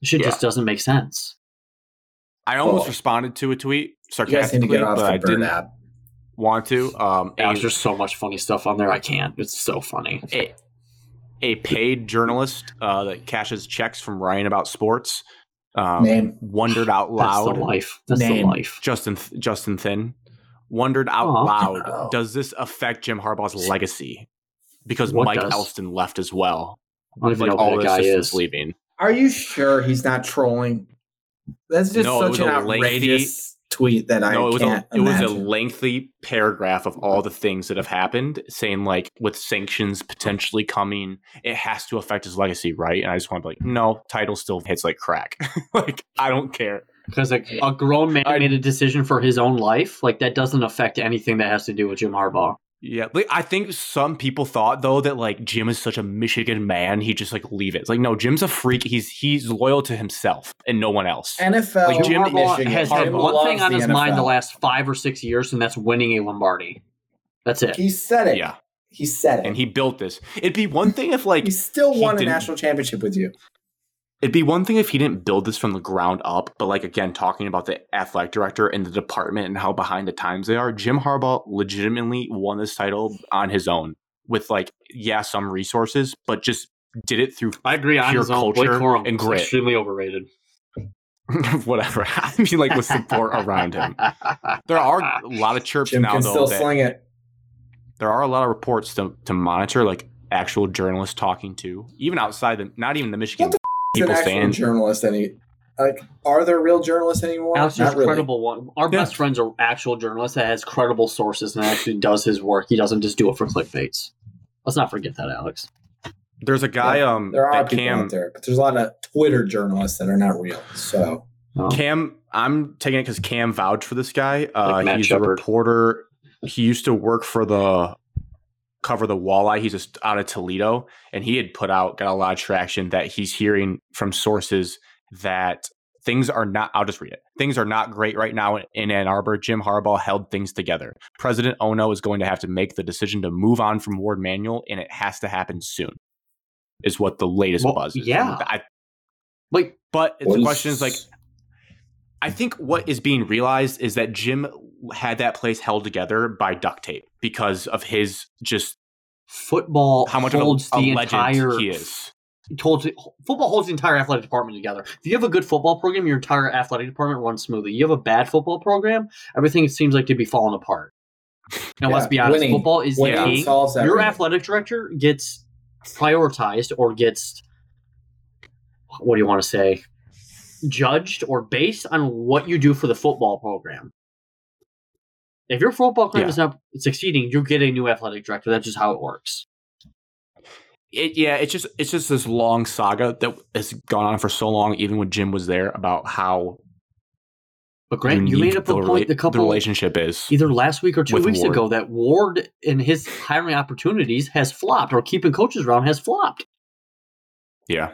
B: This shit
A: Yeah.
B: just doesn't make sense.
A: I almost
C: Well,
A: responded to a tweet
C: you guys need to
A: sarcastically,
C: get off
A: but I
C: the bird
A: didn't
C: app.
A: want to. Um,
B: Alex,
A: and
B: there's so much funny stuff on there. I can't. It's so funny.
A: it, a paid journalist uh, that cashes checks from Ryan about sports. Um,
C: Name.
A: Wondered out
B: That's the
A: loud.
B: life. That's
C: Name.
B: the life.
A: Justin Justin Thin wondered out
B: Oh.
A: loud,
C: Oh.
A: does this affect Jim Harbaugh's legacy? Because
B: What
A: Mike
B: does?
A: Elston left as well.
B: I don't even
A: Like
B: know
A: all
B: who
A: the
B: that guy
A: assistants
B: is.
A: leaving.
C: Are you sure he's not trolling? That's just
A: No, it was
C: such an
A: a lengthy-
C: outrageous tweet that I
A: no, it was a,
C: can't
A: it was a
C: imagine.
A: lengthy paragraph of all the things that have happened, saying like with sanctions potentially coming, it has to affect his legacy, right? And I just want to be like, no, title still hits like crack. like I don't care.
B: Because a, a grown man
A: I-
B: made a decision for his own life. Like that doesn't affect anything that has to do with Jim Harbaugh.
A: Yeah, like, I think some people thought though that like Jim is such a Michigan man, he just like leave it. It's like no, Jim's a freak. He's he's loyal to himself and no one else.
C: NFL
A: Like, Jim
C: Michigan.
B: has had
C: Jim
B: one
C: loves
B: thing on
C: the
B: his mind the
C: NFL.
B: last five or six years, and that's winning a Lombardi. That's it.
C: He said it.
A: yeah,
C: He said it.
A: and he built this. It'd be one thing if like
C: he still
A: he
C: won a
A: didn't-
C: national championship with you.
A: It'd be one thing if he didn't build this from the ground up, but like again, talking about the athletic director and the department and how behind the times they are, Jim Harbaugh legitimately won this title on his own with like, yeah, some resources, but just did it through
B: I agree on
A: Pure
B: his own. Blake
A: culture
B: Corum
A: and
B: is
A: grit.
B: extremely overrated.
A: whatever. I mean, like with support around him. There are a lot of chirps
C: Jim
A: now,
C: can
A: though.
C: still
A: That
C: sling it.
A: there are a lot of reports to, to monitor, like actual journalists talking to, even outside the, not even the Michigan
C: What the He's an
A: people
C: actual
A: saying.
C: journalist. Any like, are there real journalists anymore?
B: Alex is
C: Not really.
B: credible one. Our
A: Yeah.
B: best friend's an actual journalist that has credible sources and actually does his work. He doesn't just do it for clickbaits. Let's not forget that, Alex.
A: There's a guy, um,
C: There are
A: that
C: people
A: Cam
C: out there, but there's a lot of Twitter journalists that are not real. So
B: Oh.
A: Cam, I'm taking it because Cam vouched for this guy. Uh,
B: Like Matt
A: he's a
B: Shepard.
A: reporter. He used to work for the cover the walleye. He's just out of Toledo, and he had put out got a lot of traction that he's hearing from sources that things are not. I'll just read it. Things are not great right now in, in Ann Arbor. Jim Harbaugh held things together. President Ono is going to have to make the decision to move on from Ward Manual, and it has to happen soon. Is what the latest
B: Well,
A: buzz. Is.
B: yeah.
A: I-
B: Like,
A: but it's, the
C: What
A: question is like I think what is being realized is that Jim had that place held together by duct tape because of his just
B: football
A: how much of a,
B: holds
A: a
B: the
A: legend
B: entire
A: he is.
B: holds- football holds the entire athletic department together. If you have a good football program, your entire athletic department runs smoothly. You have a bad football program, everything seems like to be falling apart. Now let's
C: Yeah,
B: be honest,
C: winning-
B: football is
C: winning
B: the king.
C: solves that.
B: your athletic director gets prioritized or gets what do you want to say judged or based on what you do for the football program if your football program
A: Yeah.
B: is not succeeding you get a new athletic director that's just how it works
A: It, yeah, it's just it's just this long saga that has gone on for so long, even when Jim was there, about how
B: but grant you
A: unique
B: made up a
A: the,
B: point
A: rela-
B: the couple
A: the relationship is.
B: either last week or two
A: with
B: weeks
A: Ward.
B: ago that ward and his hiring opportunities has flopped or keeping coaches around has flopped
A: Yeah,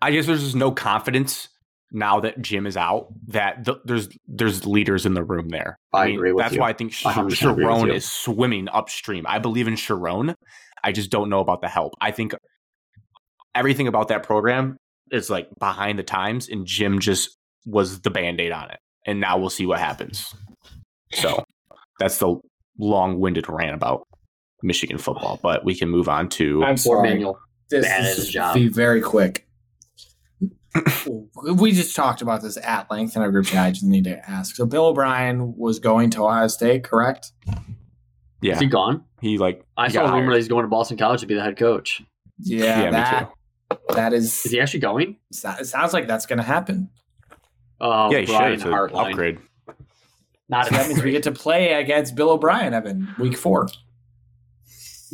A: I guess there's just no confidence now that Jim is out that th- there's there's leaders in the room there.
B: I agree with
A: that's
B: you.
A: why I think Sh-
B: I 100% agree with
A: Sharon
B: you.
A: is swimming upstream. I believe in Sharon. I just don't know about the help. I think everything about that program is like behind the times, and Jim just was the band aid on it. And now we'll see what happens. So that's the long winded rant about Michigan football, but we can move on to.
C: I'm
B: or
C: sorry.
B: manual
C: This
B: bad at
C: is
B: his job.
C: be very quick. we just talked about this at length in our group chat. I just need to ask. So Bill O'Brien was going to Ohio State, correct?
A: yeah,
B: is he gone
A: he like,
B: i
A: He
B: saw
A: got
B: a rumor
A: hired.
B: that he's going to boston college to be the head coach
A: yeah,
C: Yeah,
A: me
C: that,
A: too.
C: that is.
B: is he actually going
C: so- It sounds like that's going to happen.
B: Oh,
A: yeah, he
B: Brian
A: should. It's an
B: Hartline.
A: upgrade.
B: Not
C: So that means we get to play against Bill O'Brien, Evan, week four.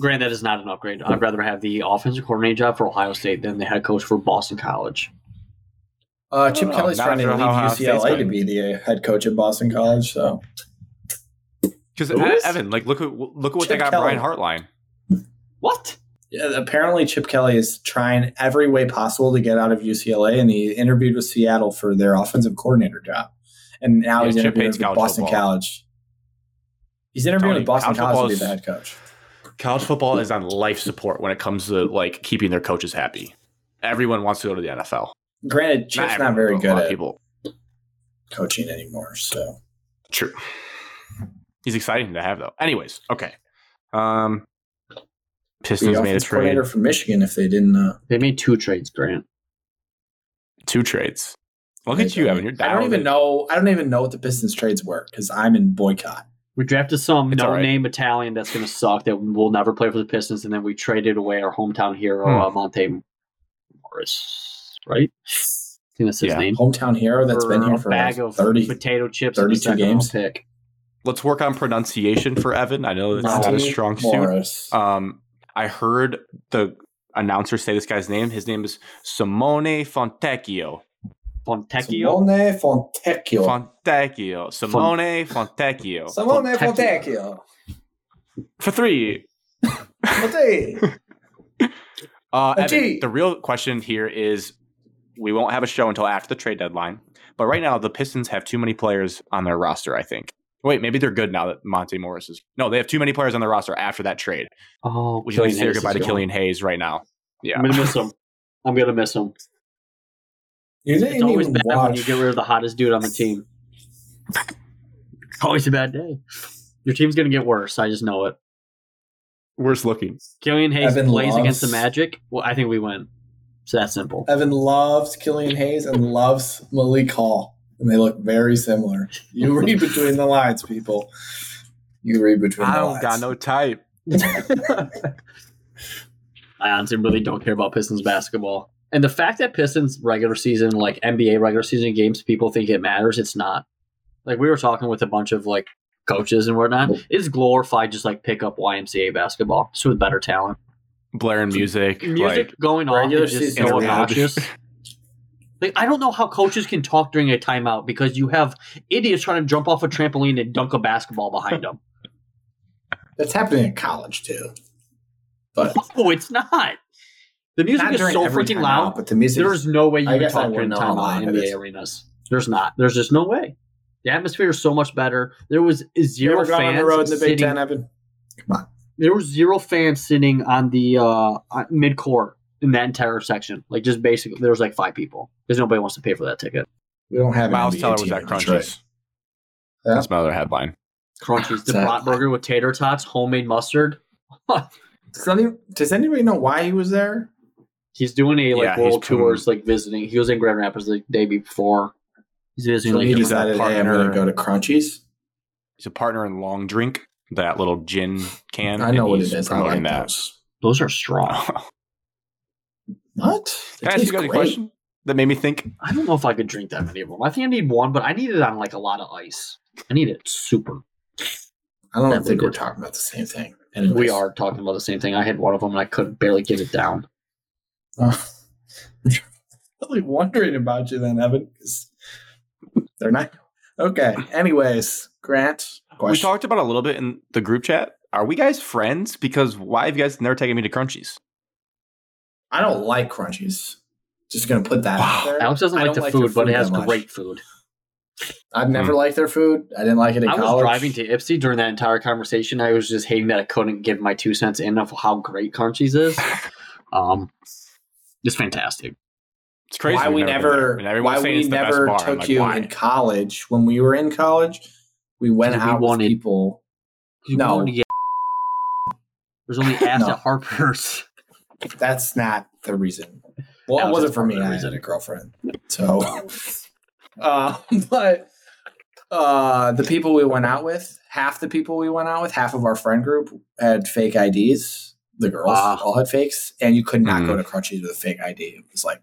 B: Grant, that is not an upgrade. I'd rather have the offensive coordinator job for Ohio State than the head coach for Boston College.
C: Uh, Chip
A: Oh,
C: Kelly's
A: not
C: trying to
A: sure
C: leave
A: how Ohio State's
C: UCLA to
A: going.
C: be the uh, head coach at Boston College. So
A: Because
C: Who is-
A: E- Evan, like, look at look at what they
C: Chip
A: got
C: Kelly.
A: Brian Hartline.
B: What?
C: Yeah, apparently, Chip Kelly is trying every way possible to get out of UCLA, and he interviewed with Seattle for their offensive coordinator job. And now
A: Yeah,
C: he's
A: Chip
C: interviewing
A: hates
C: with
A: college
C: Boston
A: football.
C: College. He's interviewing
A: Tony,
C: with Boston
A: college
C: College to be the
A: football
C: head coach.
A: College football is on life support when it comes to like keeping their coaches happy. Everyone wants to go to the NFL.
C: Granted, Chip's not,
A: everyone,
C: very
A: but a
C: good
A: lot of
C: at
A: people.
C: coaching anymore. So
A: True. He's exciting to have though. Anyways, okay. Um, Pistons
C: the
A: made a
C: offensive
A: trade.
C: coordinator from Michigan if they didn't. Uh,
B: They made two trades, Grant.
A: Two trades. Look
C: they
A: at you,
C: don't-
A: Evan. You're down.
C: I don't even
A: it.
C: know. I don't even know what the Pistons trades were because I'm in boycott.
B: We drafted some
A: It's all
B: no
A: right.
B: name Italian that's going to suck that will never play for the Pistons, and then we traded away our hometown hero,
A: Hmm.
B: uh, Monte Morris, right? I think that's his
A: Yeah.
B: name.
C: Hometown hero that's been here
B: a
C: for
B: bag
C: like
B: of
C: 30.
B: potato chips, and a
C: 32
B: second round
C: games.
B: pick.
A: Let's work on pronunciation for Evan. I know that's not a
C: Monty
A: strong suit.
C: Morris.
A: Um, I heard the announcer say this guy's name. His name is Simone Fontecchio.
B: Fontecchio.
C: Simone Fontecchio.
A: Fontecchio. Simone Fontecchio.
C: Simone
B: Fontecchio.
C: Fontecchio.
A: For three.
C: Fontecchio.
A: Uh,
C: A
A: Evan,
C: G.
A: the real question here is we won't have a show until after the trade deadline. But right now, the Pistons have too many players on their roster, I think. Wait, maybe they're good now that Monte Morris is. No, they have too many players on their roster after that trade.
B: Oh,
A: Would you like to
B: Killian
A: say your
B: Hayes
A: goodbye
B: is
A: to
B: gone.
A: Killian Hayes right now? Yeah.
B: I'm gonna miss him. I'm gonna miss him.
C: You
B: It's
C: didn't
B: always
C: even
B: bad when you
C: watch.
B: get rid of the hottest dude on the team. always a bad day. Your team's gonna get worse. I just know it.
A: Worse looking.
B: Killian Hayes
C: Evan
B: plays against the
C: loves-
B: Magic. Well, I think we win. It's that simple.
C: Evan loves Killian Hayes and loves Malik Hall, and they look very similar. You read between the lines, people. You read between
A: I
C: the
A: don't
C: lines.
A: got no type.
B: I honestly really don't care about Pistons basketball. And the fact that Pistons regular season, like NBA regular season games, people think it matters, it's not. Like we were talking with a bunch of like coaches and whatnot. It's glorified just like pick up YMCA basketball. Just with better talent.
A: Blaring music.
B: Music
A: Like,
B: going on
C: regular
B: is just
C: season
B: so
A: is loud.
B: obnoxious. Like I don't know how coaches can talk during a timeout because you have idiots trying to jump off a trampoline and dunk a basketball behind them.
C: That's happening in college too, but
B: No, it's not. The music
C: not
B: is
C: during
B: so
C: every
B: freaking
C: timeout,
B: loud.
C: But the music.
B: There's no way you
C: I
B: can
C: guess I
B: talk during
C: wouldn't know how
B: timeout
C: loud
B: in
C: it
B: NBA
C: is.
B: arenas. There's not. There's just no way. The atmosphere is so much better. There was
C: you
B: zero
C: ever gone
B: fans
C: on the road in the Big
B: sitting.
C: Ten, Evan?
B: There was zero fans sitting on the uh, mid court in that entire section. Like just basically, there was like five people because nobody wants to pay for that ticket.
C: We don't have an
A: Miles
C: NBA
A: Teller was
C: team
A: at
C: in Detroit.
A: Crunchies.
C: Yeah.
A: That's my other headline.
B: Crunchies, the
C: Sad.
B: brat burger with tater tots, homemade mustard.
C: Does, any, does anybody know why he was there?
B: He's doing a
A: Yeah,
B: like
A: he's
B: world
A: from-
B: tours, like visiting. He was in Grand Rapids the day before. He's visiting.
C: So
B: like,
C: he
A: he's
C: decided,
A: a
C: hey, I'm going
A: partner.
C: to go to Crunchies.
A: He's a partner in Long Drink, that little gin can.
C: I know
A: and
C: what
A: he's
C: it is. I
A: promoting
C: like
A: that.
C: those.
B: those are strong.
C: What?
A: Can I ask you guys a question that made me think?
B: I don't know if I could drink that many of them. I think I need one, but I need it on like a lot of ice. I need it super.
C: I don't
B: That
C: think
B: we
C: we're
B: did.
C: talking about the same thing.
B: We
C: Anyways.
B: are talking about the same thing. I had one of them and I could barely get it down.
C: Uh, I'm really wondering about you then, Evan. 'cause They're not okay. Anyways, Grant,
A: We
C: question.
A: talked about a little bit in the group chat. Are we guys friends? Because why have you guys never taken me to Crunchies?
C: I don't like crunchies. Just gonna put that out
A: Wow.
C: there.
B: Alex doesn't
C: I
B: like
C: don't
B: the
C: their
B: food, but it has
C: that much.
B: great food.
C: I've never
A: Hmm.
C: liked their food. I didn't like it in
B: I was
C: college.
B: driving to Ipsy during that entire conversation. I was just hating that I couldn't give my two cents in of how great Crunchies is. Um, it's fantastic.
A: It's crazy.
C: Why
A: we've
C: we
A: never been
C: never?
A: there. And everyone's
C: why
A: saying
C: we
A: it's the best
C: never
A: bar. I'm
C: took
A: like,
C: you
A: why?
C: in college when we were in college? We went
B: 'Cause we
C: out with
B: wanted-
C: people.
B: You
C: No.
B: wanted to get- There's only ass
C: No.
B: at Harper's.
C: That's not the reason. Well,
B: That
C: it
B: was
C: wasn't
B: a
C: for me.
B: part of the
C: I had
B: reason.
C: a girlfriend. So, uh, but uh, the people we went out with, half the people we went out with, half of our friend group had fake IDs. The girls
B: Ah. Mm-hmm.
C: all had fakes, and you could not
A: Mhm.
C: go to Crunchy with a fake ID. It was like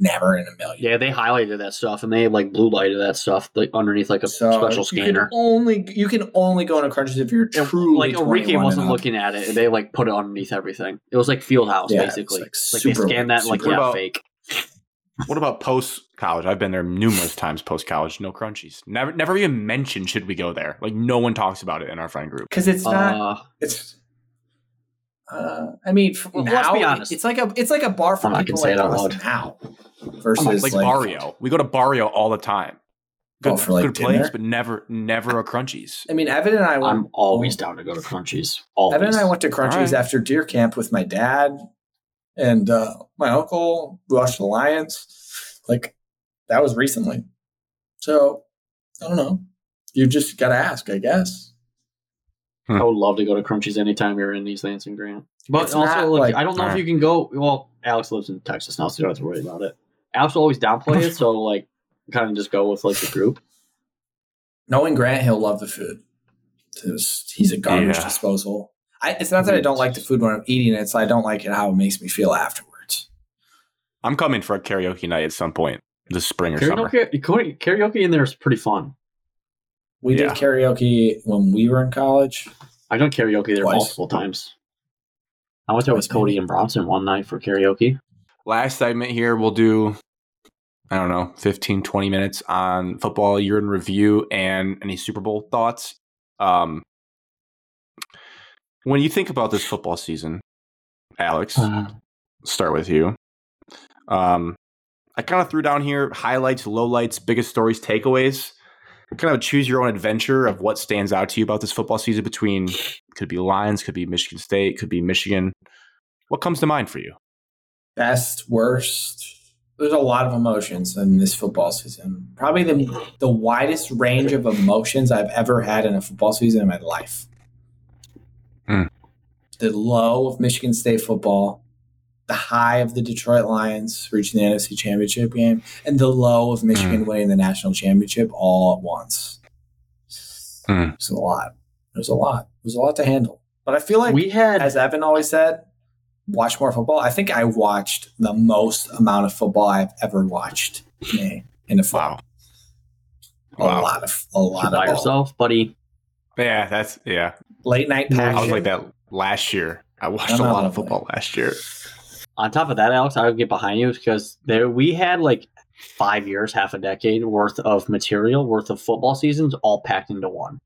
C: never in a million.
B: Yeah, they highlighted that stuff and they like blue lighted that stuff like underneath like a
C: So
B: special
C: you can
B: scanner.
C: only you can only go into Crunchies if you're
B: And,
C: truly
B: like Enrique
C: 21 and
B: wasn't
C: up.
B: looking at it. and They like put it underneath everything. It was like Fieldhouse
C: Yeah, it was,
B: basically.
C: like,
B: Like, they
C: super-
B: scanned that and, like
C: super-
B: yeah,
A: What about-
B: fake.
A: What about post college? I've been there numerous times post college. No Crunchies. Never, never even mentioned should we go there. Like no one talks about it in our friend group.
C: because it's not
B: Uh,
C: It's. Uh, I mean, f
B: Well, let's
C: now
B: be honest.
C: it's like a it's like a bar for
B: I'm not
C: people
B: gonna say
C: like
B: it out
C: us
B: loud.
C: now versus
A: Like
C: like,
A: Barrio. We go to Barrio all the time. Good,
C: Oh, for, like,
A: good place,
C: dinner?
A: but never, never a Crunchies.
C: I mean, Evan and I went.
B: I'm always down to go to Crunchies. Always.
C: Evan and I went to Crunchies
A: Alright.
C: after deer camp with my dad and uh, my uncle. We watched the Lions. Like that was recently. So I don't know. You just got to ask, I guess.
A: Hmm.
B: I would love to go to Crunchies anytime you're in East Lansing, Grant. But
D: It's
B: also,
D: not
B: like,
D: like-
B: I don't know if
A: alright.
B: you can go. Well, Alex lives in Texas now, so you don't have to worry about it. Alex will always downplay it, so like, kind of just go with like the group.
C: Knowing Grant, he'll love the food. 'Cause He's a garbage
A: Yeah.
C: disposal. I, it's not that I don't like the food when I'm eating it; it's I don't like it how it makes me feel afterwards.
A: I'm coming for a karaoke night at some point this spring or summer.
B: Karaoke, karaoke in there is pretty fun.
C: We
A: Yeah.
C: did karaoke when we were in college.
B: I've done karaoke there
C: Twice.
B: multiple times. I went there with Cody and Bronson one night for karaoke.
A: Last segment here, we'll do, I don't know, 15, 20 minutes on football year in review and any Super Bowl thoughts. Um, when you think about this football season, Alex, start with you. Um, I kind of threw down here highlights, lowlights, biggest stories, takeaways. Kind of a choose your own adventure of what stands out to you about this football season between could be Lions, could be Michigan State, could be Michigan. What comes to mind for you?
C: Best, worst. There's a lot of emotions in this football season. Probably the the widest range of emotions I've ever had in a football season in my life.
A: Hmm.
C: The low of Michigan State football, the high of the Detroit Lions reaching the NFC Championship game, and the low of Michigan winning the national championship all at once.
A: Hmm.
C: It's a lot. It was a lot. It was a lot to handle. But I feel like
B: we had
C: as Evan always said, watch more football. I think I watched the most amount of football I've ever watched in a- in a fall. A
A: Wow.
C: lot of a lot
B: by
C: of ball.
B: yourself, buddy.
A: Yeah, that's yeah.
C: late night passion.
A: I was like that last year. I watched
C: I'm
A: a
C: not
A: lot of
C: lovely.
A: football last year.
B: On top of that, Alex, I would get behind you because there we had like five years, half a decade worth of material, worth of football seasons, all packed into one.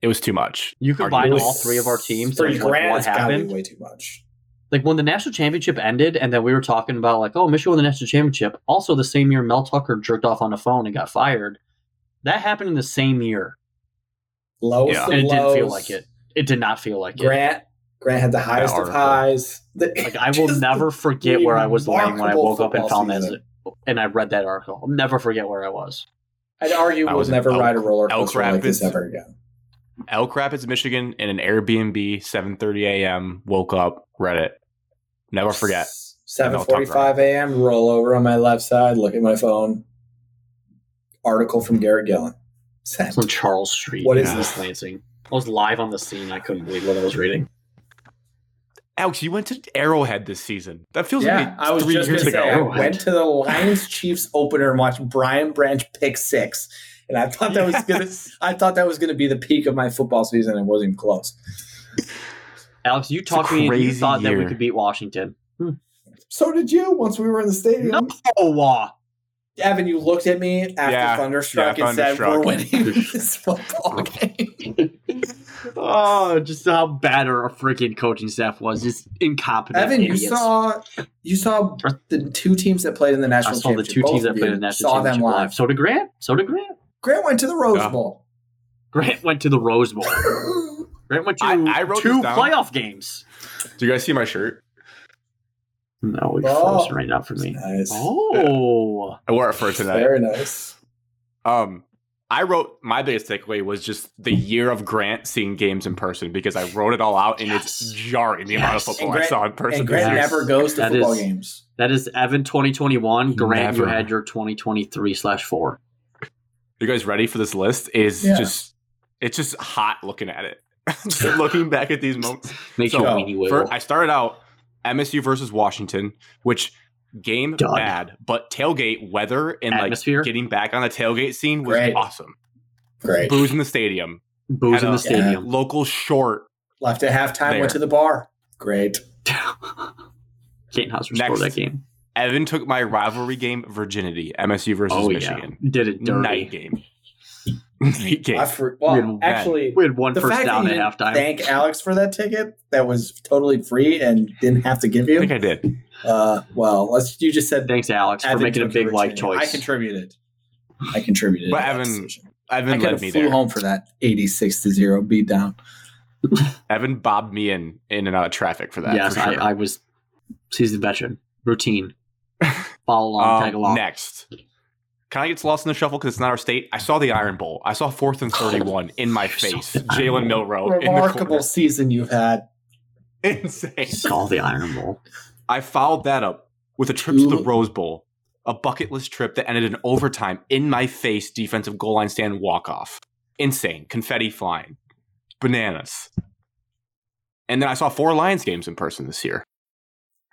A: It was too much.
B: You combine
A: Arguably.
B: all three of our teams
C: For
B: and like,
C: Grant,
B: what
C: it's gotta be
B: happened.
C: way too much.
B: like when the national championship ended, and then we were talking about like, oh, Michigan won the national championship. Also, the same year Mel Tucker jerked off on the phone and got fired. That happened in the same year,
C: Lowest
A: Yeah.
C: of
B: and it didn't feel
C: lows.
B: like it. It did not feel like it.
C: Grant Grant had the highest of
A: article.
C: highs. The-
B: Like I will
C: just
B: never forget where I was laying when I
C: remarkable
B: woke up and
C: football
B: found that,
C: season.
B: and I read that article. I'll never forget where I was.
C: I'd argue
A: I
C: we'll
A: was in
C: never
A: Elk-
C: ride a roller
A: Elk
C: coaster like this
A: Rapids.
C: ever again.
A: Elk Rapids, Michigan, in an Airbnb, 7:30 a.m. Woke up, read it. Never forget.
C: Seven forty-five a.m. Roll over on my left side. Look at my phone. Article from Garrett Gillen. Sent.
B: It's on Charles Street.
C: What
B: What
C: is
B: is this, Lansing? I was live on the scene. I couldn't believe what I was reading.
A: Alex, you went to Arrowhead this season. That feels
C: Yeah,
A: like
C: I was
A: three
C: just
A: years
C: gonna say,
A: ago.
B: ago.
C: I went to the Lions Chiefs opener and watched Brian Branch pick six, and I thought that was gonna.
A: Yes.
C: I thought that was gonna be the peak of my football season, and it wasn't even close.
B: Alex, you
A: a
B: talked me into you
A: crazy
B: thought that we
A: year.
B: could beat Washington.
C: So did you? Once we were in the stadium,
B: No, uh,
C: Evan, you looked at me after
A: Yeah,
C: thunderstruck
A: yeah,
C: and said,
A: Thunderstruck.
C: "We're winning this football game."
B: oh, just how bad our freaking coaching staff was. Just incompetent.
C: Evan, you
B: idiots.
C: saw you saw the two teams that played in the
B: I
C: national
B: saw the
C: championship.
B: two
C: Both
B: teams that
C: of
B: played
C: you
B: in the national
C: saw them
B: championship
C: live.
B: live. So did Grant. So did Grant.
C: Grant went to the Rose
A: Yeah.
C: Bowl.
B: Grant went to the Rose Bowl. Grant went to
A: I- I wrote
B: two
A: this down.
B: playoff games.
A: Do you guys see my shirt?
B: No, we
C: Oh.
B: frozen right now for me.
C: nice,
B: Oh,
A: I wore it for tonight.
C: very nice.
A: Um, I wrote my biggest takeaway was just the year of Grant seeing games in person because I wrote it all out and
B: Yes.
A: it's jarring the amount of
B: Yes.
A: football
C: And Grant-
A: I saw in person.
C: And Grant
A: this year.
B: Yes.
C: never goes to
B: That
C: football
B: is-
C: games.
B: that is Evan 2021. Grant, you
A: Never.
B: had your 2023 slash four.
A: you guys ready for this list? Is
C: Yeah.
A: just it's just hot looking at it. just looking back at these moments.
B: Makes you
A: So,
B: weenie wiggle.
A: For, I started out MSU versus Washington, which game
B: Done.
A: bad, but tailgate weather and
B: Atmosphere?
A: like getting back on the tailgate scene was
C: Great.
A: awesome.
C: Great.
A: Booze in the stadium, Had
B: Booze in
A: a-
B: the stadium.
A: local short
C: Left at halftime,
A: There.
C: went to the bar. Great.
B: Can't house restore
A: Next.
B: that game.
A: Evan took my rivalry game virginity, MSU versus
B: Oh
A: Michigan.
B: yeah, did it dirty.
A: Night game. Night game.
C: I for,
B: Weird
C: well,
B: man.
C: actually,
B: We had one
C: the
B: first
C: fact
B: down
C: that you
B: at
C: didn't
B: halftime.
C: thank Alex for that ticket that was totally free and didn't have to give
A: I think
C: you.
A: I did.
C: Uh, well, let's, you just said
B: Thanks, Alex, for
C: Evan
B: making a
C: took your
B: big life
C: virginity.
B: choice.
C: I contributed. I contributed.
A: But
C: to that
A: Evan
C: decision. I
A: Evan
C: could have
A: led me
C: flew
A: there.
C: home for that eighty-six to zero beatdown.
A: Evan bobbed me in in and out of traffic for that.
B: yes,
A: for sure.
B: I, I was seasoned veteran. Routine. Follow along,
A: Um,
B: tag along.
A: Next, kind of gets lost in the shuffle because it's not our state. I saw the Iron Bowl. I saw fourth and thirty-one in my face. Jalen Milrow, Oh, in the
C: Remarkable
A: corner.
C: season you've had.
A: insane.
B: Saw the Iron Bowl.
A: I followed that up with a trip to the Rose Bowl, a bucketless trip that ended in overtime, in my face defensive goal line stand walk off. Insane. Confetti flying. Bananas. And then I saw four Lions games in person this year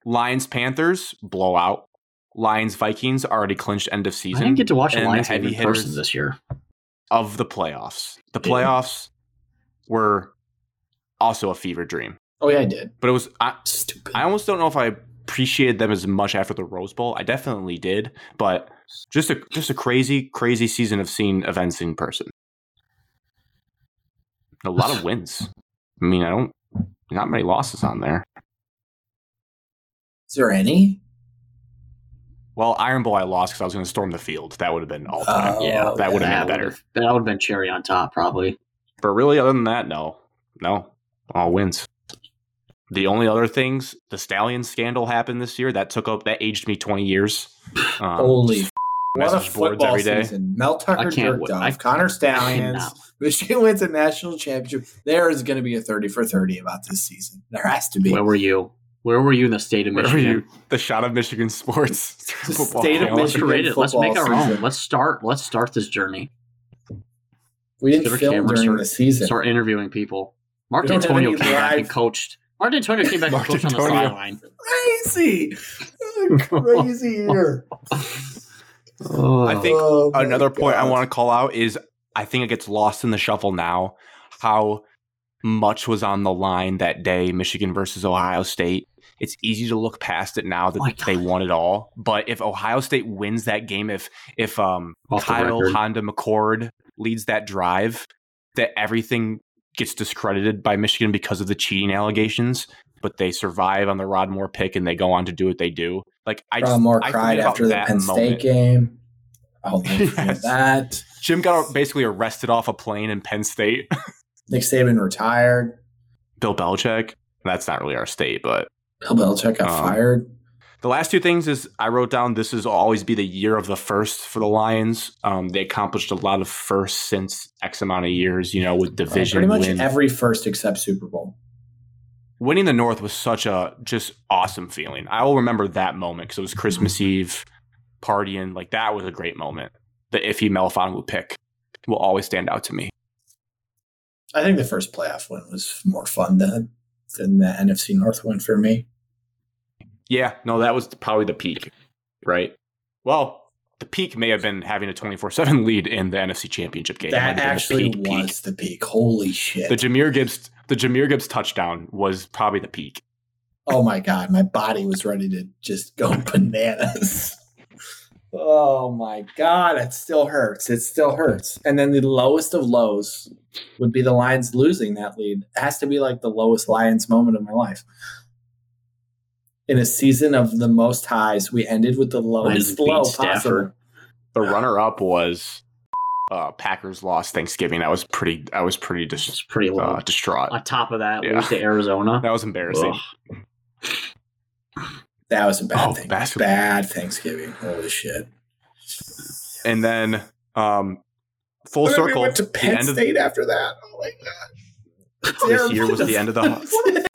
A: Lions Panthers, blowout. Lions Vikings, already clinched end of
B: I
A: season
B: didn't get to watch the
A: and
B: Lions
A: the
B: game in
A: heavy
B: person
A: hitters.
B: this year.
A: of the playoffs. The
B: Yeah.
A: playoffs were also a fever dream,
C: Oh yeah, I did.
A: but it was, I,
C: Stupid.
A: I almost don't know if I appreciated them as much after the Rose Bowl. I definitely did, but just a just a crazy, crazy season of seeing events in person. A lot of wins. I mean, I don't not many losses on there.
C: Is there any?
A: Well, Iron Bowl I lost because I was going to storm the field. That would have been all time.
C: Oh,
B: yeah,
A: that would have
B: That
A: been
B: would've-
A: better.
B: That would have been cherry on top, probably.
A: But really, other than that, no, no, all wins. The only other things, the stallion scandal happened this year. That took up that aged me twenty years. Um,
C: Holy f- what a
A: message boards
C: football
A: every day.
C: season. Mel Tucker
B: I can't
C: jerked
B: wi- I-
C: off. Connor
B: I
C: Stallions.
B: cannot.
C: Michigan wins a national championship. There is going to be a 30 for 30 about this season. There has to be.
B: Where were you? Where were you in the state of
A: Where
B: Michigan?
A: were you? The shot of Michigan sports.
C: The
A: Football
C: state of
A: calendar.
B: Let's
C: Michigan
B: create it. Let's
C: football
B: make our own.
C: season.
B: Let's start. Let's start this journey.
C: we didn't
B: Their
C: film
B: cameras
C: during
B: are-
C: the season.
B: Start interviewing people. Mark
C: We don't have
B: Antonio
C: any
B: came back and
C: live-
B: coached. Mark Antonio came back and
A: Mark
B: coached on the
A: Antonio.
B: sideline.
C: Crazy. Crazy year.
A: I think
C: Oh, my
A: Another point I
C: God.
A: want to call out is I think it gets lost in the shuffle now how much was on the line that day, Michigan versus Ohio State. It's easy to look past it now that
C: Oh
B: My
A: they
B: God.
A: won it all. But if Ohio State wins that game, if if um,
B: Off the
A: Kyle
B: record.
A: Honda McCord leads that drive, that everything gets discredited by Michigan because of the cheating allegations. But they survive on the Rod Moore pick and they go on to do what they do. Like I
C: Rob
A: just
C: Moore
A: I forget
C: cried
A: about
C: after the
A: that
C: Penn State
A: moment.
C: game. I'll never forget
A: Yes.
C: that.
A: Jim got basically arrested off a plane in Penn State.
C: Nick Saban retired.
A: Bill Belichick. That's not really our state, but
C: Bill Belichick got
A: Um,
C: fired.
A: the last two things is I wrote down this is always be the year of the first for the Lions. Um, they accomplished a lot of firsts since X amount of years, you know, with division
C: Uh, pretty much
A: wins.
C: every first except Super Bowl.
A: Winning the North was such a just awesome feeling. I will remember that moment because it was Christmas Eve partying. Like that was a great moment. The iffy Melifonwu pick will always stand out to me.
C: I think the first playoff win was more fun than than the NFC North win for me.
A: Yeah, no, that was probably the peak, right? Well, the peak may have been having a 24 7 lead in the NFC Championship game.
C: that
A: might have
C: actually
A: been
C: was the peak. Holy shit!
A: The Jameer Gibbs the Jameer Gibbs touchdown was probably the peak.
C: oh my god, my body was ready to just go bananas. oh my god, it still hurts. It still hurts. And then the lowest of lows would be the Lions losing that lead. It has to be like the lowest Lions moment of my life. In a season of the most highs, we ended with the lowest
B: beat
C: low
B: Stafford.
C: possible.
A: The runner up was uh, Packers lost Thanksgiving. I was pretty I was pretty dis-
B: It's pretty low.
A: uh, distraught.
B: On top of that,
A: yeah.
B: lose to Arizona.
A: That was embarrassing.
B: Ugh.
C: That was a bad
A: Oh,
C: thing.
A: basketball.
C: Bad Thanksgiving. Holy shit.
A: And then um full
C: And then
A: circle
C: We went to
A: the
C: Penn
A: end of
C: State after that. Oh my god.
A: This year was the end of the-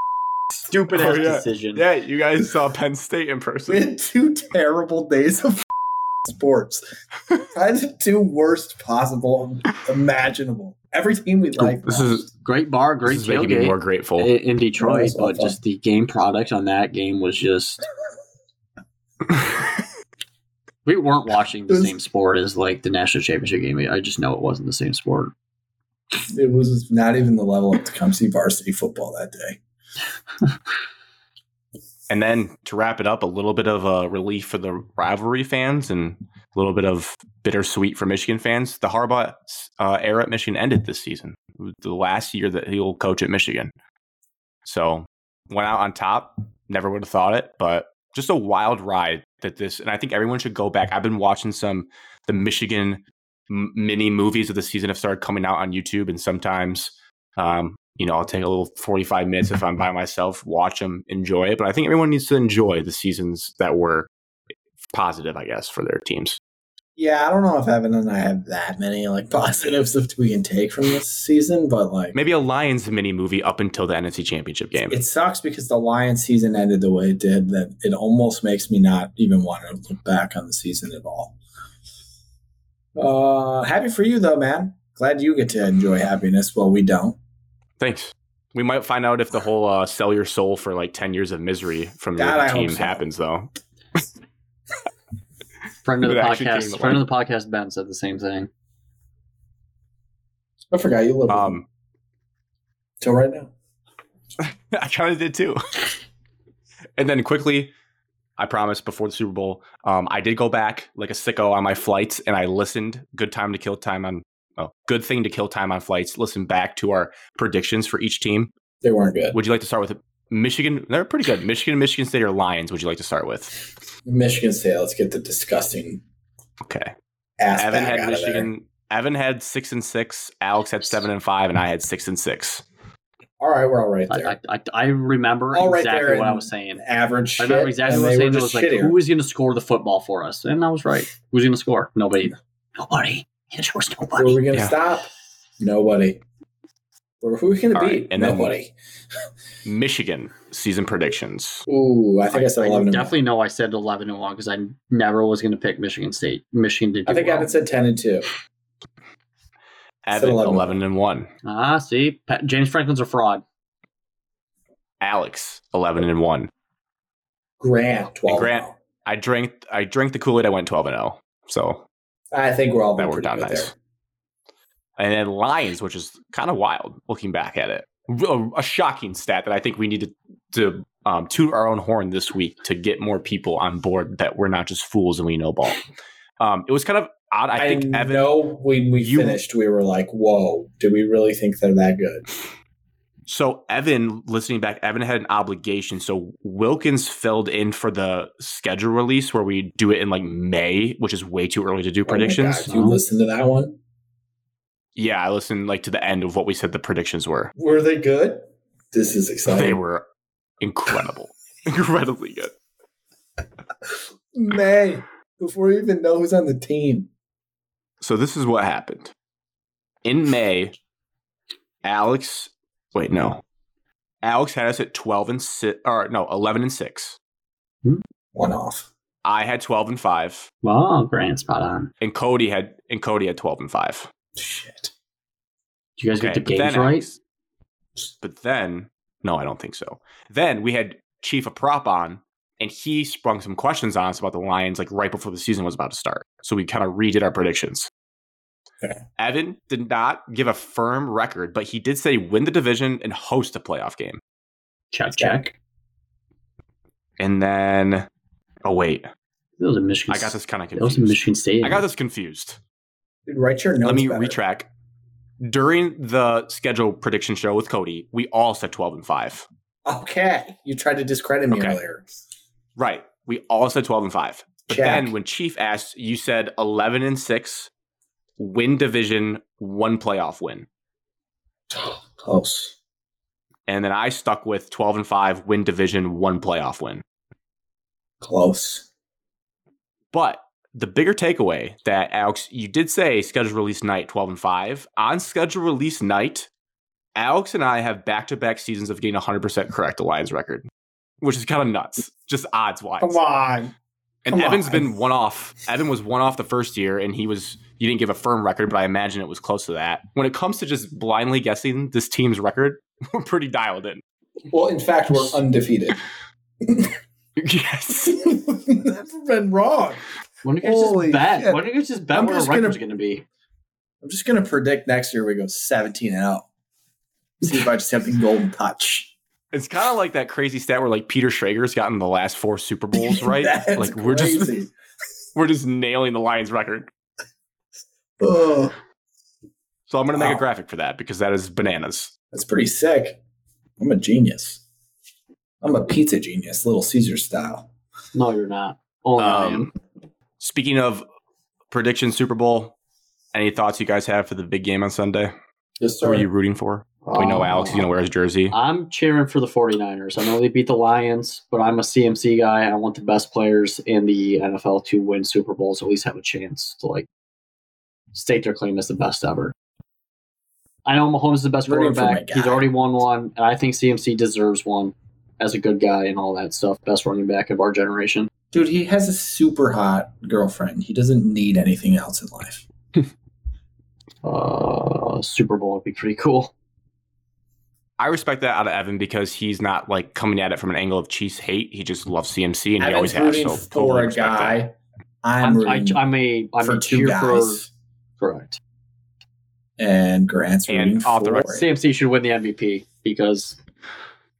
B: Stupid
A: Oh,
B: ass
A: yeah.
B: decision.
A: Yeah, you guys saw Penn State in
C: We
A: person.
C: had two terrible days of sports. I had the two worst possible imaginable. Every team we like.
A: Oh, This is
B: Great bar,
A: this
B: great
A: is making me more
B: tailgate i-
A: grateful.
B: in Detroit,
C: That's
B: but
C: awful.
B: just the game product on that game was just. We weren't watching the
C: It was-
B: same sport as like the national championship game. I just know it wasn't the same sport.
C: it was not even the level up to come see varsity football that day.
A: And then to wrap it up, a little bit of a relief for the rivalry fans and a little bit of bittersweet for Michigan fans. The Harbaugh uh, era at Michigan ended this season, It was the last year that he'll coach at Michigan. So went out on top. Never would have thought it, but just a wild ride that this. And I think everyone should go back. I've been watching some the Michigan m- mini movies of the season have started coming out on YouTube, and sometimes um, you know, I'll take a little 45 minutes if I'm by myself, watch them, enjoy it. But I think everyone needs to enjoy the seasons that were positive, I guess, for their teams.
C: Yeah, I don't know if Evan and I have that many like positives that we can take from this season, but like
A: Maybe a Lions mini movie up until the NFC Championship game.
C: it sucks because the Lions season ended the way it did that it almost makes me not even want to look back on the season at all. Uh happy for you though, man. Glad you get to enjoy happiness while we don't.
A: Thanks. We might find out if the whole uh, sell your soul for like 10 years of misery from your
C: God, I hope
A: team
C: so.
A: happens, though.
B: Friend of the
A: It actually came
B: podcast.
A: to
B: Friend of the podcast. Ben said the same thing.
C: I forgot you live um,
A: Um,
C: till right now.
A: I kind of did too. and then quickly, I promise before the Super Bowl, um, I did go back like a sicko on my flights and I listened. Good time to kill time on. Oh, good thing to kill time on flights. Listen back to our predictions for each team.
C: They weren't good.
A: Would you like to start with Michigan? They're pretty good. Michigan, Michigan State, or Lions? Would you like to start with?
C: Michigan State, let's get the disgusting
A: Okay.
C: ass
A: Evan
C: back
A: had
C: out Of there.
A: Michigan. Evan had six and six. Alex had seven and five, and I had six and six.
C: All right, we're all right there.
B: I, I, I, I remember
C: All right
B: exactly
C: there
B: what I
C: in
B: was saying.
C: average
B: I
C: shit.
B: remember exactly
C: and
B: what I
C: they
B: was saying.
C: were
B: It was
C: just
B: like,
C: shittier.
B: who is going to score the football for us? And I was right. Who's going to score? Nobody. Nobody. It was
C: Where are
B: nobody.
C: we going to
A: Yeah.
C: stop? Nobody. Where who are we going to
A: All
C: beat?
A: right, and then-
C: Nobody.
A: Michigan season predictions.
C: Ooh, I think I, said
B: I
C: 11 and
B: definitely know I said 11 and 1 because I never was going to pick Michigan State. Michigan did.
C: one. I think
B: well.
C: Evan said 10 and 2.
A: Evan
C: 11.
A: eleven and one.
B: Ah, see, Pat, James Franklin's a fraud.
A: Alex, eleven and one.
C: Grant, 12.
A: And Grant- I drank I drank the Kool Aid. I went twelve and zero. So
C: I think we're all
A: that
C: been
A: worked
C: pretty
A: out
C: good
A: nice. And then Lions, which is kind of wild looking back at it, a, a shocking stat that I think we need to to um, toot our own horn this week to get more people on board that we're not just fools and we know ball. Um, it was kind of odd.
C: there.
A: I think Evan.
C: know when we
A: you-
C: finished, we were like, whoa, do we really think they're that good?
A: So Evan, listening back, Evan had an obligation. So Wilkins filled in for the schedule release where we do it in like May, which is way too early to do
C: Oh my
A: predictions. Uh-huh.
C: God, you listen to that one?
A: Yeah, I listened like to the end of what we said the predictions were.
C: Were they good? This is exciting.
A: They were incredible. Incredibly good.
C: May, before we even know who's on the team.
A: So this is what happened. In May, Alex wait, no. Alex had us at 12 and 6 or no, 11 and 6.
C: One off.
A: I had 12 and 5,
B: Wow, Grant, spot on.
A: and Cody had and Cody had 12 and 5.
C: Shit.
B: Did you guys
A: Okay,
B: get the
A: but
B: games
A: then
B: right?
A: Alex- but then, no, I don't think so. Then we had Chief of Prop on, and he sprung some questions on us about the Lions like right before the season was about to start. So we kind of redid our predictions.
C: Okay.
A: Evan did not give a firm record, but he did say win the division and host a playoff game.
B: Check, check.
A: And then, oh wait,
B: That was a Michigan.
A: I got this kind of
B: That was a
A: confused.
B: Michigan State.
A: I got this confused.
C: Dude, write your notes.
A: Let me
C: better.
A: retrack. During the schedule prediction show with Cody, we all said twelve and five.
C: Okay. You tried to discredit me
A: Okay.
C: earlier.
A: Right. We all said 12 and 5. But
C: Check.
A: then when Chief asked, you said 11 and 6, win division, one playoff win.
C: Close.
A: And then I stuck with 12 and 5, win division, one playoff win.
C: Close.
A: But the bigger takeaway that Alex, you did say schedule release night 12 and 5. On schedule release night, Alex and I have back to back seasons of getting 100% correct the Lions record, which is kind of nuts, just odds wise.
C: Come on.
A: And
C: Come
A: Evan's
C: on.
A: been one off. Evan was one off the first year, and he was. You didn't give a firm record, but I imagine it was close to that. When it comes to just blindly guessing this team's record, we're pretty dialed in.
C: Well, in fact, we're undefeated.
A: Yes.
C: Never been wrong.
B: When do you guys
C: Holy
B: just bet?
C: shit.
B: When do you guys just bet
C: I'm
B: what
C: just
B: our
C: gonna-
B: record's going to be?
C: I'm just gonna predict next year we go 17 and 0. See if I just have the golden touch.
A: It's kind of like that crazy stat where like Peter Schrager's gotten the last four Super Bowls right.
C: That's
A: like we're just
C: crazy.
A: we're just nailing the Lions record.
C: Ugh.
A: So I'm gonna make
C: Wow.
A: a graphic for that because that is bananas.
C: that's pretty sick. I'm a genius. I'm a pizza genius, Little Caesar style.
B: No, you're not. Oh,
A: Um, speaking of prediction Super Bowl, any thoughts you guys have for the big game on Sunday?
C: Yes,
A: Who are you rooting for? We know Alex is going to wear his jersey.
B: I'm cheering for the 49ers. I know they beat the Lions, but I'm a CMC guy and I want the best players in the NFL to win Super Bowls, at least have a chance to like state their claim as the best ever. I know Mahomes is the best
C: Rooting for my
B: quarterback. He's
C: guy.
B: already won one, and I think CMC deserves one as a good guy and all that stuff. Best running back of our generation.
C: Dude, he has a super hot girlfriend. He doesn't need anything else in life.
B: Uh, Super Bowl would be pretty cool.
A: I respect that out of Evan because he's not like coming at it from an angle of Chiefs hate. He just loves CMC and he always
C: Evan's
A: has. So
C: rooting for
A: totally
C: a
A: respect that.
C: guy. I'm,
B: I'm, I,
C: rooting
B: I'm a I'm
C: for
B: a
C: two
B: cheer for
C: guys,
B: correct.
C: and Grant's
A: And
C: rooting
A: all the
C: for
A: rest-
B: CMC should win the MVP because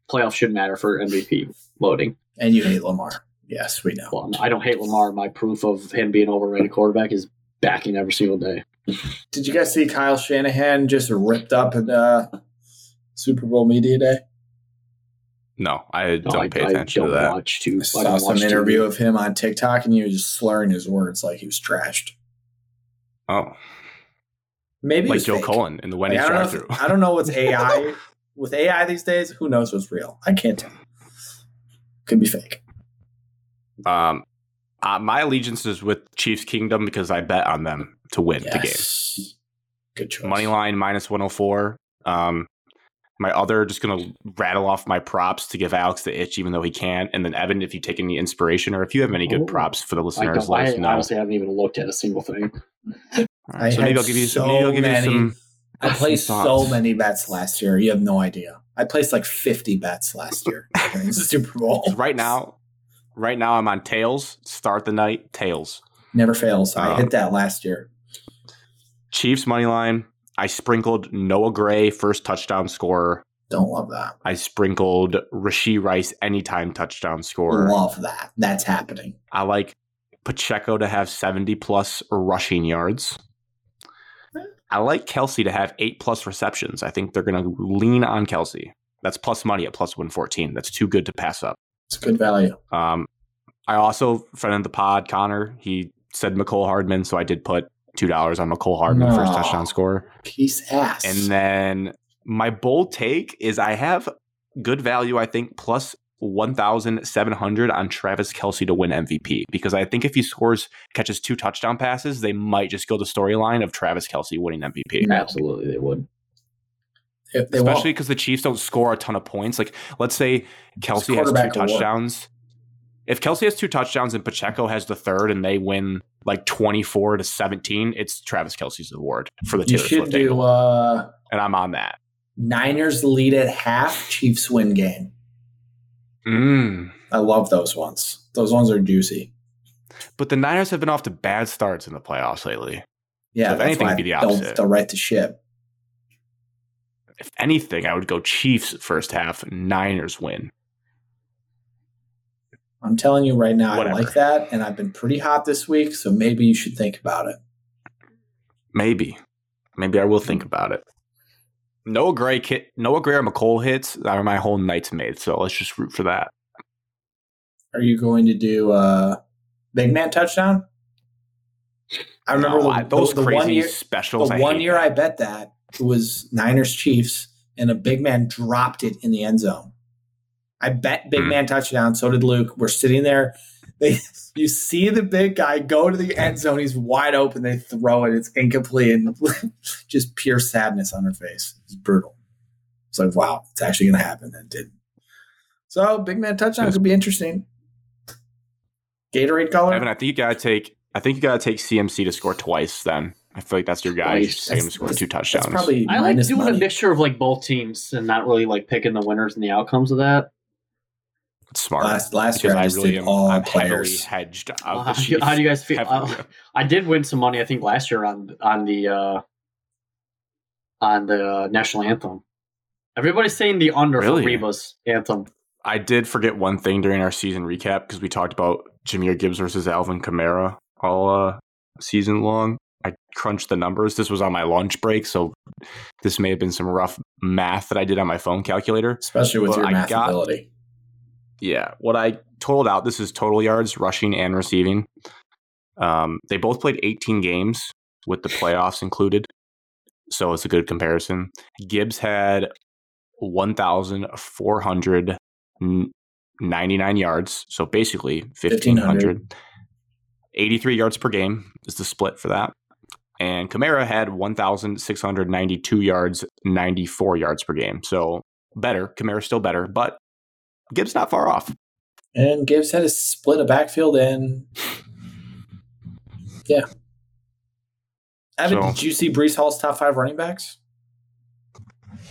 B: playoffs should matter for MVP voting.
C: And you hate Lamar. Yes, we know.
B: Well, I don't hate Lamar. My proof of him being overrated quarterback is backing every single day.
C: Did you guys see Kyle Shanahan just ripped up at uh, Super Bowl media day?
A: No, I
B: No,
A: don't
B: I,
A: pay
B: I
A: attention
B: don't
A: to that.
B: watch too.
C: I
B: I
C: saw
B: don't
C: some
B: watch too-
C: interview of him on TikTok, and he was just slurring his words like he was trashed.
A: Oh,
C: Maybe it
A: like
C: was
A: Joe
C: fake.
A: Cullen in the
C: Like,
A: Wendy's
C: I, don't
A: drive
C: know
A: thru.
C: if- I don't know what's AI with AI these days. Who knows what's real? I can't tell. Could be fake.
A: Um, uh, my allegiance is with Chiefs Kingdom because I bet on them to win
C: Yes. Good
A: the
C: choice.
A: game. Money line minus 104. Um, my other just going to rattle off my props to give Alex the itch, even though he can't. And then Evan, if you take any inspiration or if you have any good
B: Oh.
A: props for the
B: I,
A: listeners,
B: don't,
A: let
B: I
A: us know.
B: honestly haven't even looked at a single thing.
A: All
C: I
A: right, so
C: had
A: maybe I'll give you some.
C: so
A: Maybe I'll give
C: many.
A: you some.
C: I placed
A: Some
C: so
A: thoughts.
C: many bets last year. You have no idea. I placed like 50 bets last year during the Super Bowl.
A: Right now, right now I'm on tails. Start the night tails.
C: Never fails. I
A: Um,
C: hit that last year.
A: Chiefs money line. I sprinkled Noah Gray first touchdown scorer.
C: Don't love that.
A: I sprinkled Rasheed Rice anytime touchdown scorer.
C: love that. That's happening.
A: I like Pacheco to have 70 plus rushing yards. I like Kelsey to have eight plus receptions. I think they're going to lean on Kelsey. That's plus money at plus 114. That's too good to pass up.
C: It's good value.
A: Um, I also, friend of the pod, Connor, he said McCole Hardman. So I did put $2 on McCole Hardman, first
C: No.
A: touchdown scorer.
C: Peace ass.
A: And then my bold take is I have good value, I think, plus 1,700 on Travis Kelsey to win MVP because I think if he scores, catches two touchdown passes, they might just go the storyline of Travis Kelsey winning MVP.
B: Absolutely, they would.
C: if they
A: Especially
C: Especially
A: because the Chiefs don't score a ton of points. Like, let's say Kelsey has two
C: quarterback award.
A: touchdowns. If Kelsey has two touchdowns and Pacheco has the third and they win like 24 to 17, it's Travis Kelsey's award for the
C: you
A: Taylor
C: should
A: Swift
C: do
A: angle.
C: uh,
A: And I'm on that.
C: Niners lead at half, Chiefs win game.
A: Mm.
C: I love those ones. Those ones are juicy.
A: But the Niners have been off to bad starts in the playoffs lately.
C: Yeah,
A: So if
C: that's
A: anything,
C: why
A: it'd be the
C: they'll-
A: opposite.
C: They'll right the ship.
A: If anything, I would go Chiefs first half, Niners win.
C: I'm telling you right now,
A: Whatever.
C: I like that, and I've been pretty hot this week, so maybe you should think about it.
A: Maybe. Maybe I will think
C: Mm.
A: about it. Noah Gray kit Noah Gray or McColl hits are my whole night's made, so let's just root for that.
C: Are you going to do uh, big man touchdown? I remember
A: No,
C: the,
A: I- those
C: the, the
A: crazy
C: one year, the
A: specials. I
C: one
A: hate
C: year
A: that.
C: I bet that was Niners Chiefs, and a big man dropped it in the end zone. I bet big
A: Hmm.
C: man touchdown. So did Luke. We're sitting there. They, you see the big guy go to the end zone. He's wide open. They throw it. It's incomplete, and just pure sadness on her face. It's brutal. It's like wow, it's actually going to happen. And it didn't. So big man touchdown could be interesting. Gatorade color.
A: Evan, I think you gotta take I think you gotta take CMC to score twice then. I feel like that's your guy. You
B: Twice.
A: should take him to score two touchdowns.
C: That's probably
B: I like
C: minus
B: doing a
C: money.
B: mixture of like both teams and not really like picking the winners and the outcomes of that.
A: It's smart.
C: Last last
A: because
C: year
A: I
C: I just
A: really
C: did
A: am
C: all
A: I'm heavily
C: players.
A: hedged out
B: Uh,
A: the
B: how, do you, how do you guys feel?
A: Chiefs.
B: uh, I did win some money, I think, last year on on the uh, on the uh, national anthem. Everybody's saying the under
A: Really?
B: for Reba's anthem.
A: I did forget one thing during our season recap because we talked about Jameer Gibbs versus Alvin Kamara all uh, season long. I crunched the numbers. This was on my lunch break, so this may have been some rough math that I did on my phone calculator.
C: especially with
A: Well,
C: your
A: I
C: math
A: got-
C: ability.
A: Yeah, what I totaled out. This is total yards, rushing and receiving. Um, they both played 18 games with the playoffs included. So it's a good comparison. Gibbs had 1,499 yards. So basically 1,500. 83 yards per game is the split for that. And Kamara had 1,692 yards, 94 yards per game. So better. Kamara's still better, but Gibbs not far off.
C: And Gibbs had to split a backfield and yeah. Evan,
A: So-
C: did you see Brees Hall's top five running backs?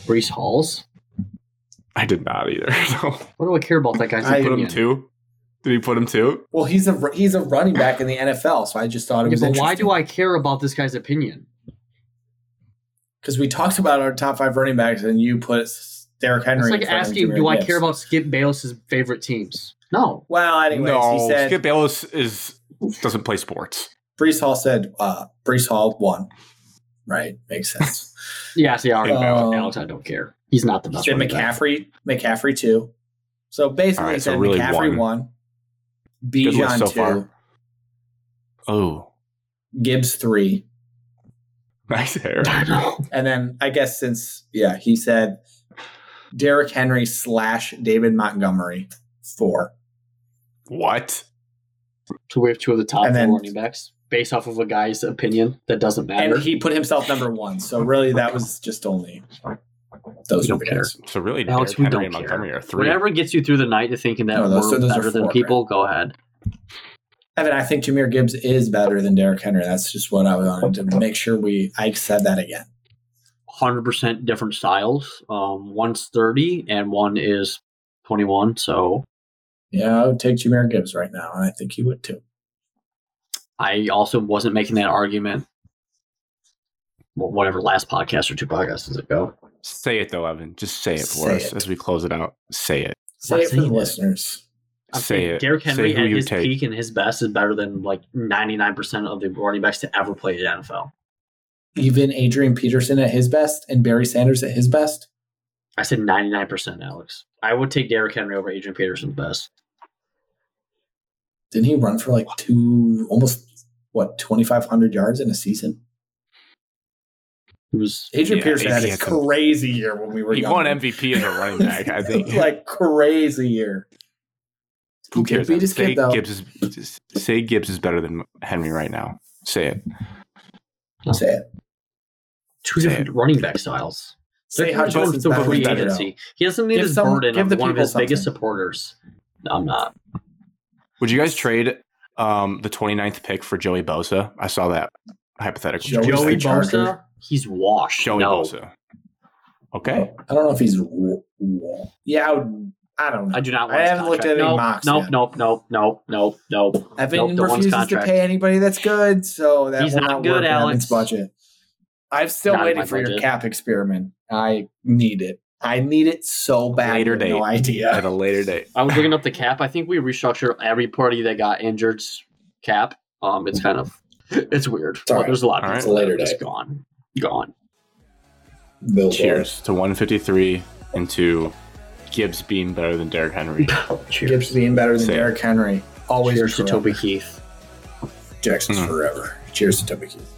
B: Brees Halls.
A: I did not either. So
B: What do I care about that guy's
C: I
A: put him
B: opinion?
A: two. Did he put him two?
C: Well, he's a he's a running back in the NFL, so I just thought it
B: Yeah,
C: was.
B: but why do I care about this guy's opinion?
C: Because we talked about our top five running backs, and you put Derrick Henry.
B: It's
C: in
B: like
C: front of
B: asking,
C: Jameer
B: do I
C: Gibbs.
B: care about Skip Bayless's favorite teams? No.
C: Well, anyways,
A: no,
C: he said
A: Skip Bayless is doesn't play sports.
C: Brees Hall said uh, Brees Hall won. Right, makes sense.
B: Yeah, see, all right,
C: Um,
B: Alex, I don't care. He's not the
C: he
B: best.
C: said
B: running back.
C: McCaffrey, McCaffrey two. So basically,
A: All right,
C: he
A: so
C: said
A: really
C: McCaffrey
A: one.
C: won.
A: Good list
C: Bijan
A: so
C: two,
A: far. Oh,
C: Gibbs three,
A: nice hair.
B: I know.
C: and then I guess since yeah, he said Derrick Henry slash David Montgomery four.
A: What?
B: So we have two of the top
C: And then-
B: four running backs based off of a guy's opinion that doesn't matter.
C: and he put himself number one. So really, that was just only
B: We
C: those
B: don't
C: were the guys.
A: So really,
B: Alex,
A: Derrick
B: we
A: Henry
B: don't
A: and
B: care.
A: Montgomery are three.
B: Whatever gets you through the night to thinking that
C: No, those-
B: we're
C: those are
B: better than
C: four,
B: people, go ahead.
C: Evan, I think Jameer Gibbs is better than Derrick Henry. That's just what I wanted to make sure we. I said that again.
B: Hundred percent different styles. Um, one's thirty and one is twenty-one. So
C: Yeah, I would take Jameer Gibbs right now, and I think he would too.
B: I also wasn't making that argument. Well, whatever last podcast or two podcasts ago.
A: Say it though, Evan. Just say it for
C: Say
A: us
C: it.
A: as we close it out. Say it.
C: Say it for the
B: saying it.
C: listeners.
B: I'm
A: say
B: saying
A: it.
B: Derrick Henry
A: say who
B: at
A: you
B: his
A: take.
B: peak and his best is better than like 99% of the running backs to ever play the NFL.
C: Even Adrian Peterson at his best and Barry Sanders at his best.
B: I said 99%, Alex. I would take Derrick Henry over Adrian Peterson's best.
C: Didn't he run for like two, almost what twenty five hundred yards in a season?
B: He was
C: Adrian
A: Yeah,
C: Peterson had
A: he
C: a
A: had some-
C: crazy year when we were
A: He
C: younger.
A: won MVP as a running back. I think.
C: like crazy year.
A: Who
C: He
A: cares?
C: beat his
A: say
C: kid, though.
A: Gibbs is just say Gibbs is better than Henry right now. Say it.
C: Say it.
B: two
A: Say
B: different running back styles.
C: Say
B: Derrick Henry's
C: Hutchinson's
B: still
C: better
B: free
C: than Thibodeau.
B: agency. He doesn't need
C: Give
B: his
C: some-
B: burden
C: give
B: of
C: the
B: one of
C: people
B: his biggest
C: something.
B: supporters. No, I'm not.
A: Would you guys trade um, the 29th pick for Joey Bosa? I saw that hypothetical.
C: Joey
B: Joey
C: Bosa?
B: Bosa, he's washed.
A: Joey
B: no.
A: Bosa. Okay.
C: I don't know if he's. w- w- Yeah, I, would, I don't know.
B: I do not
C: I
B: want his
C: haven't looked
B: contract.
C: at any
B: nope,
C: mocks
B: Nope,
C: yet.
B: nope, nope, nope, nope, nope.
C: Evan
B: Nope, don't want his
C: refuses to
B: contract.
C: pay anybody that's good, so that
B: He's
C: will
B: not
C: not,
B: good,
C: work in
B: Alex.
C: Evan's budget. I'm still
B: Not in
C: waiting
B: my
C: for your
B: budget.
C: cap experiment. I need it. I need it so bad.
A: Later
C: you have
A: date.
C: No
A: At
C: idea.
A: a later date.
B: I was looking up the cap. I think we restructure every party that got injured's cap. Um, it's kind of it's weird.
C: all
B: But
C: right.
B: There's a lot
A: All
B: of
A: right.
B: people that
C: Later
B: are just
C: day.
B: gone, gone.
C: Billboard.
A: Cheers to 153 and to Gibbs being better than Derrick Henry.
B: Cheers.
C: Gibbs being better than
A: Say it.
C: Derrick Henry. Always
B: Cheers to Mm.
C: forever.
B: Toby Keith.
C: Jackson's
A: Mhm.
C: forever. Cheers to Toby Keith.